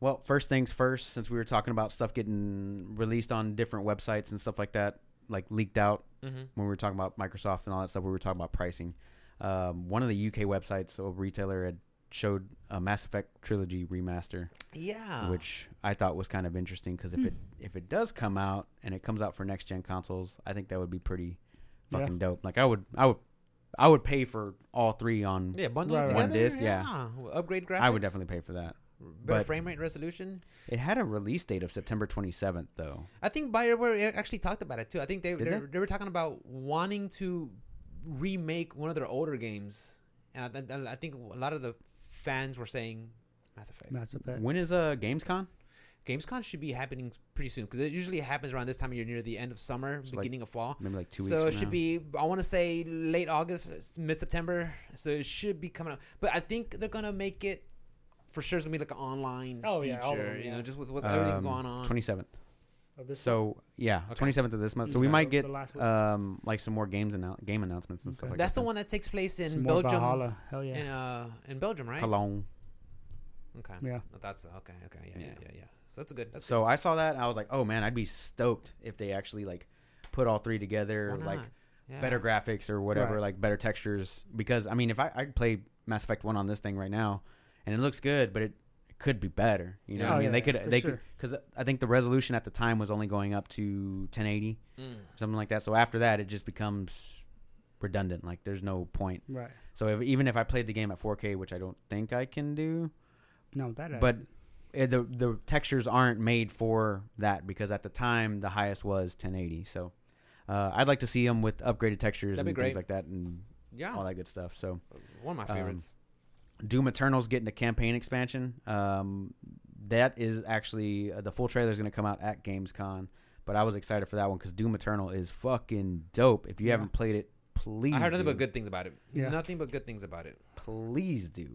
well, first things first, since we were talking about stuff getting released on different websites and stuff like that, like leaked out Mm-hmm. when we were talking about Microsoft and all that stuff, we were talking about pricing. Um, one of the UK websites, so a retailer had showed a Mass Effect trilogy remaster, Yeah. which I thought was kind of interesting because if Hmm. it if it does come out and it comes out for next gen consoles, I think that would be pretty Yeah. fucking dope. Like I would I would I would pay for all three on. yeah, bundle it Right, right. together. One disc, yeah. Well, Upgrade graphics. I would definitely pay for that. better but- frame rate resolution. It had a release date of September 27th, though. I think Bioware actually talked about it too. I think they Did they? they were talking about wanting to remake one of their older games, and I, th- I think a lot of the fans were saying Mass Effect. Mass Effect. When is uh, GamesCon? GamesCon should be happening pretty soon because it usually happens around this time of year, near the end of summer, So, like, beginning of fall. Maybe like two weeks. so it from should now. be i want to say late august mid september so it should be coming up but i think they're gonna make it for sure it's gonna be like an online Oh, feature yeah, all of them, you yeah. know just with, with everything's Um, going on 27th. Of Oh, this So yeah, Okay. 27th of this month. So we Okay. might The get last one. um like some more games and game announcements and stuff Okay. like that's that. the one that takes place Some in more belgium Valhalla. Hell yeah. in uh in belgium right Cologne. okay Yeah. No, that's okay okay yeah yeah Yeah. yeah yeah, so that's good that's So I saw that and I was like, oh man, I'd be stoked if they actually like put all three good. together, Why like not? Yeah. better graphics or whatever, Right. like better textures. Because I mean, if I I could play Mass Effect One on this thing right now, and it looks good, but it could be better. You know, Yeah. what I Oh, mean, yeah, they yeah, could for they sure. could because I think the resolution at the time was only going up to 1080 Mm. something like that. So after that, it just becomes redundant. Like there's no point. right. So if, even if I played the game at 4K, which I don't think I can do, No, that. but actually- eh, the the textures aren't made for that because at the time the highest was 1080. So uh, I'd like to see them with upgraded textures That'd be and great. things like that and yeah all that good stuff. So one of my Um, favorites Doom Eternal's getting a campaign expansion. Um, that is actually uh, the full trailer is going to come out at GamesCon, but I was excited for that one because Doom Eternal is fucking dope. If you Yeah. haven't played it, please. i heard nothing do. but good things about it Yeah. nothing but good things about it Please do.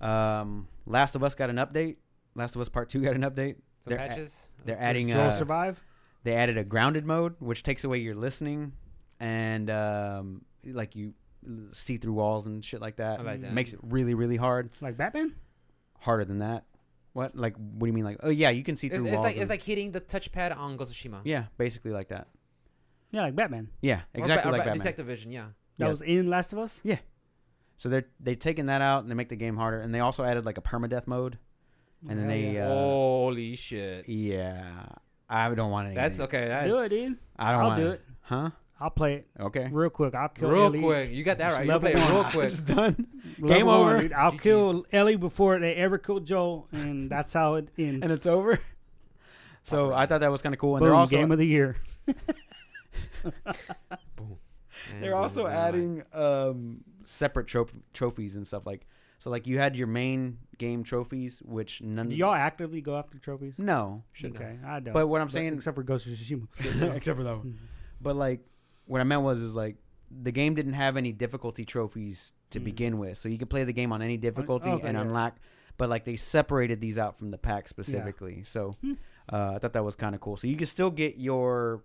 Um, Last of Us got an update. Last of Us Part Two got an update. some They're at- patches They're adding. Joel Uh, survive. They added a grounded mode, which takes away your listening, and um, like you see through walls and shit like that. I like that. uh, Makes it really, really hard. It's like Batman. harder than that. What? Like, what do you mean? Like, oh yeah, you can see it's, through it's walls. like it's and- like hitting the touchpad on Gosushima. yeah, basically like that. Yeah, like Batman. Yeah, Or ba- exactly or like ba- Batman. Detective Vision, yeah. That Yeah. was in Last of Us. So they're they taking that out and they make the game harder, and they also added like a permadeath mode. And Hell then they, yeah. uh, Holy shit. Yeah, I don't want anything. That's okay. That's, uh, do it, dude. I don't I'll want do it. Huh? I'll play it Okay. real quick. I'll kill Real Ellie. quick, you got that Just right. You level play it real one. quick. It's done. Level Game one, over. dude. I'll GG's. kill Ellie before they ever kill Joel, and that's how it ends. and it's over. So I thought that was kind of cool, and Boom, they're also game of the year. And they're also Amazon, like, adding um, separate tro- trophies and stuff like so. Like you had your main game trophies, which none Do y'all actively go after trophies? Mm, no. should okay, I don't. But what I'm saying, Mm. except for Ghost of Tsushima. except for that one. But like what I meant was is like the game didn't have any difficulty trophies to Mm. begin with, so you could play the game on any difficulty okay, and yeah. unlock. But like they separated these out from the pack specifically, so Hmm. uh, I thought that was kind of cool. So you could still get your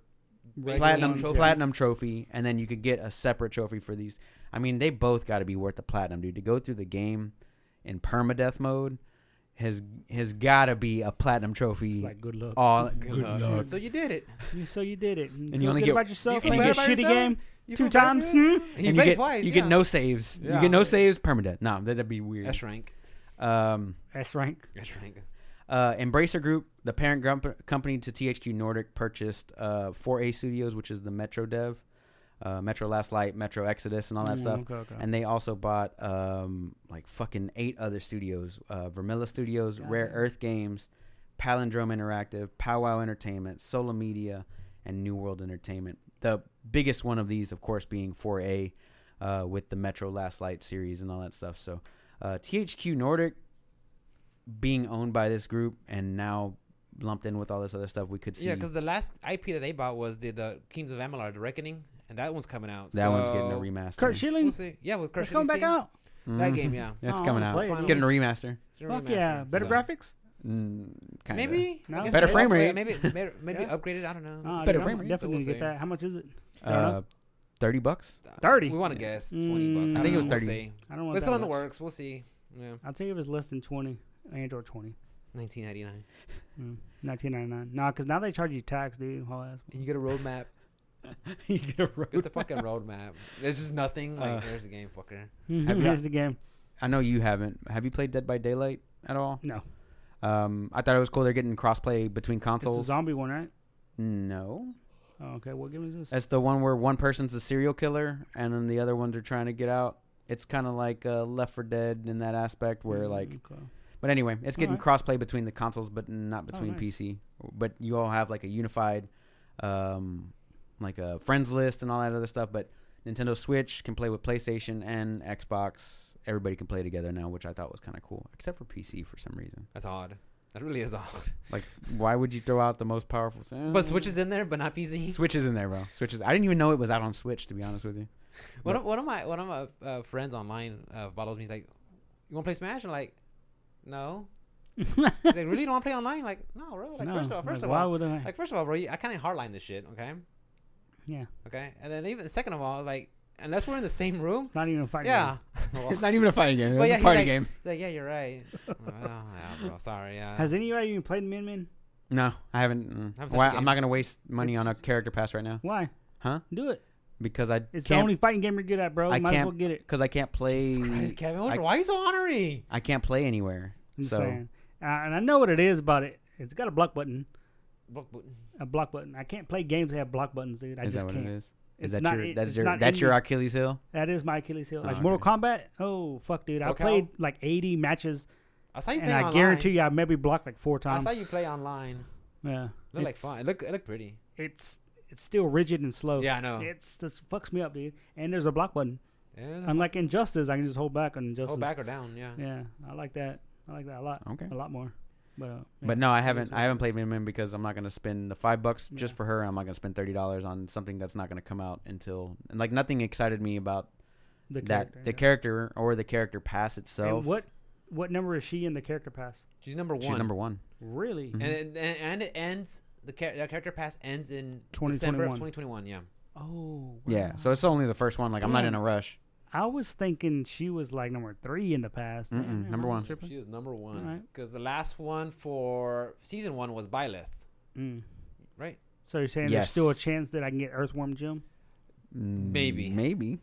Basic platinum game trophies. platinum trophy, and then you could get a separate trophy for these. I mean, they both got to be worth the platinum, dude. To go through the game in permadeath mode has has got to be a platinum trophy. Like good luck. all Good luck. So you did it. You, so you did it. And you only good get- about yourself. you and feel you get bad shitty about yourself? game You two feel bad times. about it? Hmm? He And you plays get, twice. you yeah. get no saves. You Yeah. get no saves permadeath. No, that'd be weird. S rank. Um, S rank. S rank. uh, Embracer Group, the parent grump- company to THQ Nordic, purchased uh, 4A Studios, which is the Metro dev, uh, Metro Last Light, Metro Exodus, and all that Mm, stuff. okay, okay. And they also bought um, like fucking eight other studios: uh, Vermilla Studios, God Rare damn. Earth Games, Palindrome Interactive, Powwow Entertainment, Sola Media, and New World Entertainment. The biggest one of these, of course, being 4A uh, with the Metro Last Light series and all that stuff. So uh, THQ Nordic being owned by this group and now lumped in with all this other stuff, we could see. Yeah, because the last IP that they bought was the, the Kings of Amalur, The Reckoning, and that one's coming out. that one's getting a so- remaster. Kurt We'll Schilling. see. Yeah, with Crush It's coming back out. That Mhm. game, yeah. It's Oh, coming I'll out. play it. It's getting a remaster. Fuck yeah. Better So- graphics? Mm, kinda. Maybe No. I guess Better they- frame wait, rate. Maybe maybe, maybe Yeah. upgraded. I don't know. Ah, better dude, frame I'm rate, so Definitely we'll get see. that. How much is it? I don't know. Uh, Thirty bucks. Uh, 30. We want to guess twenty bucks. Mm, I I think it don't was know, we'll 30. see. I don't want But it's that still in the much. works. We'll see. Yeah, I'll tell you it was less than 20 and or 20. nineteen ninety nine. Mm, 1999. Nah, because now they charge you tax, dude. Whole ass. And you get a roadmap. you get a road. Get the fucking roadmap. There's just nothing. Like, Uh, there's a game, fucker. you- Here's the game. I know you haven't. Have you played Dead by Daylight at all? No. Um, I thought it was cool. They're getting crossplay between It's the consoles. zombie one, right? no, Oh, okay, what game is this? that's the one where one person's the serial killer and then the other ones are trying to get out. It's kind of like uh, Left for Dead in that aspect, where Mm, like. okay. But anyway, it's getting Alright. Oh, crossplay between the consoles, but not between nice. PC. But you all have like a unified, um, like a friends list and all that other stuff. But Nintendo Switch can play with PlayStation and Xbox. Everybody can play together now, which I thought was kind of cool, except for PC for some reason. That's odd. That really is odd. Like, why would you throw out the most powerful? eh, But Switch is in there, but not PC. Switch is in there, bro. Switch is. I didn't even know it was out on Switch, to be honest with you. One of, one of my one of my uh, friends online uh, follows me. He's like, "You want to play Smash?" I'm like, "No." He's like, really? You don't want to play online? Like, no, bro. Like, no, first of all, first like, of why all, would I? like, first of all, bro, you, I kind of hardline this shit, okay? yeah, Okay, and then even second of all, like, unless we're in the same room, it's not even a fight. yeah. Well, It's not even a fighting game. It's Well, yeah, a he's party like- game. like, yeah, you're right. well, yeah, bro. Sorry. Yeah. Has anybody even played Min Min? No, I haven't. Have Mm. such a Why, game. I'm not gonna waste money It's- on a character pass right now Why? Huh? Do it. because I It's the can't only fighting game you're good at, bro. I Might as can't well get it. because I can't play. Jesus Christ, Kevin, I- why are you so honorary? I can't play anywhere. I'm so saying. Uh, and I know what it is about it. It's got a block button. Block button. A block button. I can't play games that have block buttons, dude. I is just that what can't. it is? Is It's that not- your it- that's it's your not that's in your the- Achilles heel? That is my Achilles heel. Oh, Like okay. Mortal Kombat. Oh fuck, dude. I SoCal? played like 80 matches, I saw you and play I online. guarantee you, I maybe blocked like four I times. saw you play online. yeah. It looked like It's- Oh. fun. It looked, it looked pretty. It's it's still rigid and slow. Yeah, I know. It's this fucks me up, dude. And there's a block button. Yeah, Unlike Injustice, I can just hold back on Injustice. Mm-hmm. hold back or down. Yeah. Yeah, I like that. I like that a lot. Okay. A lot more. But uh, But no, I haven't. what I it haven't played Min Min because I'm not going to spend the five bucks just Yeah. for her. I'm not going to spend thirty dollars on something that's not going to come out until and like nothing excited me about the that the character or the character pass And itself. what what number is she in the character pass? She's number one. She's number one. Really? Mhm. And, it, and and it ends. The char- that character pass ends in December of 2021. Yeah. Oh. Yeah, wow. so it's only the first one. Like I'm not in a rush. I was thinking she was like number three in the past. Mm-mm, Damn, number am I one. tripping? She is number one Alright. because the last one for season one was Byleth. Mm. Right. So you're saying there's still a Yes. chance that I can get Earthworm Jim? Mm, Maybe. maybe.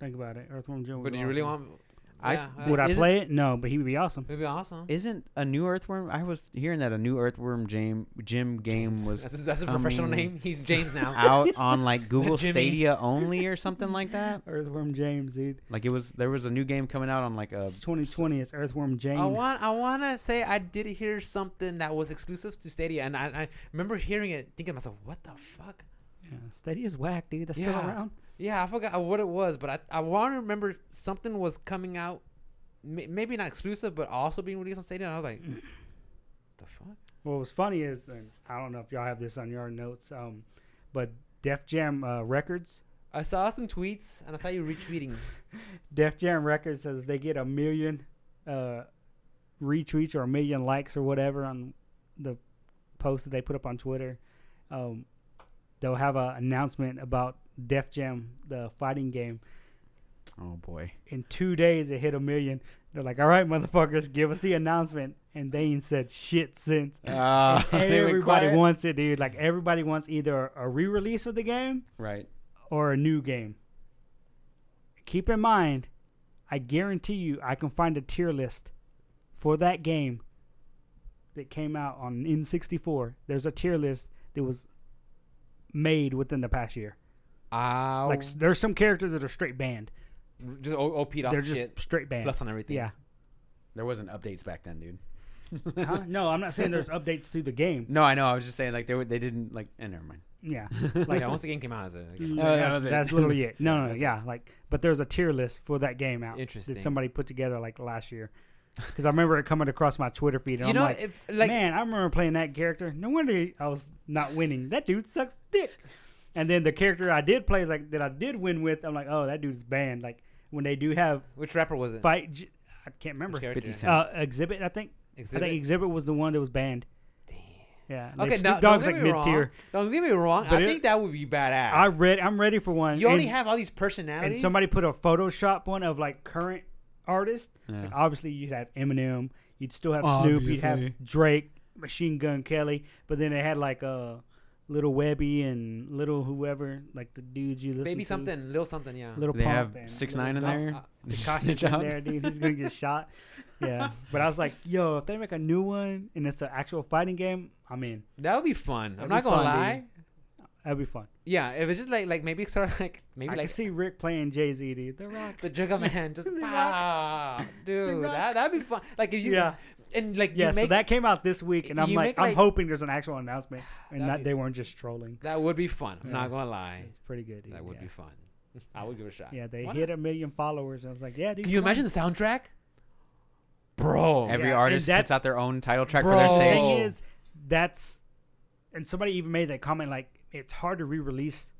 Think about it. Earthworm Jim. But do you really want? Yeah, I I- Would I isn't- play it? No, but he would be awesome. It'd be awesome. Isn't a new Earthworm? I was hearing that a new Earthworm Jam Jim game was that's, his- that's a professional coming name. He's James now. out on like Google Jimmy. Stadia only or something like that. Earthworm James, dude. Like it was there was a new game coming out on like a It's 2020. It's Earthworm James. I want I want to say I did hear something that was exclusive to Stadia, and I, I remember hearing it, thinking to myself, "What the fuck?" yeah, Stadia's whack, dude. That's still Yeah. around. Yeah, I forgot what it was, but I I want to remember something was coming out, may, maybe not exclusive, but also being released on Stadia. And I was like, "The fuck?" What was funny is, and I don't know if y'all have this on your notes, um, but Def Jam uh, Records, I saw some tweets, and I saw you retweeting. Def Jam Records says if they get a million uh, retweets or a million likes or whatever on the post that they put up on Twitter, um, they'll have an announcement about Def Jam, the fighting game. oh boy. In two days, it hit a million. They're like, all right, motherfuckers, give us the announcement. And they ain't said shit since. Uh, everybody wants it, dude. Like, everybody wants either a re release of the game right. or a new game. Keep in mind, I guarantee you I can find a tier list for that game that came out on N64. There's a tier list that was made within the past year. Ow. Like s- there's some characters that are straight banned. just O- OP'd off They're just shit, straight banned. plus on everything. yeah. There wasn't updates back then, dude. Huh? No, I'm not saying there's updates to the game. No, I know. I was just saying like they were, they didn't like. And never mind. Yeah. like Like yeah, once the game came out, I was like, okay. Mm, that that's, was it. that's literally it. No, no, no That's yeah, like, but there's a tier list for that game out Interesting. that somebody put together like last year, because I remember it coming across my Twitter feed, and you I'm know, like, if like man, I remember playing that character. No wonder I was not winning. That dude sucks dick. And then the character I did play, like that I did win with, I'm like, oh, that dude's banned. Like when they do have which rapper was it? fight, j- I Which can't remember. character? Fifty Cent. Uh, exhibit, I think. I Exhibit? think Exhibit was the one that was banned. Damn. Yeah. and Okay, Snoop now, Dogg's don't get like me mid tier. wrong. Don't get me wrong. But I it- think that would be badass. I read. I'm ready for one. you already And- have all these personalities. and somebody put a Photoshop one of like current artists. Yeah. Like obviously, you'd have Eminem, you'd still have Snoop, you'd Obviously. have Drake, Machine Gun Kelly, but then they had like uh, little Webby and little whoever, like the dudes you listen baby to, something, little something, yeah. little They Pump have and 6ix9ine in Lil Pump. there. Uh, Just Takashi's snitch in out. there, dude. He's gonna get shot. Yeah, but I was like, yo, if they make a new one and it's an actual fighting game, I'm in. that would be fun. I'm That'd not be gonna fun, lie. That'd be fun. Yeah, if it's just like like maybe sort of like maybe I like can see Rick playing Jay Z, dude. The Rock. the Jugga Man just The Rock. ah, dude, Rock. that that'd be fun. Like if you yeah, and like yeah. you so make that came out this week, and I'm you like, make, like- I'm hoping there's an actual announcement, and That'd not be- they weren't just trolling. that would be fun. I'm Yeah. not gonna lie. It's pretty good. Dude. That would yeah. be fun. I would give it a shot. Yeah, they Why hit a million followers. And I was like, yeah, dude. Can you come on. imagine the soundtrack? Bro. Every Yeah, and artist that's- puts out their own title track for Bro. their The stage. Oh. thing is, that's, and somebody even made that comment like, it's hard to re-release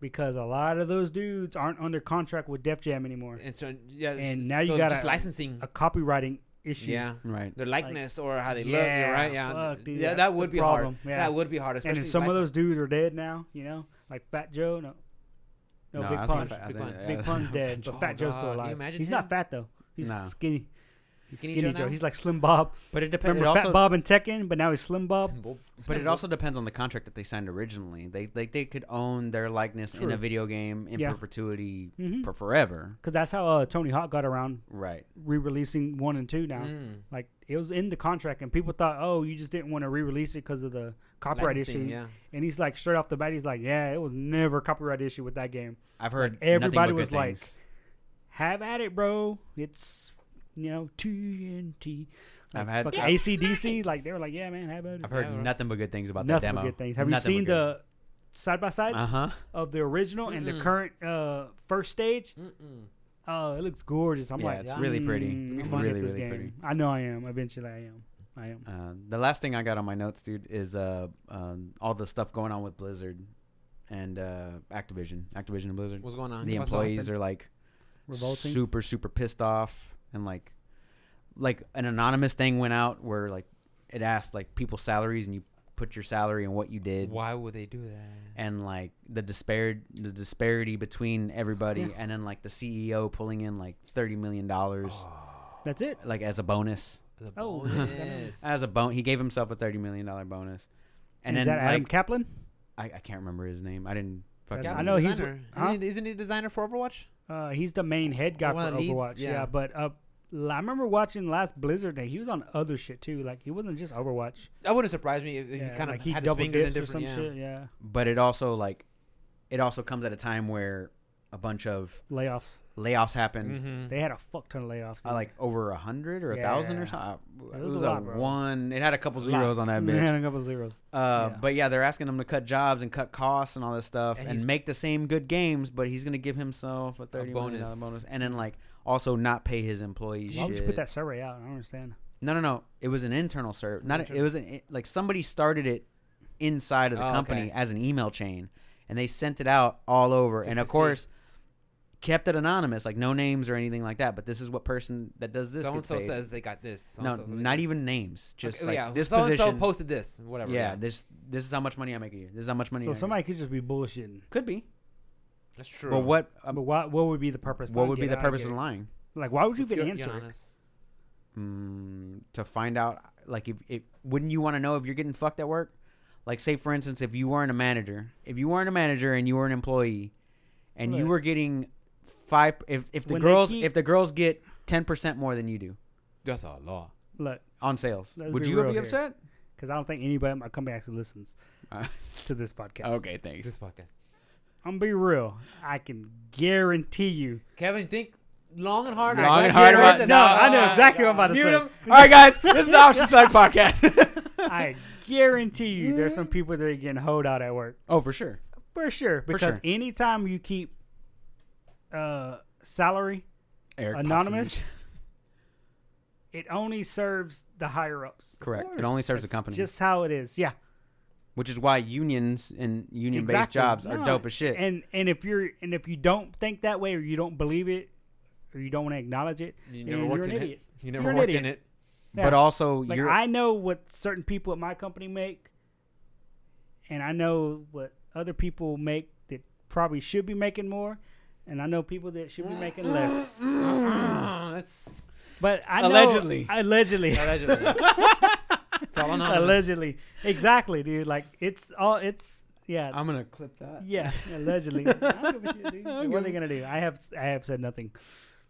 because a lot of those dudes aren't under contract with Def Jam anymore. and so yeah, And s- now you so got just a- licensing. A copywriting issue. yeah. Right. Their likeness or how they look, you're right? Yeah. fuck, dude, yeah, that's that the would be problem, hard. yeah. That would be hard, and especially then some of license- those dudes are dead now. You know, like Fat Joe. No, no, Nah, Big I think Punch. Fat- I Big think- Punch. yeah, Big Pun's dead, but Oh, Fat God. Joe's still Can you alive. imagine He's him? not fat though. He's Nah. skinny. He's Skinny skinny, Joe Joe. now? He's like Slim Bob. But it depends. Remember It also, Fat Bob and Tekken, but now he's Slim Bob. Symbol- But it symbol. also depends on the contract that they signed originally. They like they could own their likeness in True. a video game in Yeah. perpetuity Mm-hmm. for forever. Because that's how uh, Tony Hawk got around Right. re-releasing one and two. Now, Mm. like it was in the contract, and people thought, oh, you just didn't want to re-release it because of the copyright Licensing, issue. Yeah. And he's like, straight off the bat, he's like, yeah, it was never a copyright issue with that game. I've heard everybody nothing but was good like, things. have at it, bro. It's you know TNT. Like, I've had- fucking I've- ACDC. Like they were like, yeah, man, have at it. I've heard Yeah, bro. nothing but good things about that Nothing demo. but good things. Have you seen the side by sides Uh huh. of the original and the Mm-mm. current uh, first stage? Mm-mm. Oh, it looks gorgeous. I'm Yeah, like, it's really pretty. "Mm, It'd be I'm fun. gonna get Really, this really game. pretty. I know I am. Eventually, I am. I am. Uh, the last thing I got on my notes, dude, is uh, um, all the stuff going on with Blizzard and uh, Activision, Activision and Blizzard. What's going on? the What's employees happened? are like Revolting. super super pissed off, and like like an anonymous thing went out where like it asked like people's salaries, and you put your salary and what you did, Why would they do that? and like the disparity the disparity between everybody, Yeah. and then like the CEO pulling in like thirty million dollars. Oh. That's it. Like as a bonus, The Oh, bonus. as a bon, he gave himself a thirty million dollar bonus, and is then that Adam like, Kaplan? I, I can't remember his name. I didn't. That's- Fucking Yeah, I but know the he's- designer. huh? Isn't he- Isn't he the designer for Overwatch? Uh, he's the main head guy One for of the leads, Overwatch. yeah. yeah. but uh, l- I remember watching last Blizzard day. He was on other shit too. Like he wasn't just Overwatch. That wouldn't surprise me if if Yeah, he kind like, of had his fingers in dips different. yeah. shit. Yeah, But it also like, it also comes at a time where a bunch of layoffs. layoffs happened. Mhm. They had a fuck ton of layoffs. Uh, like over a hundred or a thousand Yeah. or something. It It was was, a a, lot, bro. one. It had a couple Lot. zeros on that bitch. Man, a couple zeros. Uh, Yeah. But yeah, they're asking him to cut jobs and cut costs and all this stuff And and, he's- make the same good games, but he's gonna give himself a thirty bonus. bonus. bonus, and then like also not pay his employees. Why would you shit. put that survey out? I don't understand. No, no, no. It was an internal server. Not Internal. it was an, like somebody started it inside of the Oh, company okay. as an email chain, and they sent it out all over, Just and to of see. course. Kept it anonymous, like no names or anything like that. But this is what person that does this. So and gets so paid. says they got this. no, so-and-so says they not got even names. Just Okay, oh, like yeah. this so and position. so posted this, whatever. yeah, this this is how much money I make a year. This is how much money. I So make. somebody could just be bullshitting. could be. that's true. But what um, But what what would be the purpose? what would be the I don't purpose get of it. lying? Like, why would you even You're- you're answer? it? honest. Mm, to find out, like, if, if wouldn't you want to know if you're getting fucked at work? Like, say for instance, if you weren't a manager, if you weren't a manager and you were an employee, and you Right. were getting five, if if the When they girls keep- if the girls get ten percent more than you do That's a law. Look, on sales, Let's would be you real be here. upset? because I don't think anybody at my company actually listens Uh, to this podcast. okay, thanks. This podcast. I'm gonna be real. I can guarantee you. Kevin, think long and hard. Long about and your hard about- words. No, I know exactly what I'm about to Mute say. him. All right, guys, this is the Option Side podcast. I guarantee you, there's some people that are getting hoed out at work oh, for sure. for sure. Because sure. anytime you keep uh, salary Eric Pops anonymous, Hughes. it only serves the higher ups. Correct. course. It only serves the That's company, Just how it is. Yeah. which is why unions and union-based Exactly. jobs No, are dope as shit. And and if you're and if you don't think that way or you don't believe it or you don't want to acknowledge it, You then never you're worked an in it. idiot. You never You're an worked idiot. in it. Yeah. But also, like you're I know what certain people at my company make, and I know what other people make that probably should be making more, and I know people that should be making less. Mm. That's But I know- Allegedly. allegedly, allegedly. it's all anonymous. allegedly, exactly, dude. Like it's all it's yeah. I'm gonna clip that. yeah, allegedly. I don't give a shit, dude. What are they gonna do? I have I have said nothing.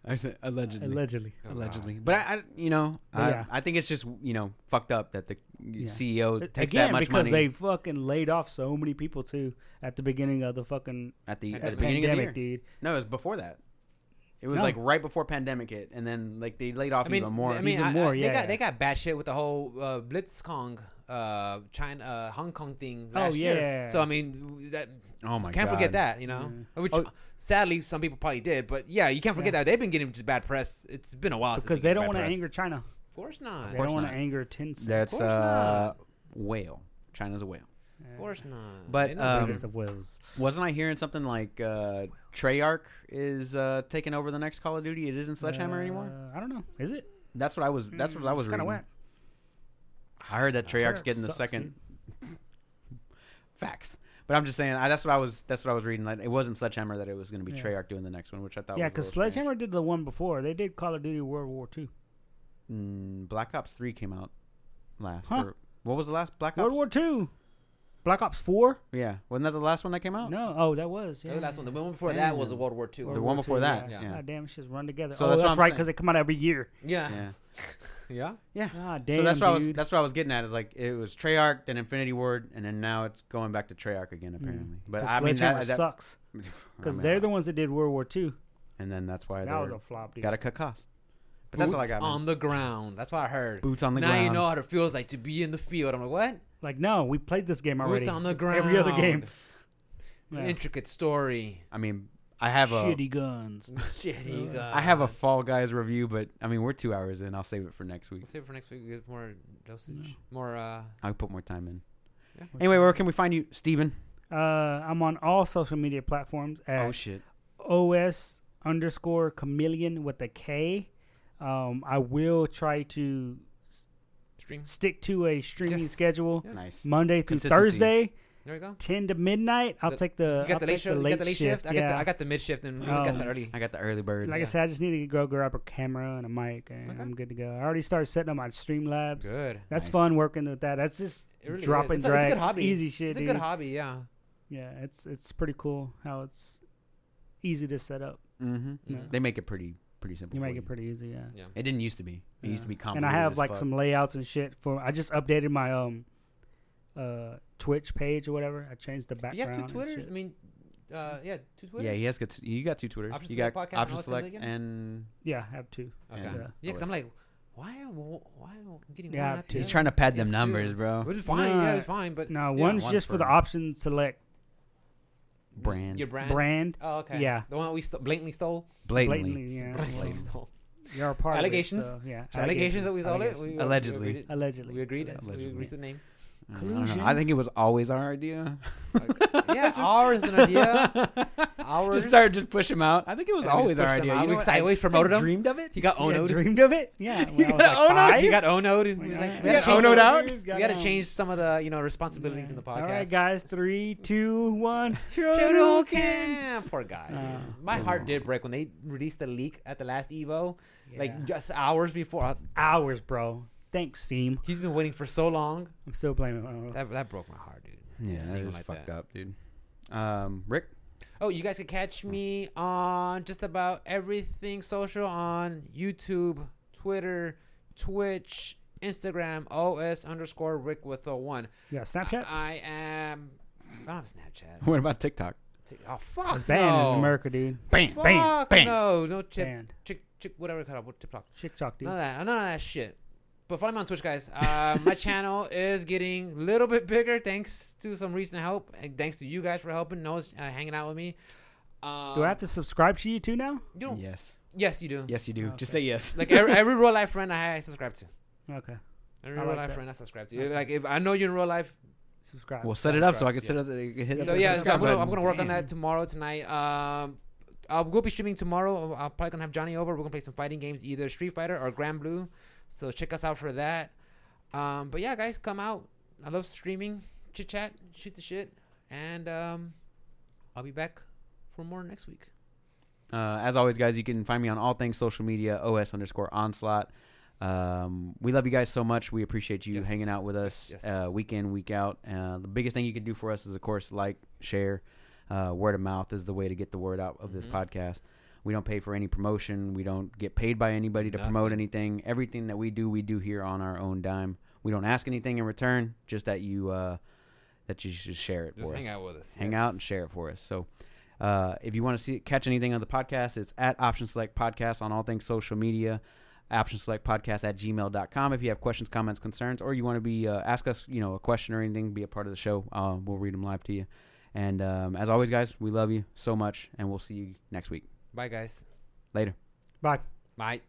I said allegedly. Allegedly. Oh, God. Allegedly. But I, I you know, But I, yeah. I think it's just you know fucked up that the CEO But takes Again, that much because money they fucking laid off so many people too at the beginning of the fucking at the at the at the pandemic, beginning of the year. dude. No, it was before that. It was No. like right before pandemic hit, and then like they laid off I mean, even more. I mean, even I- I- more, They yeah, got yeah. they got bad shit with the whole uh, Blitzkong, uh, China, uh, Hong Kong thing Oh, last yeah. Mm. year. So I mean, that oh my can't god! forget that, you know. Uh, Which Oh. sadly some people probably did, but yeah, you can't forget Yeah. that they've been getting just bad press. It's been a while since Because they get don't bad want to press. anger China. Of course not. They Of course don't want to not. anger Tencent. That's course uh, whale. China's a whale. Yeah. course not. But, They The know um, better. biggest of whales. Wasn't I hearing something like uh, Treyarch is uh, taking over the next Call of Duty? It isn't Sledgehammer anymore. Uh, I don't know. Is it? That's what I was. That's what I was Kind of reading. whack. I heard that Treyarch's Treyarch getting the sucks, second. Facts, but I'm just saying I, that's what I was. That's what I was reading. Like, it wasn't Sledgehammer that it was going to be Yeah. Treyarch doing the next one, which I thought. Yeah, was a because little strange. Sledgehammer did the one before. They did Call of Duty World War Two. Mm, Black Ops Three came out last. Huh. or- what was the last Black Ops? World War Two. Black Ops Four? Yeah, wasn't that the last one that came out? No. Oh, that was. The Yeah. last one, the one before that was Damn. World War II. The one before that, Yeah. yeah. God damn, it's just run together. So oh, that's that's, what I'm right saying. because they come out every year. Yeah, Yeah. yeah. Ah, damn. so that's what I was. dude. That's what I was getting at. Is like it was Treyarch, then Infinity Ward, and then now it's going back to Treyarch again. Apparently, but Hmm. 'Cause I mean Sledgehammer that, Oh, that- sucks I because mean, they're the ones that did World War Two. and then that's why That was they a flop, dude. got to cut costs. But that's all I Boots got. man. on the ground. That's what I heard. Boots on the now ground. you know how it feels like to be in the field. I'm like, what? Like, no, we played this game already. Boots on the It's ground. Every other game. An Yeah. Intricate story. I mean, I have a I Shitty uh, guns. Shitty God. have a Fall Guys review, but I mean, we're two hours in. I'll save it for next week. We'll save it for next week. We get more dosage. More. uh I'll put more time in. Yeah. Anyway, where can we find you, Steven? Oh, Uh, I'm on all social media platforms Oh, at shit! OS underscore chameleon with a K. Um, I will try to Stream. stick to a streaming Yes. schedule Yes. Nice. Monday through Consistency. Thursday, There we go. 10 to midnight. I'll The- take Uh, the, You got I'll the late take shift. You got the late shift. I got the yeah. I got the mid shift, and we Oh. got Um, the early. I got the early bird. like I yeah. said, I just need to go grab a camera and a mic, and Okay. I'm good to go. I already started setting up my Streamlabs. Good. That's Nice. fun working with that. That's just It really drop is. and It's a- drag. it's a good hobby. easy shit, It's a dude. good hobby. Yeah. Yeah, it's it's pretty cool how it's easy to set up. Mm-hmm. No. Mhm. They make it pretty pretty simple. You for make it pretty easy, yeah. Yeah. It didn't used to be. It Yeah. used to be And complicated. I have as like fuck. some layouts and shit for. I just updated my um, uh, Twitch page or whatever. I changed the But you background. have two and Twitters. shit. I mean, uh, yeah, two Twitters. Yeah, he has. Got, you got two Twitters. Option you Select got Podcast and option Austin select Ligon? and Yeah, I have two. Okay. Yeah. Yeah, because I'm like, why? am- Why am I getting? Yeah, one not the he's other? trying to pad It's them two. numbers, bro. Which is fine. yeah, No. it's fine. But No, yeah, one's one's just for the for- option select Brand your brand. brand. Oh, okay. Yeah. The one that we st- blatantly stole. blatantly. Blatantly, yeah. Blatantly well, stole. You're a part Allegations? Of it, so, yeah, So allegations that we stole it. allegations. We, we Allegedly. agreed it- Allegedly. We agreed. it. We Allegedly. agreed to the name. I don't know. Collusion. I think it was always our idea. Yeah, ours is an idea. Ours. Just started just push him out. I think it was And we always just our pushed him idea. out. You We know what? I always promoted I him. Dreamed of it. He got You had onoed. dreamed of it? Yeah. When I was like got owned? five? He got onoed. He was Yeah. like, He we gotta got change- onoed out? We gotta change some of the you know responsibilities in the All right, podcast. guys. Three, two, one. Shadow Shuriken. Camp. Poor guy. Uh, dude. My heart oh. did break when they released the leak at the last Evo, like Yeah. just hours before. hours, bro. Thanks, Steam. He's been waiting for so long. I'm still playing. it. I don't know. That that broke my heart, dude. Yeah, Seeing that him is like fucked that. up, dude. Um, Rick. Oh, you guys can catch me on just about everything social on YouTube, Twitter, Twitch, Instagram, OS underscore Rick with a one. You got Snapchat? I am. I don't have Snapchat. What about TikTok? Tick- Oh fuck! it's banned no. in America, dude. Bam, Fuck bam, bam. No, no chip, Banned. chick, chick, whatever. Cut up, TikTok. Chick Chalk, dude. None of that. None of that shit. But follow me on Twitch, guys. Uh, my channel is getting a little bit bigger thanks to some recent help, and thanks to you guys for helping, Noah's uh, hanging out with me. Um, Do I have to subscribe to you too now? You don't, Yes, Yes, you do. yes, you do. Okay. Just say yes. Like every, every real life friend I subscribe to. Okay. Every I real like life that. friend I subscribe to. Like if I know you in real life, Subscribe. We'll set it up so I can Yeah. set up. The, hit Yeah, so the but yeah, so subscribe I'm gonna, I'm button. gonna work on Damn. that tomorrow tonight. Um, I will be streaming tomorrow. I'm probably gonna have Johnny over. We're gonna play some fighting games, either Street Fighter or Grand Blue. So check us out for that. Um, but yeah, guys, come out. I love streaming, chit chat, shoot the shit, and um, I'll be back for more next week. Uh, as always, guys, you can find me on all things social media, OS underscore onslaught. Um, we love you guys so much. We appreciate you Yes. hanging out with us Yes, yes. Uh, week in, week out. Uh, the biggest thing you can do for us is, of course, like, share. Uh, word of mouth is the way to get the word out of this Mhm. podcast. We don't pay for any promotion. We don't get paid by anybody to promote anything. Everything that we do, we do here on our own dime. We don't ask anything in return, just that you uh, that you should share it for us out with us. hang out and share it for us. So, uh, if you want to see catch anything on the podcast, it's at Option Select Podcast on all things social media. Option Select Podcast at gmail.com. If you have questions, comments, concerns, or you want to be uh, ask us, you know, a question or anything, be a part of the show. Uh, we'll read them live to you. And um, as always, guys, we love you so much, and we'll see you next week. Bye, guys. Later. Bye. Bye.